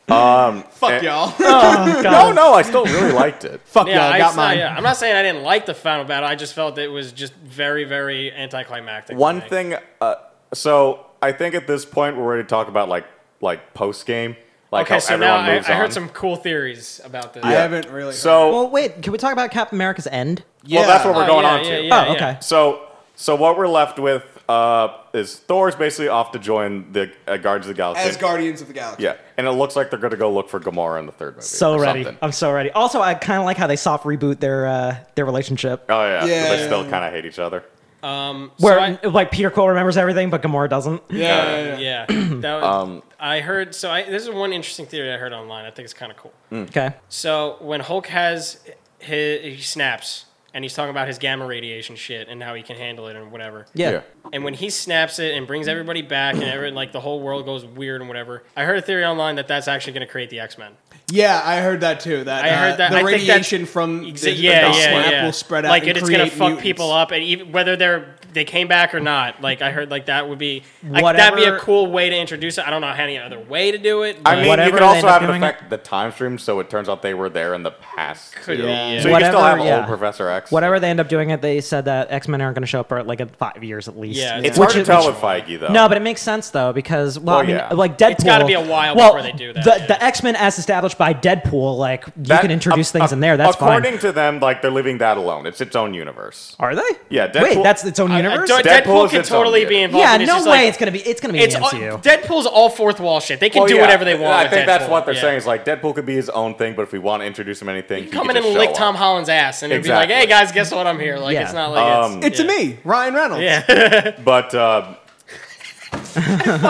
[SPEAKER 3] Fuck
[SPEAKER 1] and-
[SPEAKER 3] y'all.
[SPEAKER 4] Oh,
[SPEAKER 1] no,
[SPEAKER 4] God.
[SPEAKER 1] no, I still really liked it.
[SPEAKER 3] Fuck
[SPEAKER 2] yeah,
[SPEAKER 3] y'all.
[SPEAKER 2] I
[SPEAKER 3] I got
[SPEAKER 2] saw-
[SPEAKER 3] mine.
[SPEAKER 2] yeah, I'm not saying I didn't like the final battle. I just felt it was just very, very anticlimactic. to
[SPEAKER 1] One
[SPEAKER 2] me.
[SPEAKER 1] thing, uh, so I think at this point we're ready to talk about like like post game, like
[SPEAKER 2] Okay,
[SPEAKER 1] how
[SPEAKER 2] so now
[SPEAKER 1] everyone
[SPEAKER 2] I, I
[SPEAKER 1] moves on.
[SPEAKER 2] heard some cool theories about this.
[SPEAKER 3] I haven't really.
[SPEAKER 1] So
[SPEAKER 4] Well, wait. Can we talk about Captain America's end?
[SPEAKER 3] yeah.
[SPEAKER 1] that's what
[SPEAKER 2] Oh,
[SPEAKER 1] we're going
[SPEAKER 2] yeah,
[SPEAKER 1] on
[SPEAKER 2] yeah,
[SPEAKER 1] to.
[SPEAKER 2] yeah,
[SPEAKER 4] oh,
[SPEAKER 2] yeah.
[SPEAKER 4] okay.
[SPEAKER 1] So so what we're left with uh, is Thor's basically off to join the uh, Guardians of the Galaxy.
[SPEAKER 3] as Guardians of the Galaxy.
[SPEAKER 1] yeah, and it looks like they're going to go look for Gamora in the third movie.
[SPEAKER 4] So
[SPEAKER 1] or
[SPEAKER 4] ready.
[SPEAKER 1] something.
[SPEAKER 4] I'm so ready. Also, I kind of like how they soft reboot their uh, their relationship,
[SPEAKER 1] Oh yeah, 'cause
[SPEAKER 3] Yeah,
[SPEAKER 1] they
[SPEAKER 3] yeah,
[SPEAKER 1] still
[SPEAKER 3] yeah.
[SPEAKER 1] kind of hate each other.
[SPEAKER 2] Um, so
[SPEAKER 4] where
[SPEAKER 2] I-
[SPEAKER 4] like Peter Quill remembers everything, but Gamora doesn't.
[SPEAKER 1] Hmm.
[SPEAKER 3] Yeah. yeah, yeah.
[SPEAKER 2] yeah, that was,
[SPEAKER 1] Um,
[SPEAKER 2] I heard. So I, this is one interesting theory I heard online. I think it's kind of cool.
[SPEAKER 4] Okay.
[SPEAKER 2] So when Hulk has his, he snaps and he's talking about his gamma radiation shit and how he can handle it and whatever.
[SPEAKER 4] Yeah.
[SPEAKER 2] And when he snaps it and brings everybody back and every, like the whole world goes weird and whatever. I heard a theory online that that's actually going to create the X Men.
[SPEAKER 3] Yeah, I heard that too. That
[SPEAKER 2] I heard
[SPEAKER 3] uh,
[SPEAKER 2] that-
[SPEAKER 3] the
[SPEAKER 2] I think that-
[SPEAKER 3] radiation from the,
[SPEAKER 2] Exa-
[SPEAKER 3] the
[SPEAKER 2] yeah,
[SPEAKER 3] dust
[SPEAKER 2] yeah,
[SPEAKER 3] lamp
[SPEAKER 2] yeah.
[SPEAKER 3] will spread out.
[SPEAKER 2] Like
[SPEAKER 3] and
[SPEAKER 2] it's gonna
[SPEAKER 3] create
[SPEAKER 2] fuck
[SPEAKER 3] mutants.
[SPEAKER 2] people up, and even whether they're they came back or not. Like I heard, like that would be like, that'd
[SPEAKER 4] Whatever-
[SPEAKER 2] be a cool way to introduce it. I don't know any other way to do it.
[SPEAKER 1] I
[SPEAKER 2] but-
[SPEAKER 1] mean, you
[SPEAKER 4] Whatever
[SPEAKER 1] could
[SPEAKER 4] they
[SPEAKER 1] also
[SPEAKER 4] end up
[SPEAKER 1] have it
[SPEAKER 4] doing
[SPEAKER 1] affect the time stream, so it turns out they were there in the past.
[SPEAKER 2] Could
[SPEAKER 1] too.
[SPEAKER 2] be, yeah.
[SPEAKER 1] So you can still
[SPEAKER 4] Whatever,
[SPEAKER 1] have
[SPEAKER 4] yeah.
[SPEAKER 1] old Professor X.
[SPEAKER 4] Whatever they end up doing, it they said that X Men aren't going to show up for like in five years at least.
[SPEAKER 2] Yeah,
[SPEAKER 1] It's
[SPEAKER 2] Which
[SPEAKER 1] hard to
[SPEAKER 4] is-
[SPEAKER 1] tell with Feige though.
[SPEAKER 4] No, but it makes sense though because well,
[SPEAKER 1] Well,
[SPEAKER 4] I mean,
[SPEAKER 1] yeah.
[SPEAKER 4] like Deadpool.
[SPEAKER 2] gotta be a while
[SPEAKER 4] well,
[SPEAKER 2] before they do that,
[SPEAKER 4] The,
[SPEAKER 2] yeah.
[SPEAKER 4] the X Men, as established by Deadpool, like you
[SPEAKER 1] That-
[SPEAKER 4] can introduce
[SPEAKER 1] a-
[SPEAKER 4] things
[SPEAKER 1] a-
[SPEAKER 4] in there. That's
[SPEAKER 1] according
[SPEAKER 4] fine.
[SPEAKER 1] to them, like they're leaving that alone. It's its own universe.
[SPEAKER 4] Are they?
[SPEAKER 1] Yeah,
[SPEAKER 4] Wait,
[SPEAKER 1] Deadpool-
[SPEAKER 4] that's its own
[SPEAKER 2] I- I
[SPEAKER 4] universe.
[SPEAKER 2] don't-
[SPEAKER 1] Deadpool
[SPEAKER 2] Deadpool
[SPEAKER 1] is
[SPEAKER 2] could
[SPEAKER 1] its own
[SPEAKER 2] totally
[SPEAKER 1] unit.
[SPEAKER 2] be involved.
[SPEAKER 4] yeah,
[SPEAKER 2] and it's
[SPEAKER 4] no way.
[SPEAKER 2] just like-
[SPEAKER 4] it's gonna be. It's gonna be
[SPEAKER 2] It's
[SPEAKER 4] an
[SPEAKER 2] all-
[SPEAKER 4] MCU.
[SPEAKER 2] Deadpool's all fourth wall shit. They can
[SPEAKER 1] Well,
[SPEAKER 2] do
[SPEAKER 1] Oh, yeah,
[SPEAKER 2] whatever they want.
[SPEAKER 1] I
[SPEAKER 2] with
[SPEAKER 1] think that's
[SPEAKER 2] Deadpool,
[SPEAKER 1] what they're
[SPEAKER 2] yeah.
[SPEAKER 1] saying. Is like Deadpool could be his own thing, but if we want to introduce him anything, he
[SPEAKER 2] Come
[SPEAKER 1] could
[SPEAKER 2] in and
[SPEAKER 1] just
[SPEAKER 2] lick
[SPEAKER 1] show
[SPEAKER 2] Tom
[SPEAKER 1] up.
[SPEAKER 2] Holland's ass, and it'd be like,
[SPEAKER 1] Exactly.
[SPEAKER 2] "Hey guys, guess what? I'm here." Like
[SPEAKER 4] Yeah.
[SPEAKER 2] it's not like
[SPEAKER 1] Um,
[SPEAKER 2] it's,
[SPEAKER 3] It's a
[SPEAKER 2] yeah.
[SPEAKER 3] me, Ryan Reynolds.
[SPEAKER 1] But um,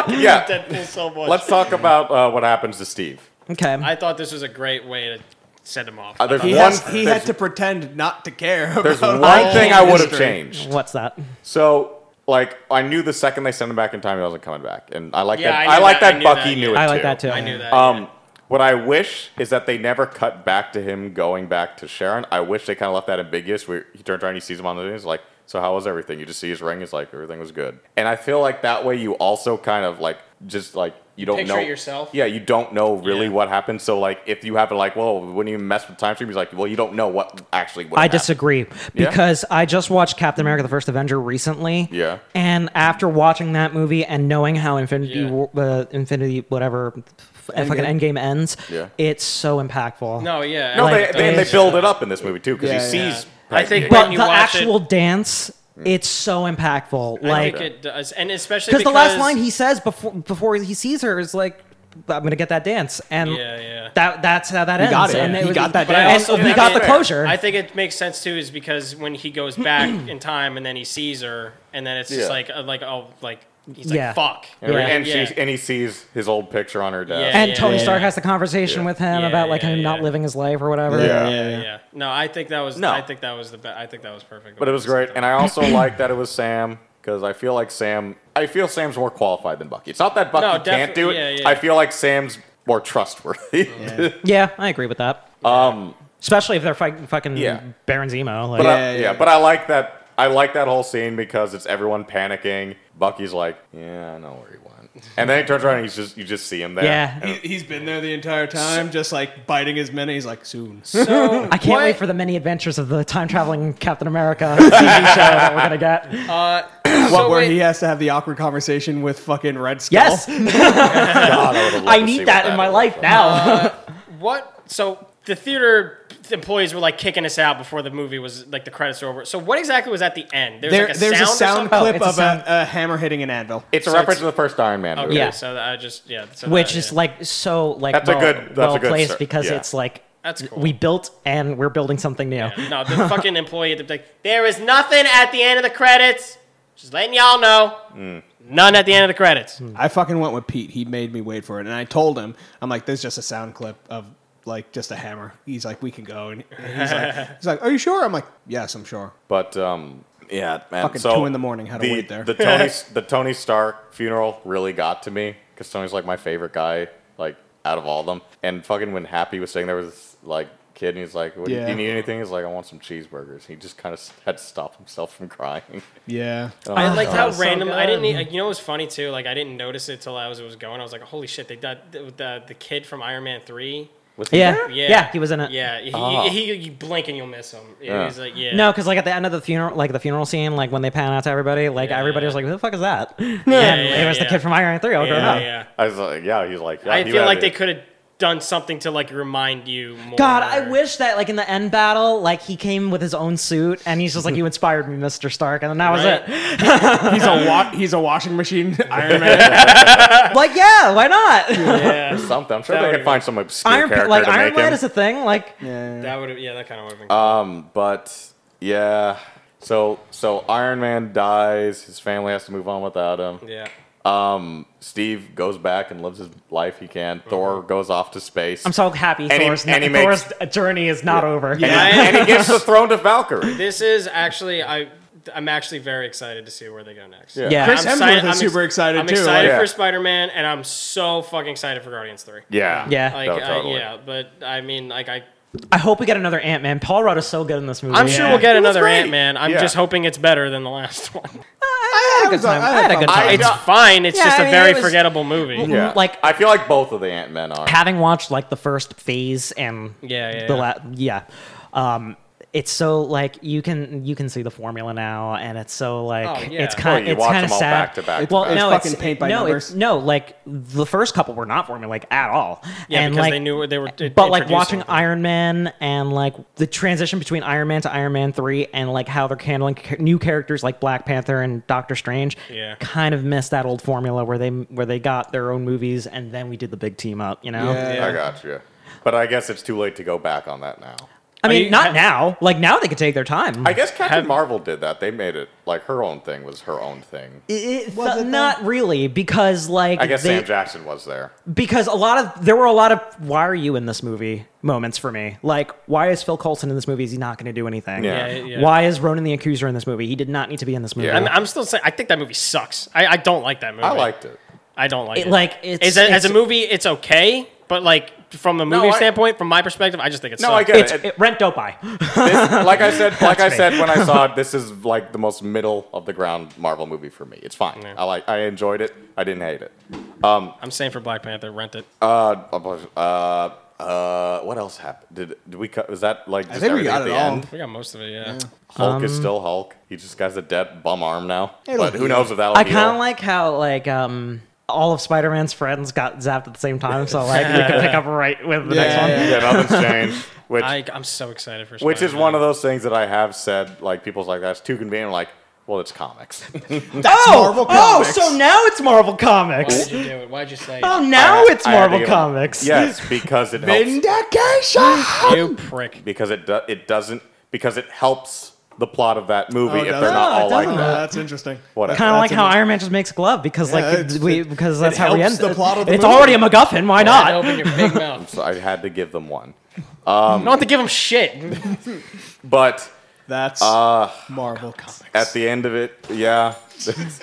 [SPEAKER 1] yeah,
[SPEAKER 2] Deadpool so much.
[SPEAKER 1] let's talk about uh, what happens to Steve.
[SPEAKER 4] okay.
[SPEAKER 2] I thought this was a great way to send him off.
[SPEAKER 1] Uh, there's
[SPEAKER 3] He,
[SPEAKER 1] one.
[SPEAKER 3] has, he
[SPEAKER 1] there's,
[SPEAKER 3] had to pretend not to care.
[SPEAKER 1] there's
[SPEAKER 3] about
[SPEAKER 1] one
[SPEAKER 3] all
[SPEAKER 1] thing I would have
[SPEAKER 3] history.
[SPEAKER 1] changed.
[SPEAKER 4] What's that?
[SPEAKER 1] So like, I knew the second they sent him back in time, he wasn't coming back, and I like
[SPEAKER 2] Yeah,
[SPEAKER 1] that.
[SPEAKER 2] I
[SPEAKER 1] I,
[SPEAKER 2] knew
[SPEAKER 1] like
[SPEAKER 2] that, I
[SPEAKER 1] that,
[SPEAKER 2] knew
[SPEAKER 1] Bucky
[SPEAKER 2] that,
[SPEAKER 1] knew
[SPEAKER 2] yeah.
[SPEAKER 1] it
[SPEAKER 4] I like
[SPEAKER 1] too.
[SPEAKER 4] that too.
[SPEAKER 2] I knew that.
[SPEAKER 1] Um, what I wish is that they never cut back to him going back to Sharon. I wish they kind of left that ambiguous. Where he turns around, he sees him on the news, like, so how was everything? You just see his ring. He's like, everything was good. And I feel like that way, you also kind of like just like you don't
[SPEAKER 2] Picture
[SPEAKER 1] know
[SPEAKER 2] it yourself.
[SPEAKER 1] Yeah, you don't know really
[SPEAKER 2] Yeah.
[SPEAKER 1] what happened. So like, if you happen like, well, when you mess with time stream, he's like, well, you don't know what actually. would
[SPEAKER 4] I
[SPEAKER 1] have happened.
[SPEAKER 4] disagree
[SPEAKER 1] Yeah?
[SPEAKER 4] because I just watched Captain America: The First Avenger recently.
[SPEAKER 1] Yeah.
[SPEAKER 4] And after watching that movie and knowing how Infinity,
[SPEAKER 2] Yeah.
[SPEAKER 4] War uh, Infinity, whatever, f- fucking Endgame ends,
[SPEAKER 1] Yeah.
[SPEAKER 4] it's so impactful.
[SPEAKER 2] No, yeah. uh,
[SPEAKER 1] No,
[SPEAKER 4] Like,
[SPEAKER 1] they, they,
[SPEAKER 4] it
[SPEAKER 1] they
[SPEAKER 4] is-
[SPEAKER 1] build it up in this movie too because
[SPEAKER 3] Yeah,
[SPEAKER 1] he
[SPEAKER 3] yeah.
[SPEAKER 1] sees.
[SPEAKER 2] I think
[SPEAKER 4] but
[SPEAKER 2] when you
[SPEAKER 4] the
[SPEAKER 2] watch
[SPEAKER 4] actual
[SPEAKER 2] it, Mm.
[SPEAKER 4] dance, it's so impactful.
[SPEAKER 2] I
[SPEAKER 4] like,
[SPEAKER 2] think it does, and especially
[SPEAKER 4] because
[SPEAKER 2] because
[SPEAKER 4] the last line he says before before he sees her is like, "I'm gonna get that dance," and
[SPEAKER 2] Yeah, yeah.
[SPEAKER 4] that that's how that ends.
[SPEAKER 3] got it.
[SPEAKER 4] And
[SPEAKER 3] He got that
[SPEAKER 4] but
[SPEAKER 2] dance. also-
[SPEAKER 4] I also, we
[SPEAKER 2] I
[SPEAKER 4] got
[SPEAKER 2] mean,
[SPEAKER 4] the closure.
[SPEAKER 2] I think it makes sense too, is because when he goes back in time and then he sees her, and then it's just
[SPEAKER 1] Yeah.
[SPEAKER 2] like, uh, like oh, like he's
[SPEAKER 4] Yeah.
[SPEAKER 2] like fuck.
[SPEAKER 1] And,
[SPEAKER 4] Yeah.
[SPEAKER 1] and
[SPEAKER 2] Yeah.
[SPEAKER 1] she and he sees his old picture on her desk.
[SPEAKER 2] Yeah,
[SPEAKER 4] and
[SPEAKER 2] yeah,
[SPEAKER 4] Tony
[SPEAKER 2] yeah.
[SPEAKER 4] Stark has the conversation
[SPEAKER 1] Yeah.
[SPEAKER 4] with him
[SPEAKER 2] Yeah,
[SPEAKER 4] about like
[SPEAKER 2] yeah,
[SPEAKER 4] him not
[SPEAKER 2] yeah.
[SPEAKER 4] living his life or whatever.
[SPEAKER 1] Yeah.
[SPEAKER 2] Yeah. No, I think that was.
[SPEAKER 1] No.
[SPEAKER 2] I think that was the. Be- I think that was perfect.
[SPEAKER 1] But it was great, and I also like that it was Sam because I feel like Sam. I feel Sam's more qualified than Bucky. It's not that Bucky
[SPEAKER 2] No,
[SPEAKER 1] can't do it.
[SPEAKER 2] definitely- yeah, yeah.
[SPEAKER 1] I feel like Sam's more trustworthy.
[SPEAKER 4] Yeah, I agree with that. Um, especially if they're fighting fucking
[SPEAKER 1] Yeah.
[SPEAKER 4] Baron Zemo. Like,
[SPEAKER 1] But I,
[SPEAKER 3] Yeah, yeah.
[SPEAKER 1] yeah, but I like that. I like that whole scene because it's everyone panicking. Bucky's like, "Yeah, I know where he went," and then he turns around and he's just you just see him there.
[SPEAKER 4] Yeah.
[SPEAKER 1] And-
[SPEAKER 3] He, has been there the entire time, just like biting his minute. He's like, soon.
[SPEAKER 2] So
[SPEAKER 4] I can't wait for the many adventures of the time traveling Captain America TV show that we're gonna get.
[SPEAKER 3] What, where
[SPEAKER 2] wait-
[SPEAKER 3] he has to have the awkward conversation with fucking Red Skull.
[SPEAKER 4] Yes,
[SPEAKER 1] God, I, would have loved
[SPEAKER 4] I
[SPEAKER 1] to see
[SPEAKER 4] need
[SPEAKER 1] what
[SPEAKER 4] that in my
[SPEAKER 1] was.
[SPEAKER 4] life now.
[SPEAKER 2] what? So the theater employees were like kicking us out before the movie was like the credits were over. So what exactly was at the end? There was,
[SPEAKER 3] There,
[SPEAKER 2] like,
[SPEAKER 3] there's
[SPEAKER 2] sound or
[SPEAKER 3] a sound
[SPEAKER 2] something?
[SPEAKER 4] Oh,
[SPEAKER 3] clip
[SPEAKER 4] it's a
[SPEAKER 3] of
[SPEAKER 4] sound-
[SPEAKER 3] a, a hammer hitting an anvil.
[SPEAKER 1] It's a
[SPEAKER 2] So it's-
[SPEAKER 1] reference to the first Iron Man movie.
[SPEAKER 2] Okay,
[SPEAKER 4] Yeah.
[SPEAKER 2] so that I just yeah. So
[SPEAKER 4] which
[SPEAKER 2] that,
[SPEAKER 4] is
[SPEAKER 2] yeah.
[SPEAKER 4] like so like
[SPEAKER 1] That's a
[SPEAKER 4] well,
[SPEAKER 1] good- that's a
[SPEAKER 4] well
[SPEAKER 1] good
[SPEAKER 4] placed
[SPEAKER 1] start.
[SPEAKER 4] because
[SPEAKER 1] Yeah.
[SPEAKER 4] it's like
[SPEAKER 2] That's cool.
[SPEAKER 4] we built and we're building something new.
[SPEAKER 2] No, the fucking employee at the like, there is nothing at the end of the credits. Just letting y'all know.
[SPEAKER 4] Mm.
[SPEAKER 2] None at the end of the credits.
[SPEAKER 3] I fucking went with Pete. He made me wait for it, and I told him, I'm like, there's just a sound clip of like just a hammer. He's like, we can go, and he's like, he's like, are you sure? I'm like, yes, I'm sure.
[SPEAKER 1] But um, yeah, man.
[SPEAKER 3] Fucking
[SPEAKER 1] so
[SPEAKER 3] two in the morning, had to
[SPEAKER 1] the,
[SPEAKER 3] wait there.
[SPEAKER 1] The Tony, the Tony Stark funeral really got to me because Tony's like my favorite guy, like out of all of them. And fucking when Happy was saying there was this, like kid, and he's like, what, do you- "Do
[SPEAKER 3] Yeah.
[SPEAKER 1] you need anything?" He's like, "I want some cheeseburgers." He just kind of had to stop himself from crying.
[SPEAKER 3] Yeah,
[SPEAKER 2] I liked how
[SPEAKER 4] that's so
[SPEAKER 2] random. I didn't.
[SPEAKER 4] good.
[SPEAKER 2] e- Like, you know, it was funny too. Like I didn't notice it till I was it was going. I was like, holy shit! They did the the, the kid from Iron Man three.
[SPEAKER 1] Was he
[SPEAKER 4] Yeah.
[SPEAKER 1] there?
[SPEAKER 2] Yeah,
[SPEAKER 4] Yeah, he was in it.
[SPEAKER 2] Yeah, he,
[SPEAKER 1] Oh.
[SPEAKER 2] he, he you blink and you'll miss him. Yeah,
[SPEAKER 1] Yeah.
[SPEAKER 2] He's like, yeah.
[SPEAKER 4] No, because like at the end of the funeral, like the funeral scene, like when they pan out to everybody, like
[SPEAKER 2] Yeah,
[SPEAKER 4] everybody
[SPEAKER 2] yeah.
[SPEAKER 4] was like, "Who the fuck is that?" and
[SPEAKER 2] yeah,
[SPEAKER 4] it was
[SPEAKER 2] yeah.
[SPEAKER 4] the kid from Iron Man Three. All grown
[SPEAKER 2] yeah,
[SPEAKER 4] up.
[SPEAKER 2] yeah.
[SPEAKER 1] I was like, "Yeah." He's like, yeah,
[SPEAKER 2] I
[SPEAKER 1] he
[SPEAKER 2] feel
[SPEAKER 1] had
[SPEAKER 2] like
[SPEAKER 1] it."
[SPEAKER 2] they could have done something to like remind you more.
[SPEAKER 4] God, I wish that like in the end battle, like he came with his own suit and he's just like, "You inspired me, Mister Stark," and then that was
[SPEAKER 2] Right?
[SPEAKER 4] it.
[SPEAKER 3] he's a wa- he's a washing machine Iron Man.
[SPEAKER 4] Like, yeah, why not?
[SPEAKER 2] Yeah,
[SPEAKER 1] something. I'm sure
[SPEAKER 2] That
[SPEAKER 1] they
[SPEAKER 2] would've
[SPEAKER 1] could find some obscure
[SPEAKER 4] Iron,
[SPEAKER 1] character
[SPEAKER 4] like
[SPEAKER 1] to
[SPEAKER 4] Iron
[SPEAKER 1] make
[SPEAKER 4] Man
[SPEAKER 1] him.
[SPEAKER 4] is a thing. Like,
[SPEAKER 2] that would have. Yeah, that kind of would have been.
[SPEAKER 4] Uh,
[SPEAKER 1] Um, but yeah. So so Iron Man dies. His family has to move on without him.
[SPEAKER 2] yeah.
[SPEAKER 1] Um, Steve goes back and lives his life he can. Thor goes off to space.
[SPEAKER 4] I'm so happy
[SPEAKER 1] And he-
[SPEAKER 4] Thor's,
[SPEAKER 1] and he
[SPEAKER 4] Thor's journey is not over.
[SPEAKER 1] And, he-
[SPEAKER 2] I-
[SPEAKER 1] and he gives the throne to Valkyrie.
[SPEAKER 2] This is actually I. I'm actually very excited to see where they go next.
[SPEAKER 1] Yeah.
[SPEAKER 4] Yeah.
[SPEAKER 3] Chris
[SPEAKER 2] I'm
[SPEAKER 3] Hemsworth
[SPEAKER 2] excited-
[SPEAKER 3] is
[SPEAKER 2] I'm ex-
[SPEAKER 3] super excited
[SPEAKER 2] I'm
[SPEAKER 3] too.
[SPEAKER 2] excited
[SPEAKER 1] like-
[SPEAKER 2] for
[SPEAKER 1] Yeah.
[SPEAKER 2] Spider Man, and I'm so fucking excited for Guardians Three.
[SPEAKER 1] Yeah.
[SPEAKER 4] Yeah.
[SPEAKER 2] Like,
[SPEAKER 1] No,
[SPEAKER 2] uh,
[SPEAKER 1] totally.
[SPEAKER 2] yeah, but I mean, like, I.
[SPEAKER 4] I hope we get another Ant Man. Paul Rudd is so good in this movie.
[SPEAKER 2] I'm
[SPEAKER 3] Yeah.
[SPEAKER 2] sure we'll get
[SPEAKER 3] It was
[SPEAKER 2] another
[SPEAKER 3] great.
[SPEAKER 2] Ant Man. I'm
[SPEAKER 1] Yeah.
[SPEAKER 2] just hoping it's better than the last one.
[SPEAKER 4] I had a good time. I had a good
[SPEAKER 1] I-
[SPEAKER 4] time.
[SPEAKER 1] It's
[SPEAKER 2] It's fine. It's
[SPEAKER 4] Yeah,
[SPEAKER 2] just
[SPEAKER 4] I
[SPEAKER 2] a
[SPEAKER 4] mean,
[SPEAKER 2] very
[SPEAKER 4] it was-
[SPEAKER 2] forgettable movie.
[SPEAKER 4] Yeah. Mm, like-
[SPEAKER 1] I feel like both of the Ant Men are.
[SPEAKER 4] Having watched like the first phase and
[SPEAKER 2] Yeah, yeah,
[SPEAKER 4] the
[SPEAKER 2] yeah.
[SPEAKER 4] la- yeah, um, it's so like you can you can see the formula now, and it's so like
[SPEAKER 2] Oh, yeah.
[SPEAKER 4] it's
[SPEAKER 1] Oh,
[SPEAKER 4] kind
[SPEAKER 1] you
[SPEAKER 4] it's
[SPEAKER 1] watch
[SPEAKER 4] kind of
[SPEAKER 1] them all
[SPEAKER 4] sad.
[SPEAKER 1] back to back. to
[SPEAKER 4] Well,
[SPEAKER 1] back.
[SPEAKER 4] no,
[SPEAKER 3] fucking
[SPEAKER 4] it's
[SPEAKER 3] paint by
[SPEAKER 4] no,
[SPEAKER 3] numbers.
[SPEAKER 4] it's no, like the first couple were not formula like at all.
[SPEAKER 2] yeah,
[SPEAKER 4] and
[SPEAKER 2] because
[SPEAKER 4] like
[SPEAKER 2] they knew what they were. it-
[SPEAKER 4] but like
[SPEAKER 2] introducing
[SPEAKER 4] watching
[SPEAKER 2] them.
[SPEAKER 4] Iron Man and like the transition between Iron Man to Iron Man three and like how they're handling ca- new characters like Black Panther and Doctor Strange,
[SPEAKER 2] Yeah.
[SPEAKER 4] kind of missed that old formula where they where they got their own movies and then we did the big team up. You know,
[SPEAKER 3] Yeah.
[SPEAKER 1] I got you. But I guess it's too late to go back on that now.
[SPEAKER 4] I mean,
[SPEAKER 2] you-
[SPEAKER 4] not
[SPEAKER 2] have-
[SPEAKER 4] now. Like now they could take their time.
[SPEAKER 1] I guess Captain Marvel did that. They made it like her own thing was her own thing.
[SPEAKER 4] It- it
[SPEAKER 3] Was
[SPEAKER 4] fe-
[SPEAKER 3] it though?
[SPEAKER 4] not really because like
[SPEAKER 1] I guess
[SPEAKER 4] they-
[SPEAKER 1] Sam Jackson was there.
[SPEAKER 4] because a lot of there were a lot of why are you in this movie moments for me. Like why is Phil Coulson in this movie? Is he not going to do anything?
[SPEAKER 1] Yeah.
[SPEAKER 2] Yeah, yeah.
[SPEAKER 4] Why is Ronan the Accuser in this movie? He did not need to be in this movie.
[SPEAKER 1] Yeah.
[SPEAKER 2] I'm, I'm still saying I think that movie sucks. I, I don't like that movie.
[SPEAKER 1] I liked it.
[SPEAKER 2] I don't like it.
[SPEAKER 4] It- like, it's-
[SPEAKER 2] as, a, as a
[SPEAKER 4] it's-
[SPEAKER 2] movie, it's okay. But like from a
[SPEAKER 1] No,
[SPEAKER 2] movie
[SPEAKER 1] I-
[SPEAKER 2] standpoint, from my perspective, I just think it's
[SPEAKER 1] No, I get
[SPEAKER 4] It's
[SPEAKER 1] it. Oh,
[SPEAKER 4] it, rent don't buy.
[SPEAKER 1] This- like I said, like I
[SPEAKER 4] me.
[SPEAKER 1] said when I saw it, this is like the most middle of the ground Marvel movie for me. It's fine. I like, I enjoyed it. I didn't hate it.
[SPEAKER 2] I'm saying for Black Panther, rent it.
[SPEAKER 1] Uh, a bunch- uh, uh, what else happened? Did did we cut? Was that like? Just
[SPEAKER 3] think we
[SPEAKER 1] everything
[SPEAKER 3] got
[SPEAKER 1] at
[SPEAKER 3] it
[SPEAKER 1] the
[SPEAKER 3] all.
[SPEAKER 1] End?
[SPEAKER 2] We got most of it, yeah.
[SPEAKER 1] Hulk is
[SPEAKER 4] Um,
[SPEAKER 1] still Hulk. He just has a dead bum arm now.
[SPEAKER 3] It'll
[SPEAKER 1] but who
[SPEAKER 3] heal.
[SPEAKER 1] knows if that'll
[SPEAKER 4] I
[SPEAKER 1] heal.
[SPEAKER 4] kind of like how like um all of Spider-Man's friends got zapped at the same time, so like we could pick up right with the next
[SPEAKER 3] Yeah.
[SPEAKER 4] one.
[SPEAKER 1] Yeah, nothing's changed. Which
[SPEAKER 2] I, I'm so excited for.
[SPEAKER 1] which is
[SPEAKER 2] Spider-Man.
[SPEAKER 1] one of those things that I have said like people's like that's too convenient. Like, well, it's comics.
[SPEAKER 4] oh,
[SPEAKER 3] Marvel
[SPEAKER 4] oh,
[SPEAKER 3] Comics.
[SPEAKER 4] so now it's Marvel
[SPEAKER 1] Oh,
[SPEAKER 4] Comics.
[SPEAKER 2] Why'd you do it? Why'd you say?
[SPEAKER 4] Oh,
[SPEAKER 2] it?
[SPEAKER 4] now it's
[SPEAKER 1] I had to
[SPEAKER 4] Marvel
[SPEAKER 1] give it-
[SPEAKER 4] Comics.
[SPEAKER 1] Yes, because it helps.
[SPEAKER 3] Vindication.
[SPEAKER 2] You prick.
[SPEAKER 1] Because it do, it doesn't because it helps the plot of that movie
[SPEAKER 3] Oh, it
[SPEAKER 1] if they're
[SPEAKER 3] doesn't?
[SPEAKER 1] not
[SPEAKER 4] No, it
[SPEAKER 1] all like
[SPEAKER 4] doesn't.
[SPEAKER 1] that.
[SPEAKER 3] that's interesting.
[SPEAKER 1] Whatever.
[SPEAKER 4] Kind of
[SPEAKER 3] That's
[SPEAKER 4] like how
[SPEAKER 3] amazing.
[SPEAKER 4] Iron Man just makes glove because
[SPEAKER 3] Yeah,
[SPEAKER 4] like
[SPEAKER 3] it's-
[SPEAKER 4] we because that's how we
[SPEAKER 3] helps
[SPEAKER 4] end
[SPEAKER 3] the plot of the
[SPEAKER 4] It's
[SPEAKER 3] movie.
[SPEAKER 4] already a MacGuffin. Why
[SPEAKER 2] Why'd you
[SPEAKER 4] not?
[SPEAKER 2] Open your big mouth.
[SPEAKER 1] So I had to give them one.
[SPEAKER 2] I don't have to give him shit.
[SPEAKER 1] But
[SPEAKER 3] That's Marvel Comics.
[SPEAKER 1] Uh, at the end of it, yeah, this,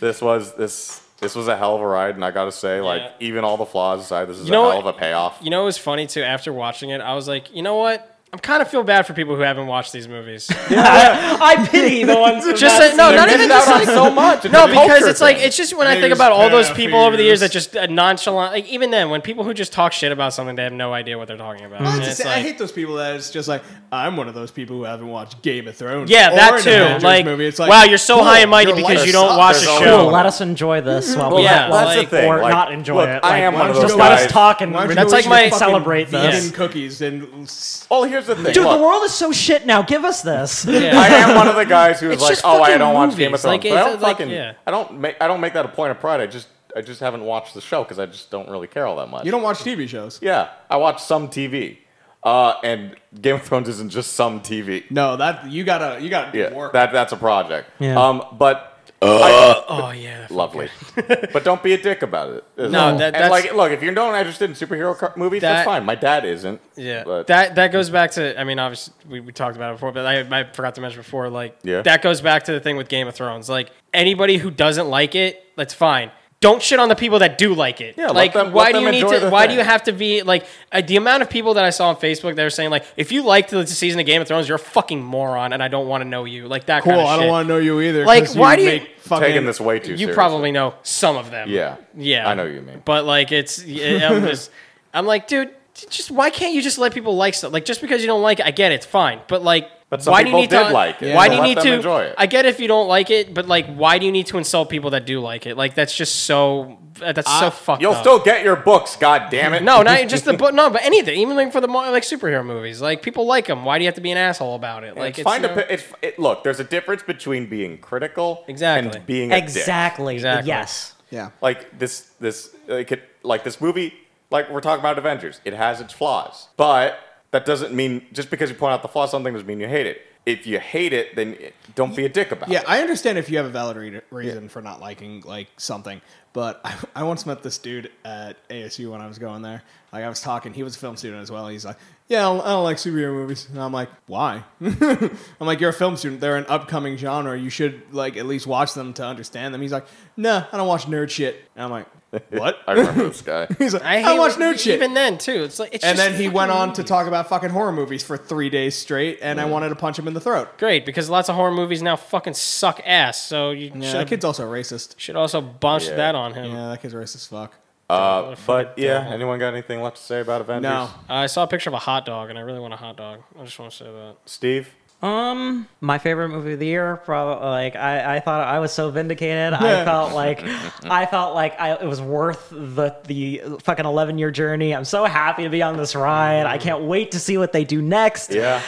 [SPEAKER 1] this was this this was a hell of a ride, and I gotta say, like
[SPEAKER 2] Yeah.
[SPEAKER 1] even all the flaws aside, this is
[SPEAKER 2] know
[SPEAKER 1] a hell
[SPEAKER 2] what?
[SPEAKER 1] of a payoff.
[SPEAKER 2] You know, it was funny too. After watching it, I was like, you know what? I'm kind of feel bad for people who haven't watched these movies.
[SPEAKER 4] I pity the ones. who
[SPEAKER 2] just
[SPEAKER 4] not
[SPEAKER 2] like, no,
[SPEAKER 4] seen
[SPEAKER 2] not
[SPEAKER 4] it.
[SPEAKER 2] even
[SPEAKER 1] missed
[SPEAKER 2] just
[SPEAKER 1] out
[SPEAKER 2] like
[SPEAKER 1] on so much. It's
[SPEAKER 2] No,
[SPEAKER 1] a
[SPEAKER 2] because
[SPEAKER 1] culture
[SPEAKER 2] it's like
[SPEAKER 1] thing.
[SPEAKER 2] it's just when I think
[SPEAKER 3] Haters,
[SPEAKER 2] about all those
[SPEAKER 3] yeah,
[SPEAKER 2] people over the years that
[SPEAKER 3] haters.
[SPEAKER 2] just uh, nonchalant, like even then when people who just talk shit about something, they have no idea what they're talking about.
[SPEAKER 3] I,
[SPEAKER 2] And
[SPEAKER 3] just
[SPEAKER 2] it's
[SPEAKER 3] I
[SPEAKER 2] like-
[SPEAKER 3] hate those people that it's just like I'm one of those people who haven't watched Game of Thrones.
[SPEAKER 2] yeah,
[SPEAKER 3] or
[SPEAKER 2] that
[SPEAKER 3] an
[SPEAKER 2] too.
[SPEAKER 3] Avengers
[SPEAKER 2] like,
[SPEAKER 3] movie. It's like,
[SPEAKER 2] wow, you're so
[SPEAKER 3] cool,
[SPEAKER 2] high and mighty
[SPEAKER 3] your
[SPEAKER 2] because
[SPEAKER 3] life
[SPEAKER 2] you don't
[SPEAKER 3] sucks.
[SPEAKER 2] watch a
[SPEAKER 1] There's always-
[SPEAKER 2] show.
[SPEAKER 4] Cool, let us enjoy this while we
[SPEAKER 2] yeah,
[SPEAKER 4] while-
[SPEAKER 1] that's the
[SPEAKER 2] like-
[SPEAKER 1] thing.
[SPEAKER 4] or
[SPEAKER 1] like,
[SPEAKER 4] not enjoy
[SPEAKER 1] look,
[SPEAKER 4] it.
[SPEAKER 1] I
[SPEAKER 4] Like,
[SPEAKER 1] am one of
[SPEAKER 3] just
[SPEAKER 1] those
[SPEAKER 4] let
[SPEAKER 1] guys.
[SPEAKER 4] us talk and
[SPEAKER 3] Why don't you
[SPEAKER 4] re-
[SPEAKER 3] go
[SPEAKER 2] That's like
[SPEAKER 3] eat
[SPEAKER 2] my-
[SPEAKER 3] your fucking
[SPEAKER 4] celebrate this.
[SPEAKER 3] vegan cookies and s-
[SPEAKER 1] Well, here's the thing,
[SPEAKER 4] Dude,
[SPEAKER 1] look,
[SPEAKER 4] the world is so shit now. Give us this.
[SPEAKER 1] I am one of the guys who is
[SPEAKER 2] It's
[SPEAKER 1] like,
[SPEAKER 2] just
[SPEAKER 1] oh, I
[SPEAKER 2] fucking
[SPEAKER 1] don't watch Game
[SPEAKER 2] movies.
[SPEAKER 1] of Thrones.
[SPEAKER 2] Like,
[SPEAKER 1] but I
[SPEAKER 2] it's-
[SPEAKER 1] don't
[SPEAKER 2] it's like,
[SPEAKER 1] fucking,
[SPEAKER 2] yeah.
[SPEAKER 1] I don't make, I don't make that a point of pride. I just, I just haven't watched the show because I just don't really care all that much.
[SPEAKER 3] you don't watch TV shows.
[SPEAKER 1] yeah, I watch some TV, uh, and Game of Thrones isn't just some TV.
[SPEAKER 3] No, that you gotta you gotta do
[SPEAKER 1] Yeah,
[SPEAKER 3] work.
[SPEAKER 1] that that's a project.
[SPEAKER 4] Yeah.
[SPEAKER 1] Um, but
[SPEAKER 2] Oh yeah.
[SPEAKER 1] lovely. but don't be a dick about it.
[SPEAKER 2] No, that-
[SPEAKER 1] And,
[SPEAKER 2] that's-
[SPEAKER 1] like, look, if you're not interested in superhero car- movies,
[SPEAKER 2] That-
[SPEAKER 1] that's fine. My dad isn't.
[SPEAKER 2] Yeah,
[SPEAKER 1] but
[SPEAKER 2] that that goes back to. I mean, obviously we, we talked about it before, but I, I forgot to mention before. Like,
[SPEAKER 1] Yeah.
[SPEAKER 2] that goes back to the thing with Game of Thrones. Like, anybody who doesn't like it, that's fine. Don't shit on the people that do like it.
[SPEAKER 1] Yeah, let
[SPEAKER 2] like,
[SPEAKER 1] them- let
[SPEAKER 2] why do
[SPEAKER 1] them
[SPEAKER 2] you need
[SPEAKER 1] enjoy
[SPEAKER 2] to?
[SPEAKER 1] the
[SPEAKER 2] Why do
[SPEAKER 1] thing.
[SPEAKER 2] you have to be like uh, the amount of people that I saw on Facebook that were saying like, if you liked the season of Game of Thrones, you're a fucking moron, and I don't want to know you. Like that.
[SPEAKER 3] cool.
[SPEAKER 2] Kind of
[SPEAKER 3] I don't
[SPEAKER 2] shit.
[SPEAKER 3] want to know you either.
[SPEAKER 2] Like,
[SPEAKER 3] 'cause
[SPEAKER 2] why do
[SPEAKER 3] you
[SPEAKER 2] you-
[SPEAKER 3] make fucking
[SPEAKER 1] taking this way too
[SPEAKER 2] You
[SPEAKER 1] seriously.
[SPEAKER 2] probably know some of them.
[SPEAKER 1] Yeah.
[SPEAKER 2] Yeah.
[SPEAKER 1] I know what you mean.
[SPEAKER 2] But like, it's yeah, I'm just, I'm like, dude, just why can't you just let people like stuff? Like, just because you don't like, it, I get it, it's fine. But like,
[SPEAKER 1] But some
[SPEAKER 2] why do you
[SPEAKER 1] people
[SPEAKER 2] need
[SPEAKER 1] did
[SPEAKER 2] to
[SPEAKER 1] like it,
[SPEAKER 2] Why
[SPEAKER 1] so
[SPEAKER 2] do you
[SPEAKER 1] let
[SPEAKER 2] need
[SPEAKER 1] them
[SPEAKER 2] to
[SPEAKER 1] enjoy it.
[SPEAKER 2] I get if you don't like it, but like, why do you need to insult people that do like it? Like, that's just so uh, that's so fucked.
[SPEAKER 1] You'll
[SPEAKER 2] up.
[SPEAKER 1] Ah, still get your books, god damn it.
[SPEAKER 2] No, not just the book. No, but anything. Even like for the mo- like superhero movies, like people like them. Why do you have to be an asshole about it? Like,
[SPEAKER 1] It's fine
[SPEAKER 2] no-
[SPEAKER 1] to pi- it's, it, look. There's a difference between being critical
[SPEAKER 2] Exactly.
[SPEAKER 1] and being a dick.
[SPEAKER 4] exactly.
[SPEAKER 2] Exactly.
[SPEAKER 4] Yes.
[SPEAKER 3] Yeah.
[SPEAKER 1] Like this, this like it, like this movie. Like we're talking about Avengers, it has its flaws, but that doesn't mean just because you point out the flaw, something doesn't mean you hate it. If you hate it, then don't be a dick about
[SPEAKER 3] Yeah,
[SPEAKER 1] it.
[SPEAKER 3] I understand if you have a valid re- reason for not liking like something, but I, I once met this dude at ASU when I was going there. Like I was talking, he was a film student as well. He's like, "Yeah, I don't, I don't like superhero movies," and I'm like, "Why?" I'm like, "You're a film student. They're an upcoming genre. You should like at least watch them to understand them." He's like, "No, I don't watch nerd shit," and I'm like, "What?"
[SPEAKER 1] I remember this guy.
[SPEAKER 3] He's like, "I,
[SPEAKER 2] I hate
[SPEAKER 3] don't watch
[SPEAKER 2] when-
[SPEAKER 3] nerd shit."
[SPEAKER 2] Even then, too. It's like it's
[SPEAKER 3] and
[SPEAKER 2] just
[SPEAKER 3] then he went
[SPEAKER 2] fucking
[SPEAKER 3] on to talk about fucking horror movies for three days straight, and I wanted to punch him in the throat.
[SPEAKER 2] Great, because lots of horror movies now fucking suck ass. So you
[SPEAKER 3] Yeah,
[SPEAKER 2] should
[SPEAKER 3] that kid's also racist.
[SPEAKER 2] should also bounce
[SPEAKER 1] Yeah.
[SPEAKER 2] that on him.
[SPEAKER 3] Yeah, that kid's racist as fuck.
[SPEAKER 1] Uh, but
[SPEAKER 2] fucking
[SPEAKER 1] yeah,
[SPEAKER 2] devil.
[SPEAKER 1] anyone got anything left to say about Avengers?
[SPEAKER 3] No.
[SPEAKER 2] I saw a picture of a hot dog, and I really want a hot dog. I just want to say that.
[SPEAKER 1] Steve?
[SPEAKER 4] Um, my favorite movie of the year. Probably like I, I thought I was so vindicated. I felt like I felt like I, it was worth the the fucking eleven year journey. I'm so happy to be on this ride. I can't wait to see what they do next.
[SPEAKER 1] Yeah.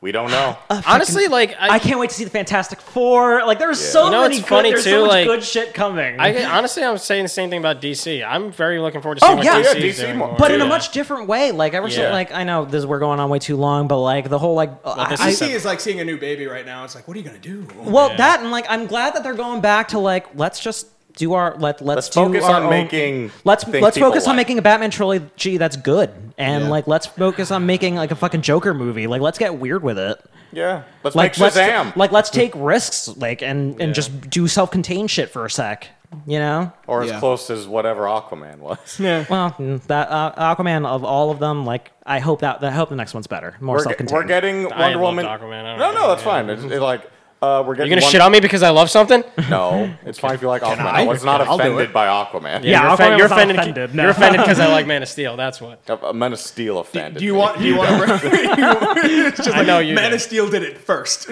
[SPEAKER 1] We don't know.
[SPEAKER 4] Uh,
[SPEAKER 2] Honestly, like I,
[SPEAKER 4] I can't wait to see the Fantastic Four. Like there's so
[SPEAKER 2] You know,
[SPEAKER 4] many
[SPEAKER 2] it's
[SPEAKER 4] good,
[SPEAKER 2] funny
[SPEAKER 4] there's
[SPEAKER 2] too,
[SPEAKER 4] so much
[SPEAKER 2] like-
[SPEAKER 4] good shit coming.
[SPEAKER 2] I, honestly, I'm saying the same thing about DC. I'm very looking forward to seeing
[SPEAKER 4] Oh,
[SPEAKER 2] what
[SPEAKER 4] yeah.
[SPEAKER 2] DC,
[SPEAKER 1] Yeah,
[SPEAKER 2] is
[SPEAKER 1] DC
[SPEAKER 2] doing
[SPEAKER 1] more.
[SPEAKER 2] more.
[SPEAKER 4] but in a
[SPEAKER 1] Yeah.
[SPEAKER 4] much different way. Like ever since,
[SPEAKER 2] Yeah.
[SPEAKER 4] like I know this we're going on way too long, but like the whole like I,
[SPEAKER 2] this
[SPEAKER 4] I-
[SPEAKER 2] is
[SPEAKER 3] DC is like seeing a new baby right now. It's like, what are you gonna do?
[SPEAKER 4] well that and like I'm glad that they're going back to like let's just do our let let's,
[SPEAKER 1] Let's
[SPEAKER 4] do
[SPEAKER 1] focus
[SPEAKER 4] our
[SPEAKER 1] on
[SPEAKER 4] own-
[SPEAKER 1] making
[SPEAKER 4] let's
[SPEAKER 1] things
[SPEAKER 4] let's
[SPEAKER 1] people
[SPEAKER 4] focus on
[SPEAKER 1] like.
[SPEAKER 4] making a Batman trilogy that's good and
[SPEAKER 3] Yeah.
[SPEAKER 4] like let's focus on making like a fucking Joker movie. Like let's get weird with it.
[SPEAKER 1] Yeah. Let's
[SPEAKER 4] Like
[SPEAKER 1] make
[SPEAKER 4] let's
[SPEAKER 1] Shazam.
[SPEAKER 4] like let's take risks like and and
[SPEAKER 2] Yeah.
[SPEAKER 4] just do self-contained shit for a sec. You know.
[SPEAKER 1] or as
[SPEAKER 3] Yeah.
[SPEAKER 1] close as whatever Aquaman was.
[SPEAKER 3] Yeah.
[SPEAKER 4] Well, mm, that uh, Aquaman of all of them, like I hope that I hope the next one's better, more
[SPEAKER 1] We're, ge-
[SPEAKER 4] self-contained.
[SPEAKER 1] we're getting Wonder
[SPEAKER 2] love
[SPEAKER 1] Woman.
[SPEAKER 2] Aquaman, I don't know.
[SPEAKER 1] no, no, that's
[SPEAKER 2] Yeah.
[SPEAKER 1] fine. It's, it's like Uh, we're getting
[SPEAKER 2] You're gonna
[SPEAKER 1] one-
[SPEAKER 2] shit on me because I love something?
[SPEAKER 1] No, it's fine if you like Aquaman.
[SPEAKER 3] I?
[SPEAKER 1] I was not
[SPEAKER 3] I'll do
[SPEAKER 1] offended
[SPEAKER 3] it.
[SPEAKER 1] by Aquaman.
[SPEAKER 4] Yeah,
[SPEAKER 2] you're,
[SPEAKER 4] Aquaman
[SPEAKER 2] offend- you're
[SPEAKER 4] was not
[SPEAKER 2] offended.
[SPEAKER 4] offended, no.
[SPEAKER 2] You're offended because I like Man of Steel. That's what.
[SPEAKER 1] Uh, Men of Steel offended.
[SPEAKER 3] Do you
[SPEAKER 1] me.
[SPEAKER 3] want? Do you want to? it's just
[SPEAKER 2] I know you
[SPEAKER 3] Man
[SPEAKER 2] do.
[SPEAKER 3] of Steel did it first.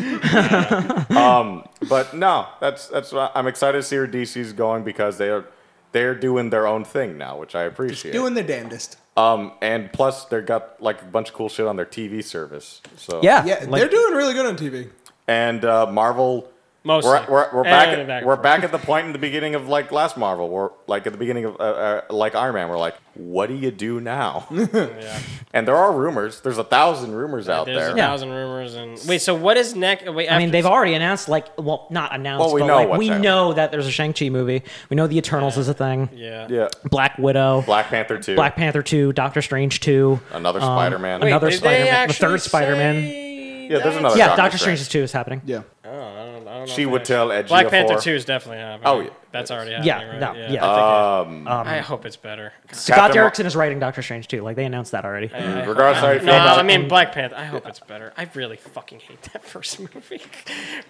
[SPEAKER 1] But no, that's that's what I- I'm excited to see where DC's going because they are they're doing their own thing now, which I appreciate.
[SPEAKER 3] Doing the damnedest.
[SPEAKER 4] Uh,
[SPEAKER 1] um, and plus they got like a bunch of cool shit on their TV service. So
[SPEAKER 4] Yeah,
[SPEAKER 3] Yeah,
[SPEAKER 4] like-
[SPEAKER 3] they're doing really good on TV.
[SPEAKER 1] and uh, Marvel.
[SPEAKER 2] Mostly.
[SPEAKER 1] We're, we're, we're
[SPEAKER 2] And
[SPEAKER 1] back,
[SPEAKER 2] then back
[SPEAKER 1] at,
[SPEAKER 2] and
[SPEAKER 1] we're
[SPEAKER 2] forth.
[SPEAKER 1] back at the point in the beginning of like last Marvel, we're like at the beginning of uh, uh, like Iron Man, we're like, what do you do now?
[SPEAKER 2] Yeah.
[SPEAKER 1] and there are rumors. There's a thousand rumors out
[SPEAKER 2] There's
[SPEAKER 1] there.
[SPEAKER 2] a
[SPEAKER 4] Yeah.
[SPEAKER 2] thousand rumors and wait. So what is next? Wait,
[SPEAKER 4] I mean,
[SPEAKER 2] after-
[SPEAKER 4] they've already announced like, well, not announced,
[SPEAKER 1] Well, we
[SPEAKER 4] but
[SPEAKER 1] know
[SPEAKER 4] like
[SPEAKER 1] what's
[SPEAKER 4] we
[SPEAKER 1] happening.
[SPEAKER 4] know that there's a Shang Chi movie. We know the Eternals is a thing.
[SPEAKER 2] Yeah.
[SPEAKER 1] Yeah,
[SPEAKER 4] Black Widow,
[SPEAKER 1] Black Panther two,
[SPEAKER 4] Black Panther two, Doctor Strange two,
[SPEAKER 1] another
[SPEAKER 4] um,
[SPEAKER 1] Spider-Man.
[SPEAKER 4] another-
[SPEAKER 2] did they
[SPEAKER 4] Spider-Man- the
[SPEAKER 2] actually
[SPEAKER 4] third Spider-Man.
[SPEAKER 2] say
[SPEAKER 1] Yeah, there's
[SPEAKER 2] that?
[SPEAKER 1] another-
[SPEAKER 4] yeah,
[SPEAKER 1] Doctor
[SPEAKER 4] Doctor, Strange
[SPEAKER 1] Strange.
[SPEAKER 4] two is happening. Yeah,
[SPEAKER 3] Yeah.
[SPEAKER 2] Oh, I don't, I don't know
[SPEAKER 1] She
[SPEAKER 2] if
[SPEAKER 1] would
[SPEAKER 2] they-
[SPEAKER 1] tell Edgy
[SPEAKER 2] Black Panther
[SPEAKER 1] Afore-
[SPEAKER 2] two is definitely happening.
[SPEAKER 1] Oh, yeah.
[SPEAKER 2] that's already
[SPEAKER 4] Yeah,
[SPEAKER 2] happening.
[SPEAKER 4] no,
[SPEAKER 2] right? yeah.
[SPEAKER 4] yeah.
[SPEAKER 1] Um,
[SPEAKER 4] um,
[SPEAKER 2] I hope it's better.
[SPEAKER 4] Scott
[SPEAKER 1] Uh, Captain Mar-
[SPEAKER 4] Derrickson is writing Doctor Strange two. Like they announced that already.
[SPEAKER 1] Regardless of how you feel
[SPEAKER 2] No,
[SPEAKER 1] about
[SPEAKER 2] I
[SPEAKER 1] it.
[SPEAKER 4] Um,
[SPEAKER 2] mean Black Panther. I hope it's better. I really fucking hate that first movie,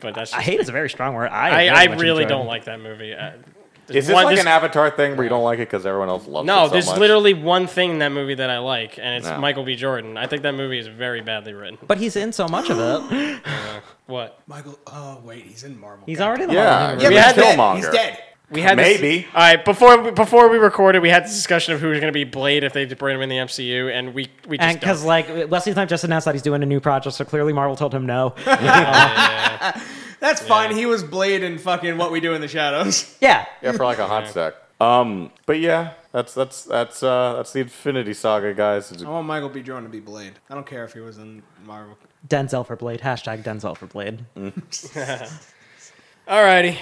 [SPEAKER 2] but that's just,
[SPEAKER 4] I hate is a very strong word. I
[SPEAKER 2] I,
[SPEAKER 4] very
[SPEAKER 2] I
[SPEAKER 4] much
[SPEAKER 2] really
[SPEAKER 4] enjoyed
[SPEAKER 2] don't
[SPEAKER 4] it.
[SPEAKER 2] like that movie. Uh,
[SPEAKER 1] Is this
[SPEAKER 2] one-
[SPEAKER 1] like an Avatar thing where you don't like it because everyone else loves it
[SPEAKER 2] No,
[SPEAKER 1] so
[SPEAKER 2] there's
[SPEAKER 1] much?
[SPEAKER 2] literally one thing in that movie that I like, and it's
[SPEAKER 1] No.
[SPEAKER 2] Michael B. Jordan. I think that movie is very badly written.
[SPEAKER 4] But he's in so much of it.
[SPEAKER 2] What?
[SPEAKER 3] Michael. Oh wait, he's in Marvel.
[SPEAKER 4] He's already in the
[SPEAKER 1] Yeah,
[SPEAKER 4] Marvel
[SPEAKER 1] yeah,
[SPEAKER 4] universe.
[SPEAKER 1] but-
[SPEAKER 3] he's dead.
[SPEAKER 1] Killmonger.
[SPEAKER 3] He's dead.
[SPEAKER 2] We had this-
[SPEAKER 1] Maybe.
[SPEAKER 2] all right, before we, before we recorded, we had this discussion of who was going to be Blade if they bring him in the MCU, and we we just
[SPEAKER 4] And because
[SPEAKER 2] don't.
[SPEAKER 4] like Wesley Snipes just announced that he's doing a new project, so clearly Marvel told him no.
[SPEAKER 3] That's fine. He was Blade in fucking What We Do in the Shadows.
[SPEAKER 4] yeah,
[SPEAKER 1] Yeah, for like a hot sec. Um, but yeah, that's that's that's uh that's the Infinity Saga, guys. It's-
[SPEAKER 3] I want Michael B. Jordan to be Blade. I don't care if he was in Marvel.
[SPEAKER 4] Denzel for Blade. Hashtag Denzel for Blade.
[SPEAKER 2] Alrighty,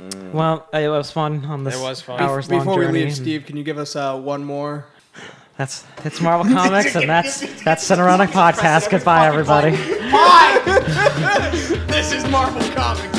[SPEAKER 1] Mm.
[SPEAKER 4] Well, it was fun on this
[SPEAKER 2] It was fun.
[SPEAKER 4] hours long
[SPEAKER 3] Before we
[SPEAKER 4] journey.
[SPEAKER 3] leave, Steve, can you give us uh, one more?
[SPEAKER 4] That's it's Marvel Comics, and that's that's Cineronic Podcast. Goodbye, everybody.
[SPEAKER 3] Bye. this is Marvel Comics.